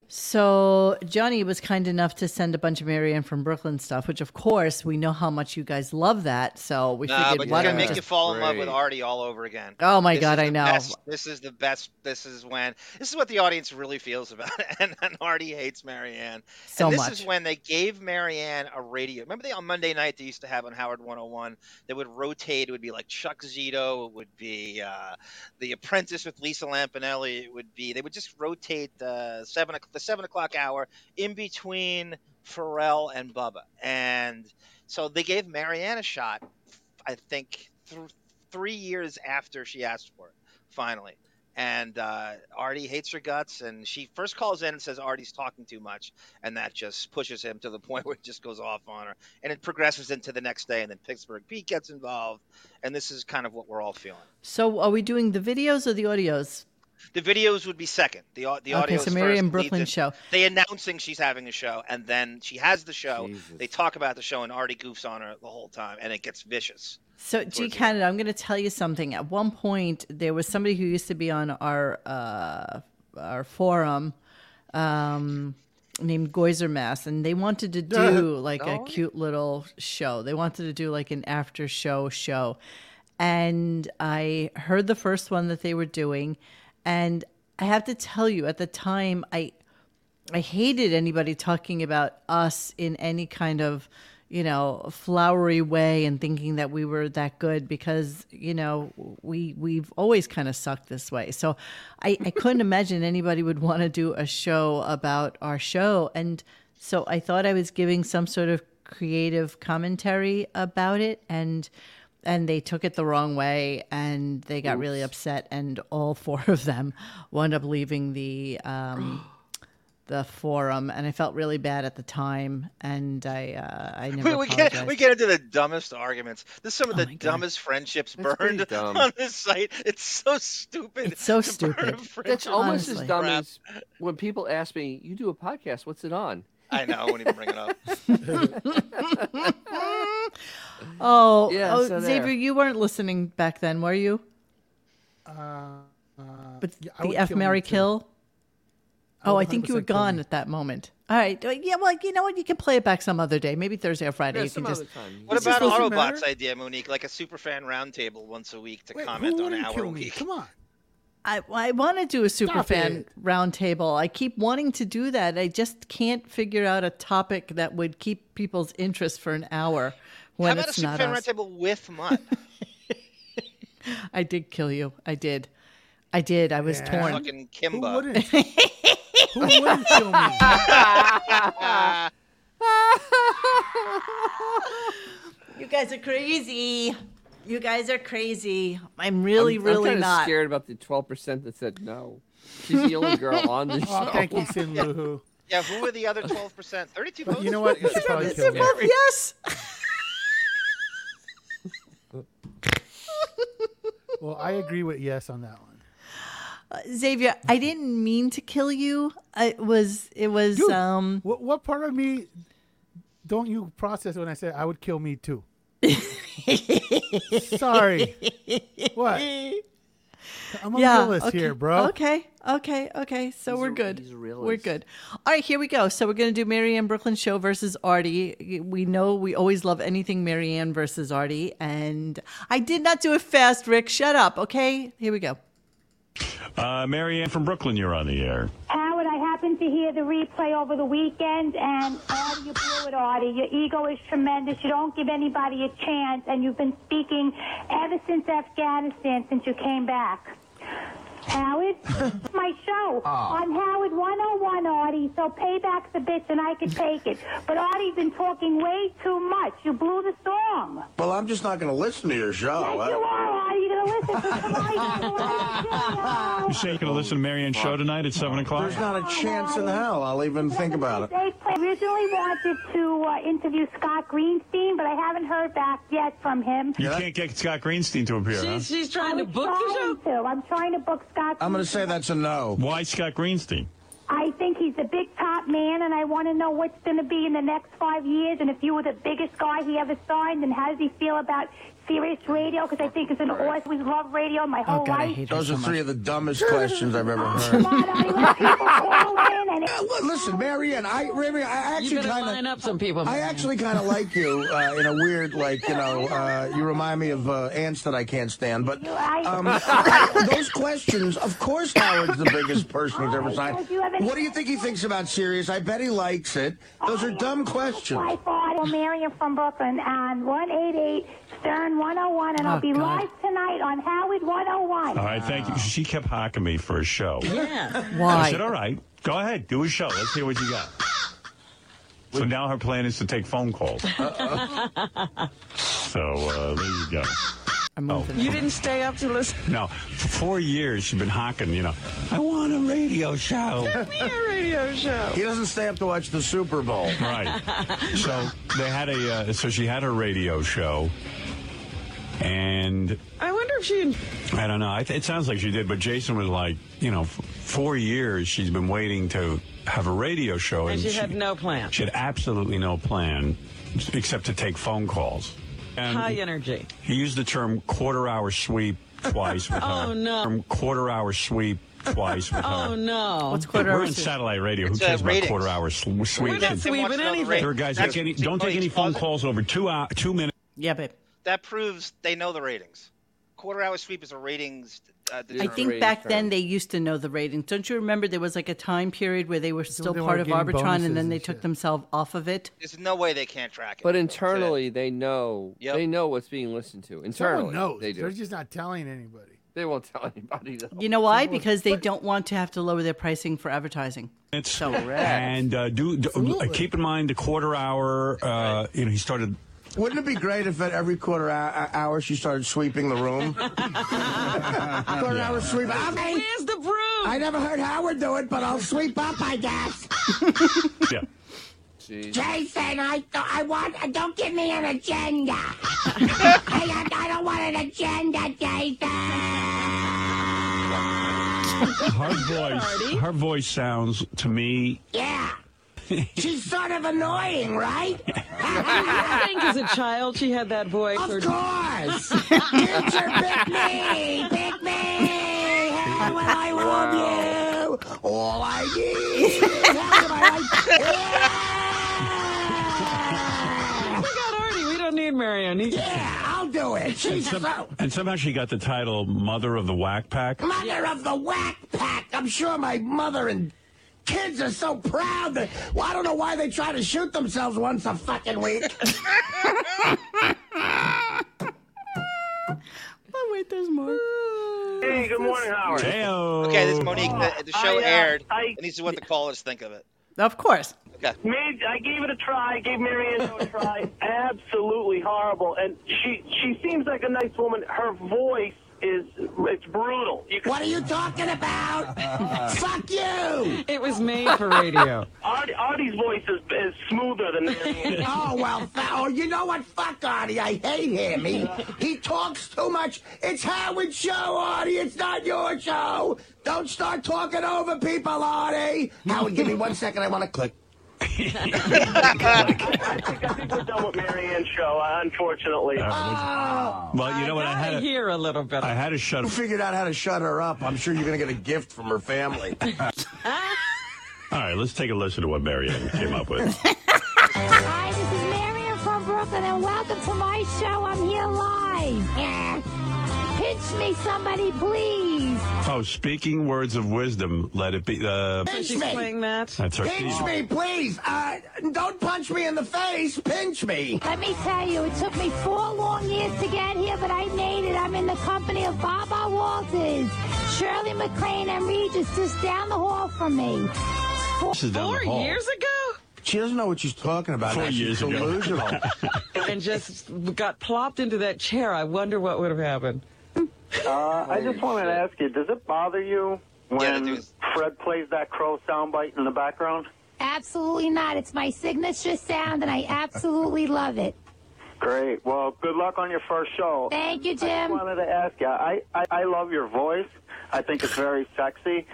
Speaker 2: So Johnny was kind enough to send a bunch of Marianne from Brooklyn stuff, which of course we know how much you guys love that. So we
Speaker 1: Nah,
Speaker 2: figured
Speaker 1: but it's
Speaker 2: why
Speaker 1: gonna
Speaker 2: don't we
Speaker 1: make you
Speaker 2: just
Speaker 1: fall in love with Artie all over again.
Speaker 2: Oh my
Speaker 1: This
Speaker 2: God,
Speaker 1: is
Speaker 2: I
Speaker 1: the
Speaker 2: know.
Speaker 1: best- this is the best. This is when this is what the audience really feels about it. And, and Artie hates Marianne.
Speaker 2: So
Speaker 1: and this
Speaker 2: much.
Speaker 1: is when they gave Marianne a radio. Remember they on Monday night they used to have on Howard 101. They would rotate. It would be like Chuck Zito. It would be uh, The Apprentice with Lisa Lampanelli. It would be they would just rotate the seven o- the seven o'clock hour in between Pharrell and Bubba. And so they gave Marianne a shot. I think th- three years after she asked for it, finally. And uh, Artie hates her guts, and she first calls in and says Artie's talking too much, and that just pushes him to the point where it just goes off on her, and it progresses into the next day, and then Pittsburgh Pete gets involved, and this is kind of what we're all feeling.
Speaker 2: So are we doing the videos or the audios?
Speaker 1: The videos would be second. The au- the
Speaker 2: okay,
Speaker 1: audio.
Speaker 2: so
Speaker 1: is
Speaker 2: Mary
Speaker 1: first,
Speaker 2: and
Speaker 1: leads
Speaker 2: Brooklyn
Speaker 1: in-
Speaker 2: show.
Speaker 1: They announcing she's having a show, and then she has the show. They talk about the show, and Artie goofs on her the whole time, and it gets vicious.
Speaker 2: So, G Canada, I'm going to tell you something. At one point, there was somebody who used to be on our uh, our forum um, named Goizer Mass, and they wanted to do like a
Speaker 9: Oh.
Speaker 2: cute little show. They wanted to do like an after show show. And I heard the first one that they were doing, and I have to tell you, at the time, I I hated anybody talking about us in any kind of, you know, flowery way and thinking that we were that good because, you know, we we've always kind of sucked this way. So I, I couldn't imagine anybody would want to do a show about our show. And so I thought I was giving some sort of creative commentary about it and and they took it the wrong way and they got really
Speaker 9: Oops.
Speaker 2: upset and all four of them wound up leaving the um the forum, and I felt really bad at the time, and I uh, I never
Speaker 1: We, we get we
Speaker 2: apologized. Oh
Speaker 1: get into the dumbest arguments. This is some of the dumbest friendships
Speaker 2: pretty
Speaker 1: burned
Speaker 2: dumb.
Speaker 1: on this site. It's so stupid.
Speaker 2: It's so
Speaker 1: to burn a
Speaker 2: stupid.
Speaker 1: friendship.
Speaker 3: That's almost as dumb
Speaker 1: Crap.
Speaker 3: as when people ask me, "You do a podcast? What's it on?"
Speaker 1: I know. I won't even bring it up.
Speaker 2: Oh,
Speaker 3: Yeah,
Speaker 2: oh
Speaker 3: so there.
Speaker 2: Xavier, you weren't listening back then, were you?
Speaker 5: Uh,
Speaker 2: But
Speaker 5: yeah, I
Speaker 2: the
Speaker 5: would
Speaker 2: F
Speaker 5: kill you
Speaker 2: Mary
Speaker 5: too.
Speaker 2: kill.
Speaker 5: I
Speaker 2: oh,
Speaker 5: would
Speaker 2: I think you were
Speaker 5: 100% kill
Speaker 2: gone at that moment. All right, uh, yeah. Well, you know what? You can play it back some other day, maybe Thursday or Friday.
Speaker 3: Yeah,
Speaker 2: you can
Speaker 3: some
Speaker 2: just.
Speaker 3: other time.
Speaker 1: What
Speaker 2: It's just
Speaker 1: about
Speaker 2: doesn't
Speaker 1: Autobots'
Speaker 2: matter.
Speaker 1: idea, Monique? Like a superfan roundtable once a week to
Speaker 5: Wait,
Speaker 1: comment
Speaker 5: who
Speaker 1: on
Speaker 5: wouldn't
Speaker 1: our
Speaker 5: kill me?
Speaker 1: week.
Speaker 5: Come on.
Speaker 2: I, I want to do a super
Speaker 5: Stop
Speaker 2: fan
Speaker 5: it.
Speaker 2: roundtable. I keep wanting to do that. I just can't figure out a topic that would keep people's interest for an hour when
Speaker 1: How about a
Speaker 2: it's not
Speaker 1: superfan
Speaker 2: us.
Speaker 1: roundtable with Mutt?
Speaker 2: I did kill you. I did. I did. I was torn.
Speaker 1: Fucking Kimba.
Speaker 5: Who wouldn't? Who wouldn't kill me?
Speaker 2: You guys are crazy.
Speaker 15: You guys are crazy. I'm really, really
Speaker 3: I'm kinda
Speaker 15: not.
Speaker 3: scared about the 12% that said no. She's the only girl on the show.
Speaker 5: Oh, thank you, Sin Luhu.
Speaker 1: Yeah, who are the other 12%? 32 votes?
Speaker 5: You know what? You should probably kill him.
Speaker 2: yes.
Speaker 5: Well, I agree with yes on that one.
Speaker 2: Uh, Xavier, I didn't mean to kill you. uh, It was it was
Speaker 5: Dude,
Speaker 2: um
Speaker 5: what, what part of me don't you process when I said I would kill me too? Sorry. What? I'm a realist
Speaker 2: okay,
Speaker 5: here, bro.
Speaker 2: Okay, okay, okay. So we're good. We're
Speaker 5: realist.
Speaker 2: good. All right, here we go. So we're gonna do Marianne Brooklyn show versus Artie. We know we always love anything Marianne versus Artie, and I did not do it fast, Rick. Shut up. Okay, here we go.
Speaker 16: Uh, Marianne from Brooklyn, you're on the air.
Speaker 13: Howard, I happened to hear the replay over the weekend, and Artie, you blew it, Artie. Your ego is tremendous. You don't give anybody a chance, and you've been speaking ever since Afghanistan, since you came back. Howard, it's my show
Speaker 12: Ah.
Speaker 13: on Howard 101, Artie. So pay back the bitch, and I can take it. But Artie's been talking way too much. You blew the song.
Speaker 12: Well, I'm just not going to listen to your show. I-
Speaker 13: You are,
Speaker 5: uh,
Speaker 13: Artie. You're gonna listen to
Speaker 16: You say you're going to listen to Marianne's show tonight at 7 o'clock?
Speaker 12: There's not a chance in hell I'll even think about it.
Speaker 13: They play- originally wanted to uh, interview Scott Greenstein, but I haven't heard back yet from him.
Speaker 16: You can't get Scott Greenstein to appear, huh?
Speaker 13: she's trying to book trying To. I'm trying to book Scott.
Speaker 16: going to say that's a no. Why Scott Greenstein?
Speaker 13: I think he's the big top man, and I want to know what's going to be in the next five years. And if you were the biggest guy he ever signed, then how does he feel about Sirius Radio? Because I think it's an awesome. We love radio my
Speaker 16: Oh,
Speaker 13: whole life.
Speaker 12: Those are three of the dumbest questions I've ever heard. Well, Listen, Marianne, I, Marianne, I
Speaker 17: You
Speaker 12: actually
Speaker 17: better
Speaker 12: kind of
Speaker 17: line up some people,
Speaker 12: I
Speaker 17: Marianne.
Speaker 12: actually kind of like you uh, in a weird, like you know, uh, you remind me of uh, ants that I can't stand. But um, those questions, of course, Howard's the biggest person who's ever signed. What do you think he thinks about Sirius? I bet he likes it. Those are dumb questions.
Speaker 13: Hi, Paul. I'm Marion from Brooklyn on 188 Stern 101, and I'll
Speaker 16: Oh,
Speaker 13: be
Speaker 16: God.
Speaker 13: live tonight on Howard 101.
Speaker 16: All right, thank you. She kept hocking me for a show.
Speaker 13: Yeah.
Speaker 16: I said, all right, go ahead, do a show. Let's hear what you got. So now her plan is to take phone calls. So uh, there you go.
Speaker 17: You didn't stay up to listen.
Speaker 16: No, for four years she's been hocking, you know. I want a radio show.
Speaker 17: radio show.
Speaker 12: He doesn't stay up to watch the Super Bowl.
Speaker 16: Right. So they had a, uh, so she had her radio show. And
Speaker 17: I wonder if she.
Speaker 16: I don't know. I th- it sounds like she did, but Jason was like, you know, f- four years she's been waiting to have a radio show,
Speaker 17: And she had no plan.
Speaker 16: She had absolutely no plan except to take phone calls. And
Speaker 17: High energy.
Speaker 16: He used the term quarter hour sweep twice with her.
Speaker 17: Oh, no.
Speaker 16: Term quarter hour sweep twice with her.
Speaker 17: Oh no!
Speaker 16: We're in satellite radio.
Speaker 17: It's,
Speaker 16: Who
Speaker 17: uh,
Speaker 16: cares about
Speaker 17: ratings.
Speaker 16: quarter hour sw- sweep?
Speaker 17: We're not sweeping Everyone wants to know the anything.
Speaker 16: There are guys,
Speaker 1: ratings.
Speaker 16: don't, any, don't take any phone calls over two hour, two minutes.
Speaker 2: Yeah, babe.
Speaker 1: That proves they know the ratings. Quarter hour sweep is a ratings. Uh,
Speaker 2: I
Speaker 1: determinant.
Speaker 2: think back then they used to know the ratings. Don't you remember there was like a time period where they were still
Speaker 1: they
Speaker 2: part
Speaker 1: were
Speaker 2: of
Speaker 1: getting
Speaker 2: Arbitron
Speaker 1: bonuses
Speaker 2: and then
Speaker 1: and
Speaker 2: they took themselves off of it?
Speaker 1: There's no way they can't track it.
Speaker 3: But internally, they know they know what's being listened to. Internally,
Speaker 5: Someone knows.
Speaker 3: they do.
Speaker 5: They're just not telling anybody.
Speaker 3: They won't tell anybody. Though.
Speaker 2: You know why? Because they don't want to have to lower their pricing for advertising.
Speaker 16: It's
Speaker 2: Correct.
Speaker 16: And uh, do, do uh, keep in mind the quarter hour. Uh, you know, he started.
Speaker 12: Wouldn't it be great if at every quarter hour, hour she started sweeping the room? quarter hour sweep. Okay.
Speaker 17: Where's the broom?
Speaker 12: I never heard Howard do it, but I'll sweep up, I guess.
Speaker 16: Yeah.
Speaker 12: Jason,
Speaker 4: I I want. Don't give me an agenda. I, I don't want an agenda, Jason.
Speaker 16: Her voice, her voice sounds to me.
Speaker 4: Yeah. She's sort of annoying, right?
Speaker 17: I think as a child she had that voice. Of
Speaker 4: course. Teacher, pick me, pick me. How will I love you? All I need is how am I like-
Speaker 17: We got Artie. We don't need Marianne.
Speaker 4: Yeah, I'll do it.
Speaker 16: And,
Speaker 4: She's
Speaker 16: some-
Speaker 4: so-
Speaker 16: and somehow she got the title Mother of the Whack Pack.
Speaker 4: Mother of the Whack Pack. I'm sure my mother and kids are so proud that. Well, I don't know why they try to shoot themselves once a fucking week.
Speaker 2: Oh, wait, there's more.
Speaker 1: Hey, good morning,
Speaker 16: Howard. Hey-o.
Speaker 18: Oh,
Speaker 1: Okay, this is Monique. The, the show
Speaker 16: I, uh,
Speaker 1: aired, and this is what the callers think of it.
Speaker 2: Of course.
Speaker 18: Made, I gave it a try. Gave Marianne a try. Absolutely horrible. And she she seems like a nice woman. Her voice is it's brutal. You can-
Speaker 13: What are you talking about? Fuck you!
Speaker 18: It was
Speaker 13: made for radio.
Speaker 18: Art, Artie's voice is, is smoother than Marianne's.
Speaker 13: oh well, th- oh, you know what? Fuck Artie. I hate him. He he talks too much. It's Howard's show, Artie. It's not your show. Don't start talking over people, Artie. Howard, give me one second. I want to click.
Speaker 18: We're done with Marianne's show, uh, unfortunately.
Speaker 13: Oh.
Speaker 16: Well, you know what? I had a,
Speaker 18: hear a little bit.
Speaker 16: I had a shut.
Speaker 12: You figured out how to shut her up. I'm sure you're going to get a gift from her family.
Speaker 16: All right, let's take a listen to what Marianne came up with.
Speaker 13: Hi, this is Marion from Brooklyn, and welcome to my show. I'm here live. Pinch me, somebody, please.
Speaker 16: Oh, speaking words of wisdom, let it be. Uh,
Speaker 13: Pinch me.
Speaker 16: That's her
Speaker 12: Pinch
Speaker 16: theme.
Speaker 12: me, please. Uh, don't punch me in the face. Pinch me.
Speaker 13: Let me tell you, it took me four long years to get here, but I made it. I'm in the company of Baba Walters, Shirley MacLaine, and Regis, just down the hall from me.
Speaker 16: This is down the hall.
Speaker 4: ago?
Speaker 12: She doesn't know what she's talking about.
Speaker 16: Four
Speaker 12: now.
Speaker 16: years
Speaker 12: she's
Speaker 16: ago.
Speaker 12: delusional.
Speaker 4: and just got plopped into that chair. I wonder what would have happened.
Speaker 18: Uh, I just wanted to ask you, does it bother you when Fred plays that crow soundbite in the background?
Speaker 13: Absolutely not. It's my signature sound, and I absolutely love it.
Speaker 18: Great. Well, good luck on your first show.
Speaker 13: Thank you,
Speaker 18: I just
Speaker 13: Jim.
Speaker 18: wanted to ask you, I, I, I love your voice. I think it's very sexy.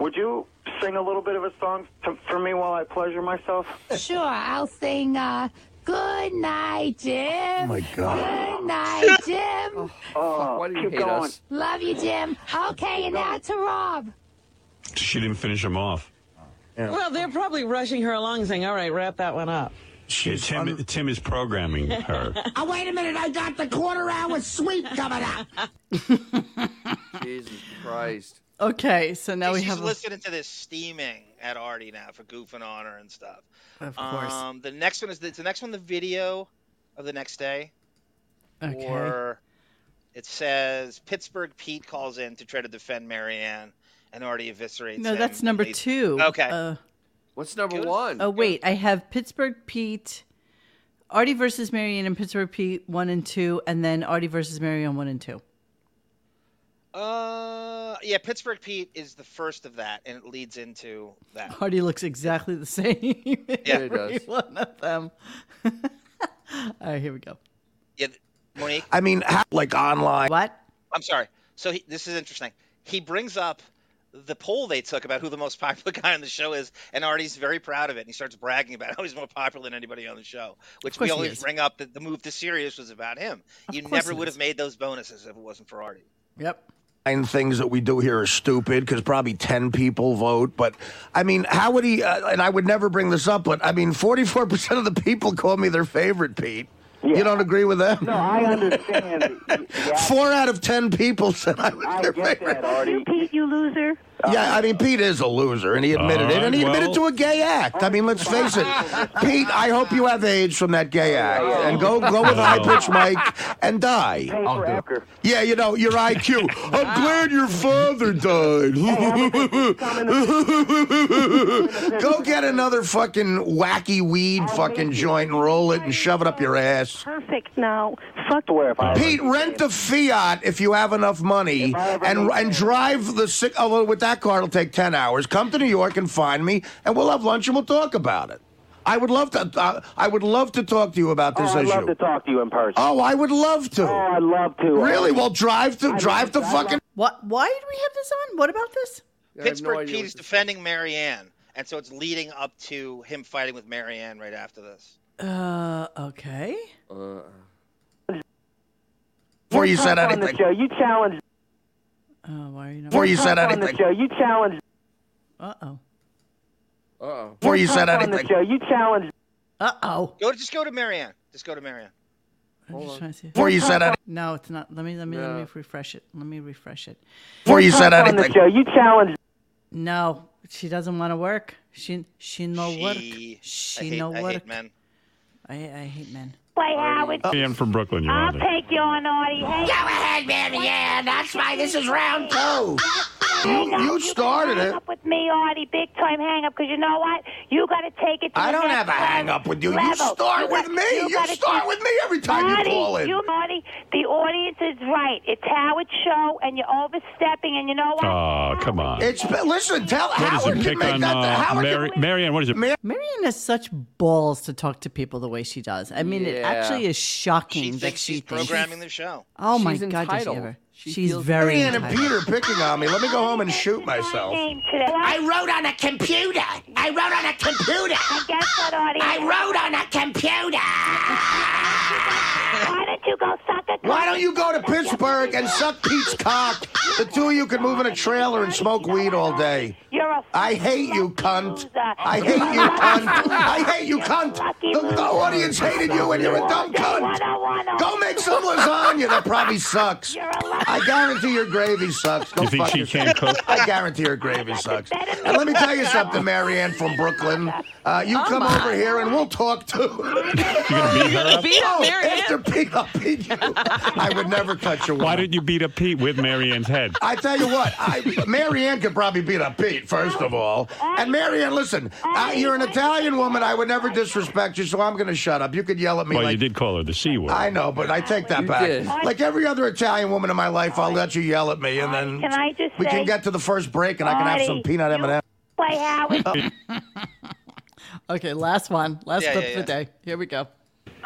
Speaker 18: Would you sing a little bit of a song to, for me while I pleasure myself?
Speaker 13: Sure, I'll sing uh, Good Night, Jim.
Speaker 18: Oh my God.
Speaker 13: Good night, Jim.
Speaker 18: Oh,
Speaker 19: Why do you
Speaker 18: keep
Speaker 19: hate
Speaker 18: going.
Speaker 19: us?
Speaker 13: Love you, Jim. Okay, and now to Rob.
Speaker 16: She didn't finish him off.
Speaker 4: Well, they're probably rushing her along saying, all right, wrap that one up.
Speaker 16: Yeah, Tim, Tim is programming her.
Speaker 13: Oh, wait a minute. I got the quarter hour sweep coming up.
Speaker 19: Jesus Christ.
Speaker 2: Okay, so now we
Speaker 1: She's
Speaker 2: have. a-
Speaker 1: listening to this steaming at Artie now for goofing on her and stuff.
Speaker 2: Of course.
Speaker 1: Um, the next one is the, is the next one the video of the next day.
Speaker 2: Okay.
Speaker 1: Or it says Pittsburgh Pete calls in to try to defend Marianne and Artie eviscerates
Speaker 2: No,
Speaker 1: him
Speaker 2: that's number
Speaker 1: at least-
Speaker 2: two.
Speaker 1: Okay.
Speaker 2: Uh,
Speaker 19: What's number one?
Speaker 2: oh wait, I have Pittsburgh Pete, Artie versus Marion and Pittsburgh Pete one and two, and then Artie versus Marion one and two.
Speaker 1: Uh, yeah, Pittsburgh Pete is the first of that, and it leads into that.
Speaker 2: Artie looks exactly the same. in
Speaker 1: Yeah, he
Speaker 2: every
Speaker 1: does.
Speaker 2: one of them. All right, here we go.
Speaker 1: Yeah, th- Monique.
Speaker 12: I mean, how, like online.
Speaker 2: What?
Speaker 1: I'm sorry. So he, this is interesting. He brings up the poll they took about who the most popular guy on the show is, and Artie's very proud of it. And he starts bragging about how he's more popular than anybody on the show, which
Speaker 2: course
Speaker 1: we
Speaker 2: he
Speaker 1: always
Speaker 2: is.
Speaker 1: bring up that the move to Sirius was about him. you
Speaker 2: course
Speaker 1: never
Speaker 2: it
Speaker 1: would
Speaker 2: is.
Speaker 1: have made those bonuses if it wasn't for Artie.
Speaker 2: Yep.
Speaker 12: Nine things that we do here are stupid because probably 10 people vote. But I mean, how would he? Uh, and I would never bring this up, but I mean, 44% of the people call me their favorite, Pete. You don't agree with that?
Speaker 18: No, I understand.
Speaker 12: Four out of 10 people said I was their favorite.
Speaker 20: You, Pete, you loser.
Speaker 12: Yeah, I mean, Pete is a loser, and he admitted it,
Speaker 13: Alright,
Speaker 12: and he admitted
Speaker 13: well-
Speaker 12: to a gay act. I mean, let's face it, Pete. I hope you have AIDS from that gay act, and go go with high pitch mic and die. Yeah, you know your IQ. I'm glad your father died. go get another fucking wacky weed fucking joint and roll it and shove it up your ass.
Speaker 20: Perfect. Now, fuck. Where
Speaker 12: Pete, rent a Fiat if you have enough money, and and drive the six. Although with that car, it'll take ten hours. Come to New York and find me, and we'll have lunch and we'll talk about it. I would love to. Uh, I would love to talk to you about this
Speaker 18: Oh, I'd
Speaker 12: issue.
Speaker 18: love to talk to you in person.
Speaker 12: Oh, I would love to. Oh,
Speaker 18: I'd love to.
Speaker 12: Really? Well, drive to drive to fucking.
Speaker 2: What? Why did we have this on? What about this?
Speaker 1: Pittsburgh Pete is defending Marianne, and so it's leading up to him fighting with Marianne right after this.
Speaker 2: Uh, okay.
Speaker 19: Uh,
Speaker 12: Before you said
Speaker 18: You're tough on
Speaker 12: anything.
Speaker 18: The show. You challenged.
Speaker 2: Oh, why are you not?
Speaker 12: Before you said
Speaker 18: tough on
Speaker 12: anything.
Speaker 18: The show. You challenged.
Speaker 2: Uh oh.
Speaker 19: Uh oh.
Speaker 12: Before you
Speaker 18: You're
Speaker 12: said
Speaker 18: tough on the
Speaker 12: anything.
Speaker 18: show. You challenged.
Speaker 2: Uh oh.
Speaker 1: Go just go to Marianne. Just go to Marianne.
Speaker 2: I'm just trying to see.
Speaker 12: Before you said any-
Speaker 2: No, it's not. Let me let me let me refresh it. Let me refresh it.
Speaker 12: Before you said
Speaker 18: on the
Speaker 12: anything.
Speaker 18: show. You challenged.
Speaker 2: No, she doesn't want to work. She she no
Speaker 1: She-
Speaker 2: work.
Speaker 1: I
Speaker 2: She
Speaker 1: hate-
Speaker 2: no
Speaker 1: I hate
Speaker 2: work.
Speaker 1: men.
Speaker 2: I, I hate men.
Speaker 20: Play Howard.
Speaker 12: Oh.
Speaker 16: Marianne from Brooklyn, you're
Speaker 20: I'll
Speaker 16: on there.
Speaker 20: take you on, Artie. Hey.
Speaker 13: Go ahead, Mary. Yeah, that's right. This is round two.
Speaker 12: You, you started
Speaker 20: hang
Speaker 12: it.
Speaker 20: up with me, Artie, big time hang up, because you know what?
Speaker 13: You got to take it to
Speaker 12: I
Speaker 13: the
Speaker 12: don't
Speaker 13: next
Speaker 12: have a hang up with you. You
Speaker 13: level.
Speaker 12: start with
Speaker 13: got-
Speaker 12: me. You
Speaker 13: gotta
Speaker 12: start
Speaker 13: keep-
Speaker 12: with me every time you
Speaker 13: Marty,
Speaker 12: call in.
Speaker 13: You, Marty, the audience is right. It's Howard's show, and you're overstepping, and you know what?
Speaker 16: Oh, come on.
Speaker 12: It's listen. Tell
Speaker 16: What does
Speaker 12: Howard
Speaker 16: it
Speaker 12: can
Speaker 16: pick
Speaker 12: make
Speaker 16: on
Speaker 12: that.
Speaker 16: uh,
Speaker 12: Howard
Speaker 16: Mary, Marianne? What is it?
Speaker 2: Marianne has such balls to talk to people the way she does. I mean, it
Speaker 1: Yeah.
Speaker 2: actually is shocking
Speaker 1: She
Speaker 2: that
Speaker 1: thinks
Speaker 2: she
Speaker 1: she's
Speaker 2: thinks.
Speaker 1: programming the show.
Speaker 2: Oh my
Speaker 1: She's
Speaker 2: God, does she
Speaker 1: entitled.
Speaker 2: ever?
Speaker 1: She
Speaker 2: she's
Speaker 1: feels-
Speaker 2: very
Speaker 12: Marianne and
Speaker 2: entitled.
Speaker 12: Peter picking on me. Let me go home and shoot myself.
Speaker 13: I
Speaker 12: wrote on a computer. I wrote on a computer. I
Speaker 13: guess that audience.
Speaker 12: I wrote on a computer.
Speaker 13: Why don't you go suck a
Speaker 12: Why don't you go to Pittsburgh and suck Pete's cock? The two of you can move in a trailer and smoke weed all day.
Speaker 13: You're a
Speaker 12: I hate you, cunt. I hate you, cunt. I hate you, cunt. The, the audience hated you and you're a dumb cunt. Go make some lasagna that probably sucks. I guarantee your gravy sucks. Go
Speaker 16: You think
Speaker 12: fuck
Speaker 16: she
Speaker 12: yourself.
Speaker 16: can't cook?
Speaker 12: I guarantee your gravy sucks. And let me tell you something, Marianne from Brooklyn. Uh, you
Speaker 2: Oh,
Speaker 12: come
Speaker 2: my.
Speaker 12: over here and we'll talk too. Oh,
Speaker 16: You're gonna beat her up?
Speaker 12: Beat up Marianne. After beat up beat you. I would never cut your.
Speaker 16: Why didn't you beat up Pete with Marianne's head?
Speaker 12: I tell you what, I, Marianne could probably beat up Pete, first of all. And Marianne, listen, uh, you're an Italian woman. I would never disrespect you, so I'm going to shut up. You could yell at me
Speaker 16: Well, you
Speaker 12: like.
Speaker 16: did call her the C word.
Speaker 12: I know, but I take that
Speaker 16: You
Speaker 12: back.
Speaker 16: did.
Speaker 12: Like every other Italian woman in my life, I'll let you yell at me, and then
Speaker 13: Can I just
Speaker 12: we
Speaker 13: say-
Speaker 12: can get to the first break, and I can have some
Speaker 13: Artie,
Speaker 12: peanut M and
Speaker 13: play Howard.
Speaker 12: m
Speaker 2: Okay, last one. Last
Speaker 12: Yeah,
Speaker 2: clip
Speaker 12: yeah,
Speaker 2: of the day. Here we go.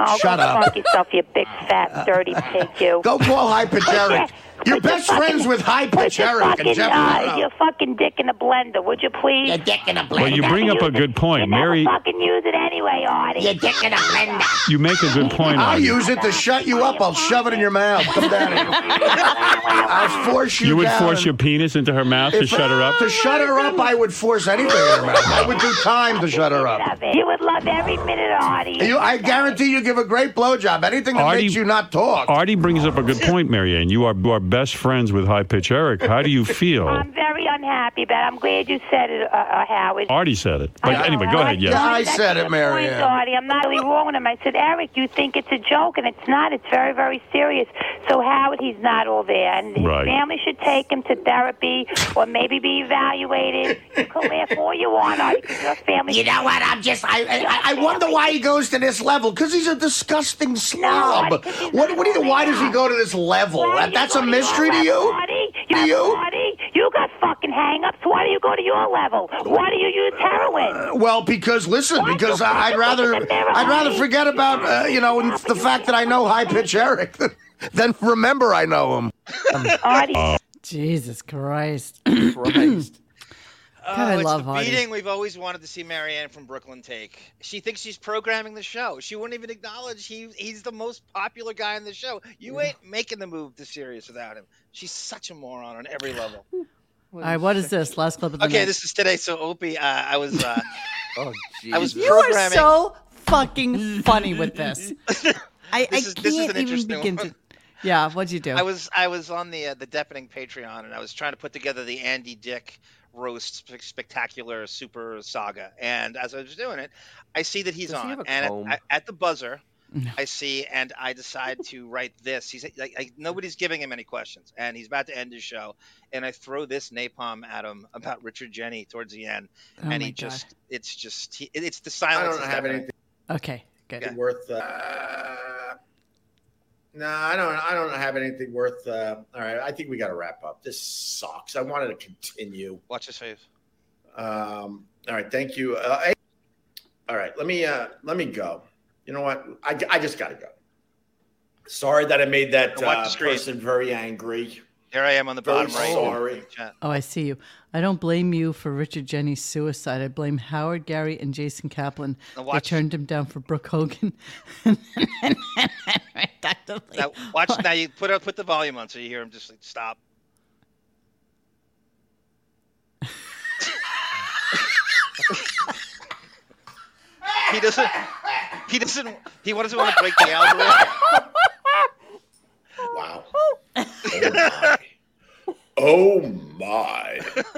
Speaker 13: Oh,
Speaker 12: Shut
Speaker 13: go
Speaker 12: up. Uh,
Speaker 13: Fuck yourself, you big fat dirty pig. You.
Speaker 12: Go call Hypergeric.
Speaker 13: Put
Speaker 12: You're best
Speaker 13: fucking-
Speaker 12: friends with Hypergeric and
Speaker 13: Fucking,
Speaker 12: Jeff.
Speaker 13: uh, your fucking dick in a blender, would you please? Your
Speaker 12: dick in a blender.
Speaker 16: Well, you bring up a good point, Mary.
Speaker 13: fucking use it anyway, Artie. Your
Speaker 12: dick in a blender.
Speaker 16: You make a good point.
Speaker 12: I'll
Speaker 16: Artie.
Speaker 12: use it to shut you up. I'll shove it in your mouth. Come down here. I'll force you.
Speaker 16: You would
Speaker 12: down
Speaker 16: force
Speaker 12: and-
Speaker 16: your penis into her mouth to
Speaker 12: If-
Speaker 16: shut her up.
Speaker 12: To shut her up, I would force anything in her mouth. I would do time to shut her up.
Speaker 13: You would love every minute, Artie.
Speaker 12: You, I guarantee you give a great blowjob. Anything that
Speaker 16: Artie-
Speaker 12: makes you not talk.
Speaker 16: Artie brings up a good point, Marianne. You are, you are best friends with High Pitch Eric. How do you feel?
Speaker 13: I'm very unhappy, but I'm glad you said it, uh, uh, Howard.
Speaker 16: Artie said it. But anyway, go ahead. Yes.
Speaker 13: Point, Artie. I'm not really wrong with him. I said, Eric, you think it's a joke, and it's not. It's very, very serious. So Howard, he's not all there, and his
Speaker 16: Right.
Speaker 13: family should take him to therapy or maybe be evaluated. You can laugh all you want, Artie, 'cause your family.
Speaker 12: You know what? I'm just. I I, I wonder why he goes to this level. Because he's a disgusting slob. What? What do you? Why does he go to this level? That, that's a mystery to you.
Speaker 13: Artie, you, Artie, you got fucking hang-ups. Why do you go to your level? Why do you use heroin?
Speaker 12: Well, because listen, because I, I'd rather I'd rather forget about uh, you know the fact that I know high pitch Eric than remember I know him.
Speaker 2: Jesus Christ.
Speaker 4: Christ.
Speaker 2: God, I
Speaker 1: Uh, it's
Speaker 2: love
Speaker 1: the
Speaker 2: Artie.
Speaker 1: beating we've always wanted to see Marianne from Brooklyn take. She thinks she's programming the show. She wouldn't even acknowledge he he's the most popular guy in the show. You ain't making the move to serious without him. She's such a moron on every level.
Speaker 2: All right, what is this? Last clip of the
Speaker 1: Okay,
Speaker 2: night.
Speaker 1: this is today. So Opie, uh, I was uh,
Speaker 4: oh,
Speaker 1: I was
Speaker 2: you are
Speaker 1: programming.
Speaker 2: so fucking funny with this. I, I
Speaker 1: This is-
Speaker 2: can't
Speaker 1: this is an
Speaker 2: even
Speaker 1: interesting
Speaker 2: begin
Speaker 1: one.
Speaker 2: to. Yeah, what'd you do?
Speaker 1: I was I was on the uh, the deafening Patreon and I was trying to put together the Andy Dick roast sp- spectacular super saga. And as I was doing it, I see that he's
Speaker 4: Does he
Speaker 1: on,
Speaker 4: have a
Speaker 1: and at-
Speaker 4: comb?
Speaker 1: at, at the buzzer, I see, and I decide to write this. He's like, like nobody's giving him any questions, and he's about to end his show, and I throw this napalm at him about Richard Jenny towards the end,
Speaker 2: Oh
Speaker 1: and
Speaker 2: my
Speaker 1: he
Speaker 2: God.
Speaker 1: just it's just he, it's the silence.
Speaker 21: don't
Speaker 1: is
Speaker 21: have
Speaker 1: deafening.
Speaker 21: anything.
Speaker 2: Okay, good.
Speaker 21: worth. Uh, no, I don't. I don't have anything worth. Uh, all right, I think we got to wrap up. This sucks. I wanted to continue.
Speaker 1: Watch his face.
Speaker 21: Um, all right, thank you. Uh, hey- all right, let me uh, let me go. You know what? I, I just got to go. Sorry that I made that
Speaker 1: Now watch the
Speaker 21: uh,
Speaker 1: screen.
Speaker 21: person very angry.
Speaker 1: Here I am on the
Speaker 21: Very
Speaker 1: bottom right.
Speaker 21: sorry.
Speaker 2: Oh, I see you. I don't blame you for Richard Jenny's suicide. I blame Howard, Gary, and Jason Kaplan.
Speaker 1: Now
Speaker 2: They
Speaker 1: watch-
Speaker 2: turned him down for Brooke Hogan.
Speaker 1: Now watch. Now you put up, put the volume on so you hear him just like, stop. he doesn't. He doesn't. He doesn't want to break the algorithm.
Speaker 21: Wow. Oh my.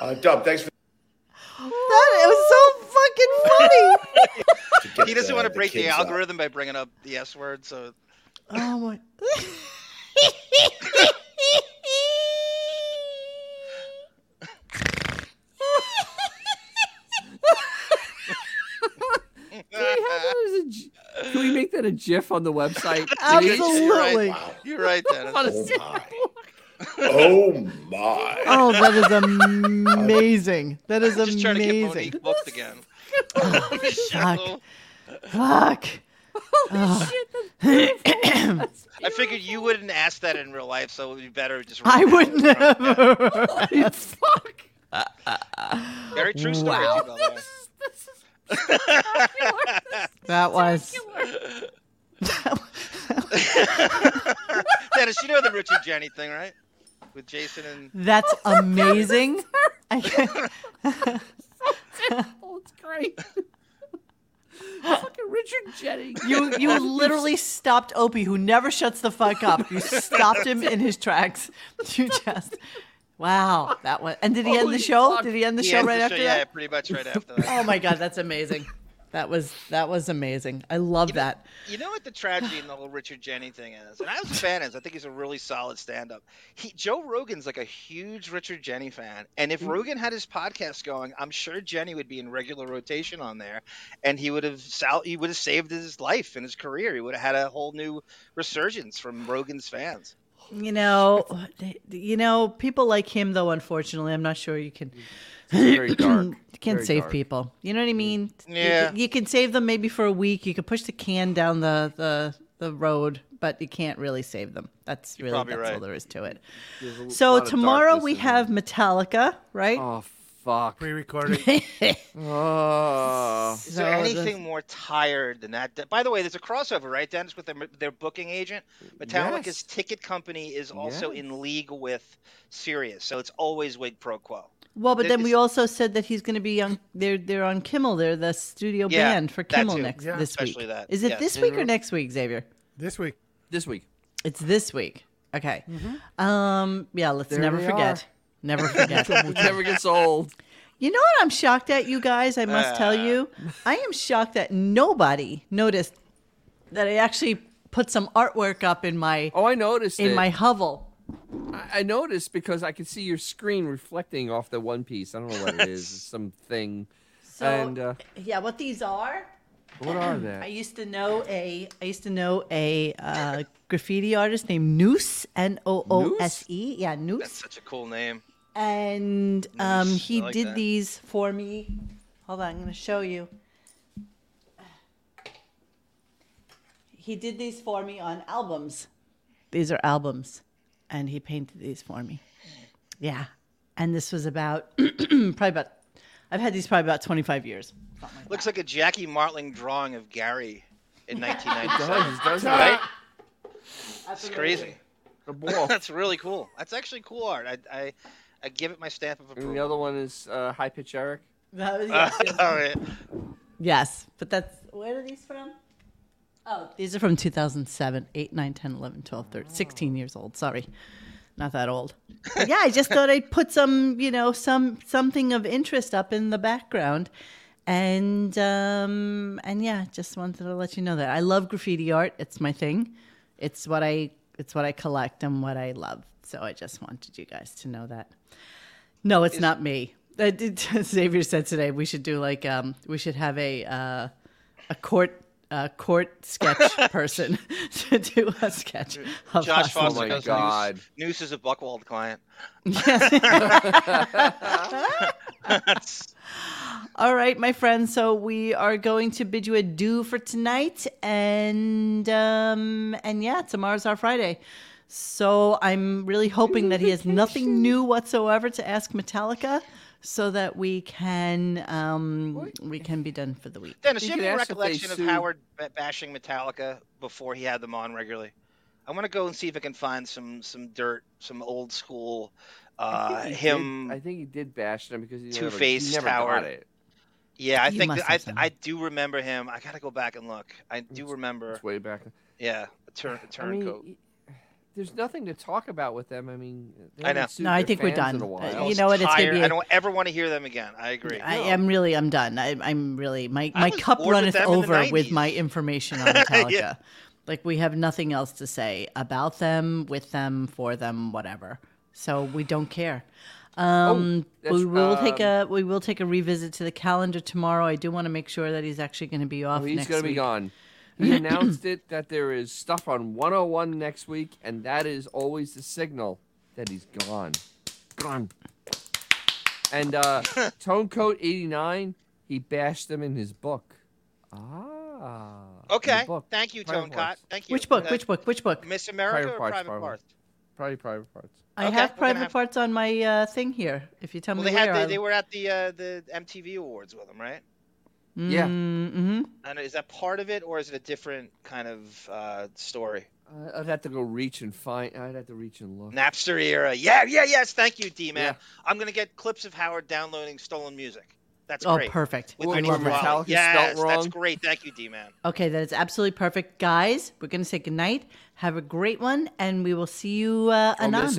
Speaker 21: uh, Dub, thanks for.
Speaker 2: That was so fucking funny.
Speaker 21: get
Speaker 1: he doesn't
Speaker 21: the-
Speaker 1: want to
Speaker 21: the
Speaker 1: break the,
Speaker 21: kids out.
Speaker 1: algorithm by bringing up the S word. So
Speaker 2: oh my.
Speaker 3: that a GIF on the website?
Speaker 1: Absolutely. You're right.
Speaker 3: please?
Speaker 1: Wow. You're right, Dennis.
Speaker 3: Honestly.
Speaker 21: Oh my!
Speaker 2: Oh, that is amazing. That is
Speaker 1: Just trying to get
Speaker 2: amazing.
Speaker 1: Monique booked again.
Speaker 2: Fuck. Fuck. Oh.
Speaker 1: I figured you wouldn't ask that in real life, so it would be better just.
Speaker 2: I would never. Right? Fuck.
Speaker 1: Very true story.
Speaker 2: Wow.
Speaker 1: by the way.
Speaker 2: That was.
Speaker 1: Dennis, you know the Richie Jenny thing, right? With Jason and
Speaker 2: That's amazing. I can't-
Speaker 3: It's great. Fucking Richard Jennings.
Speaker 2: You you literally stopped Opie, who never shuts the fuck up. You stopped him in his tracks. You just wow, that one. And did he end
Speaker 1: Holy
Speaker 2: the show?
Speaker 1: fuck.
Speaker 2: Did he end the
Speaker 1: He
Speaker 2: show
Speaker 1: ends
Speaker 2: right
Speaker 1: the show,
Speaker 2: after
Speaker 1: yeah,
Speaker 2: that?
Speaker 1: pretty much right after that.
Speaker 2: oh my god, that's amazing. That was that was amazing. I love that.
Speaker 1: You know what the tragedy in the whole Richard Jenny thing is, and I was a fan is I think he's a really solid stand-up. He Joe Rogan's like a huge Richard Jenny fan, and if
Speaker 2: Mm.
Speaker 1: Rogan had his podcast going, I'm sure Jenny would be in regular rotation on there, and he would have sal- he would have saved his life and his career. He would have had a whole new resurgence from Rogan's fans.
Speaker 2: You know, you know, people like him though. Unfortunately, I'm not sure you can. Very
Speaker 3: dark.
Speaker 2: Can't
Speaker 3: Very
Speaker 2: save
Speaker 3: dark.
Speaker 2: people. You know what I mean? You-
Speaker 1: Mm. Yeah.
Speaker 2: You, can save them maybe for a week. You can push the can down the the, the road, but you can't really save them. That's really
Speaker 3: probably
Speaker 2: that's all
Speaker 3: right.
Speaker 2: there is to it.
Speaker 3: There's a
Speaker 2: So
Speaker 3: lot of
Speaker 2: tomorrow
Speaker 3: darkness
Speaker 2: we
Speaker 3: in
Speaker 2: have Metallica, right?
Speaker 3: Oh fuck.
Speaker 5: Pre-recorded.
Speaker 3: oh.
Speaker 1: Is there anything more tired than that? By the way, there's a crossover, right, Dennis, with their, their booking agent. Metallica's
Speaker 3: Yes.
Speaker 1: ticket company is also
Speaker 3: Yes.
Speaker 1: in league with Sirius, so it's always wig pro quo.
Speaker 2: Well, but
Speaker 1: Th-
Speaker 2: then we
Speaker 1: it's-
Speaker 2: also said that he's going to be on. They're they're on Kimmel. They're the studio
Speaker 1: Yeah,
Speaker 2: band for
Speaker 1: that
Speaker 2: Kimmel
Speaker 1: too.
Speaker 2: next
Speaker 1: Yeah.
Speaker 2: this week.
Speaker 1: Especially that,
Speaker 2: Is it
Speaker 1: yes.
Speaker 2: this week or
Speaker 1: Mhm.
Speaker 2: next week, Xavier?
Speaker 5: This week.
Speaker 3: This week.
Speaker 2: It's this week. Okay. Um. Yeah. Let's
Speaker 3: Mm-hmm. There
Speaker 2: never
Speaker 3: they
Speaker 2: forget.
Speaker 3: are.
Speaker 2: Never forget.
Speaker 3: It never gets old.
Speaker 2: You know what I'm shocked at, you guys? I must tell
Speaker 3: Ah.
Speaker 2: you. I am shocked that nobody noticed that I actually put some artwork up in my
Speaker 3: Oh, I noticed
Speaker 2: in
Speaker 3: it.
Speaker 2: my hovel.
Speaker 3: I, I noticed because I could see your screen reflecting off the one piece. I don't know what it is. It's some thing.
Speaker 2: So
Speaker 3: and uh,
Speaker 2: yeah, what these are?
Speaker 3: what are
Speaker 2: I
Speaker 3: that?
Speaker 2: used to know a I used to know a uh, graffiti artist named Noose N O O S E. Yeah, Noose.
Speaker 1: That's such a cool name.
Speaker 2: and um,
Speaker 1: Nice.
Speaker 2: he
Speaker 1: I like
Speaker 2: did
Speaker 1: that.
Speaker 2: these for me. Hold on, I'm going to show you. He did these for me on albums. These are albums, and he painted these for me. Yeah, and this was about probably about. I've had these probably about 25 years.
Speaker 1: Looks like a Jackie Martling drawing of Gary in 1997.
Speaker 3: It does, doesn't it?
Speaker 1: right? It's crazy.
Speaker 3: wolf.
Speaker 1: That's really cool. That's actually cool art. I, I, I give it my stamp of approval.
Speaker 3: And the other one is uh, High Pitch Eric.
Speaker 2: That was-
Speaker 1: Uh,
Speaker 2: yes, yes.
Speaker 1: all right.
Speaker 2: Yes, but that's where are these from? Oh, these are from 2007, 8, 9, 10, 11, 12, 13, 16 years old. Sorry. Not that old. But yeah, I just thought I'd put some, you know, some something of interest up in the background. And um and yeah, just wanted to let you know that I love graffiti art. It's my thing. It's what I it's what I collect and what I love. So I just wanted you guys to know that. No, it's not me. I did, Xavier said today we should do like um, we should have a uh, a court uh, court sketch person to do a sketch. Of us.
Speaker 1: Josh
Speaker 3: oh
Speaker 1: Foster goes to Noose. Noose is a Buckwald client.
Speaker 2: All right, my friends. So we are going to bid you adieu for tonight, and um, and yeah, tomorrow's our Friday. So I'm really hoping that he has nothing new whatsoever to ask Metallica, so that we can um, we can be done for the week.
Speaker 1: Dennis,
Speaker 3: You
Speaker 1: you have
Speaker 3: could
Speaker 1: any
Speaker 3: ask if they
Speaker 1: recollection of
Speaker 3: sued-
Speaker 1: Howard ba- bashing Metallica before he had them on regularly? I want to go and see if I can find some some dirt, some old school
Speaker 3: I
Speaker 1: uh,
Speaker 3: think he did-
Speaker 1: him.
Speaker 3: I think he did bash them because he never- he
Speaker 1: Two-faced
Speaker 3: never got
Speaker 1: Howard.
Speaker 3: it.
Speaker 1: Yeah, I
Speaker 3: You
Speaker 1: think
Speaker 3: must
Speaker 1: that
Speaker 3: have
Speaker 1: I
Speaker 3: seen
Speaker 1: I do remember him. I gotta go back and look. I do remember.
Speaker 3: Way back.
Speaker 1: Yeah, a turn a
Speaker 3: I mean,
Speaker 1: turncoat.
Speaker 3: y- there's nothing to talk about with them. I mean, they
Speaker 1: I know.
Speaker 3: haven't sued
Speaker 2: No, I
Speaker 3: their
Speaker 2: think we're
Speaker 3: fans in
Speaker 2: done.
Speaker 3: a
Speaker 2: Uh,
Speaker 3: while.
Speaker 2: you know what, it's gonna
Speaker 1: Tired.
Speaker 2: be a-
Speaker 1: I don't ever want to hear them again. I agree.
Speaker 2: I am really, I'm done. I, I'm really, my,
Speaker 1: I
Speaker 2: my
Speaker 1: was
Speaker 2: cup
Speaker 1: bored with
Speaker 2: runneth
Speaker 1: them in the
Speaker 2: over with my information on
Speaker 1: Yeah.
Speaker 2: Metallica. Like, we have nothing else to say about them, with them, for them, whatever. So we don't care.
Speaker 1: Oh,
Speaker 2: Um,
Speaker 3: that's-
Speaker 2: we will take a
Speaker 3: um,
Speaker 2: we will take a revisit to the calendar tomorrow. I do want to make sure that he's actually going to be off.
Speaker 3: Oh, he's
Speaker 2: next
Speaker 3: gonna be
Speaker 2: week.
Speaker 3: gone. They announced it that there is stuff on 101 next week, and that is always the signal that he's gone. Gone. And uh, Tonecoat 89, he bashed them in his book. Ah.
Speaker 1: Okay. Thank you, Tone
Speaker 3: Private
Speaker 1: Cot.
Speaker 3: Parts.
Speaker 1: Thank you.
Speaker 2: Which book?
Speaker 1: Uh,
Speaker 2: Which book? Which book?
Speaker 1: Miss America or Private
Speaker 3: Private
Speaker 1: Parts?
Speaker 3: Probably private parts.
Speaker 2: I
Speaker 1: Okay,
Speaker 2: have
Speaker 1: we're gonna
Speaker 2: private
Speaker 1: have-
Speaker 2: parts on my uh, thing here. If you tell
Speaker 1: Well,
Speaker 2: me
Speaker 1: they
Speaker 2: where,
Speaker 1: had the,
Speaker 2: I'll-
Speaker 1: they were at the uh, the MTV Awards with them, right?
Speaker 3: Yeah.
Speaker 2: Mm-hmm.
Speaker 1: And is that part of it, or is it a different kind of uh, story?
Speaker 3: I- I'd have to go reach and find. I'd have to reach and look.
Speaker 1: Napster era. Yeah, yeah, yes. Thank you, D man. I'm gonna get clips of Howard downloading stolen music. That's
Speaker 2: Oh,
Speaker 1: great.
Speaker 2: perfect.
Speaker 1: With
Speaker 2: Ooh,
Speaker 1: my new
Speaker 2: love
Speaker 1: wallet.
Speaker 2: Metallica spelt
Speaker 1: Yes, that's
Speaker 2: wrong.
Speaker 1: great. Thank you, D man.
Speaker 2: Okay, that is absolutely perfect, guys. We're gonna say goodnight. Have a great one, and we will see you uh,
Speaker 3: Oh,
Speaker 2: anon.
Speaker 3: Miss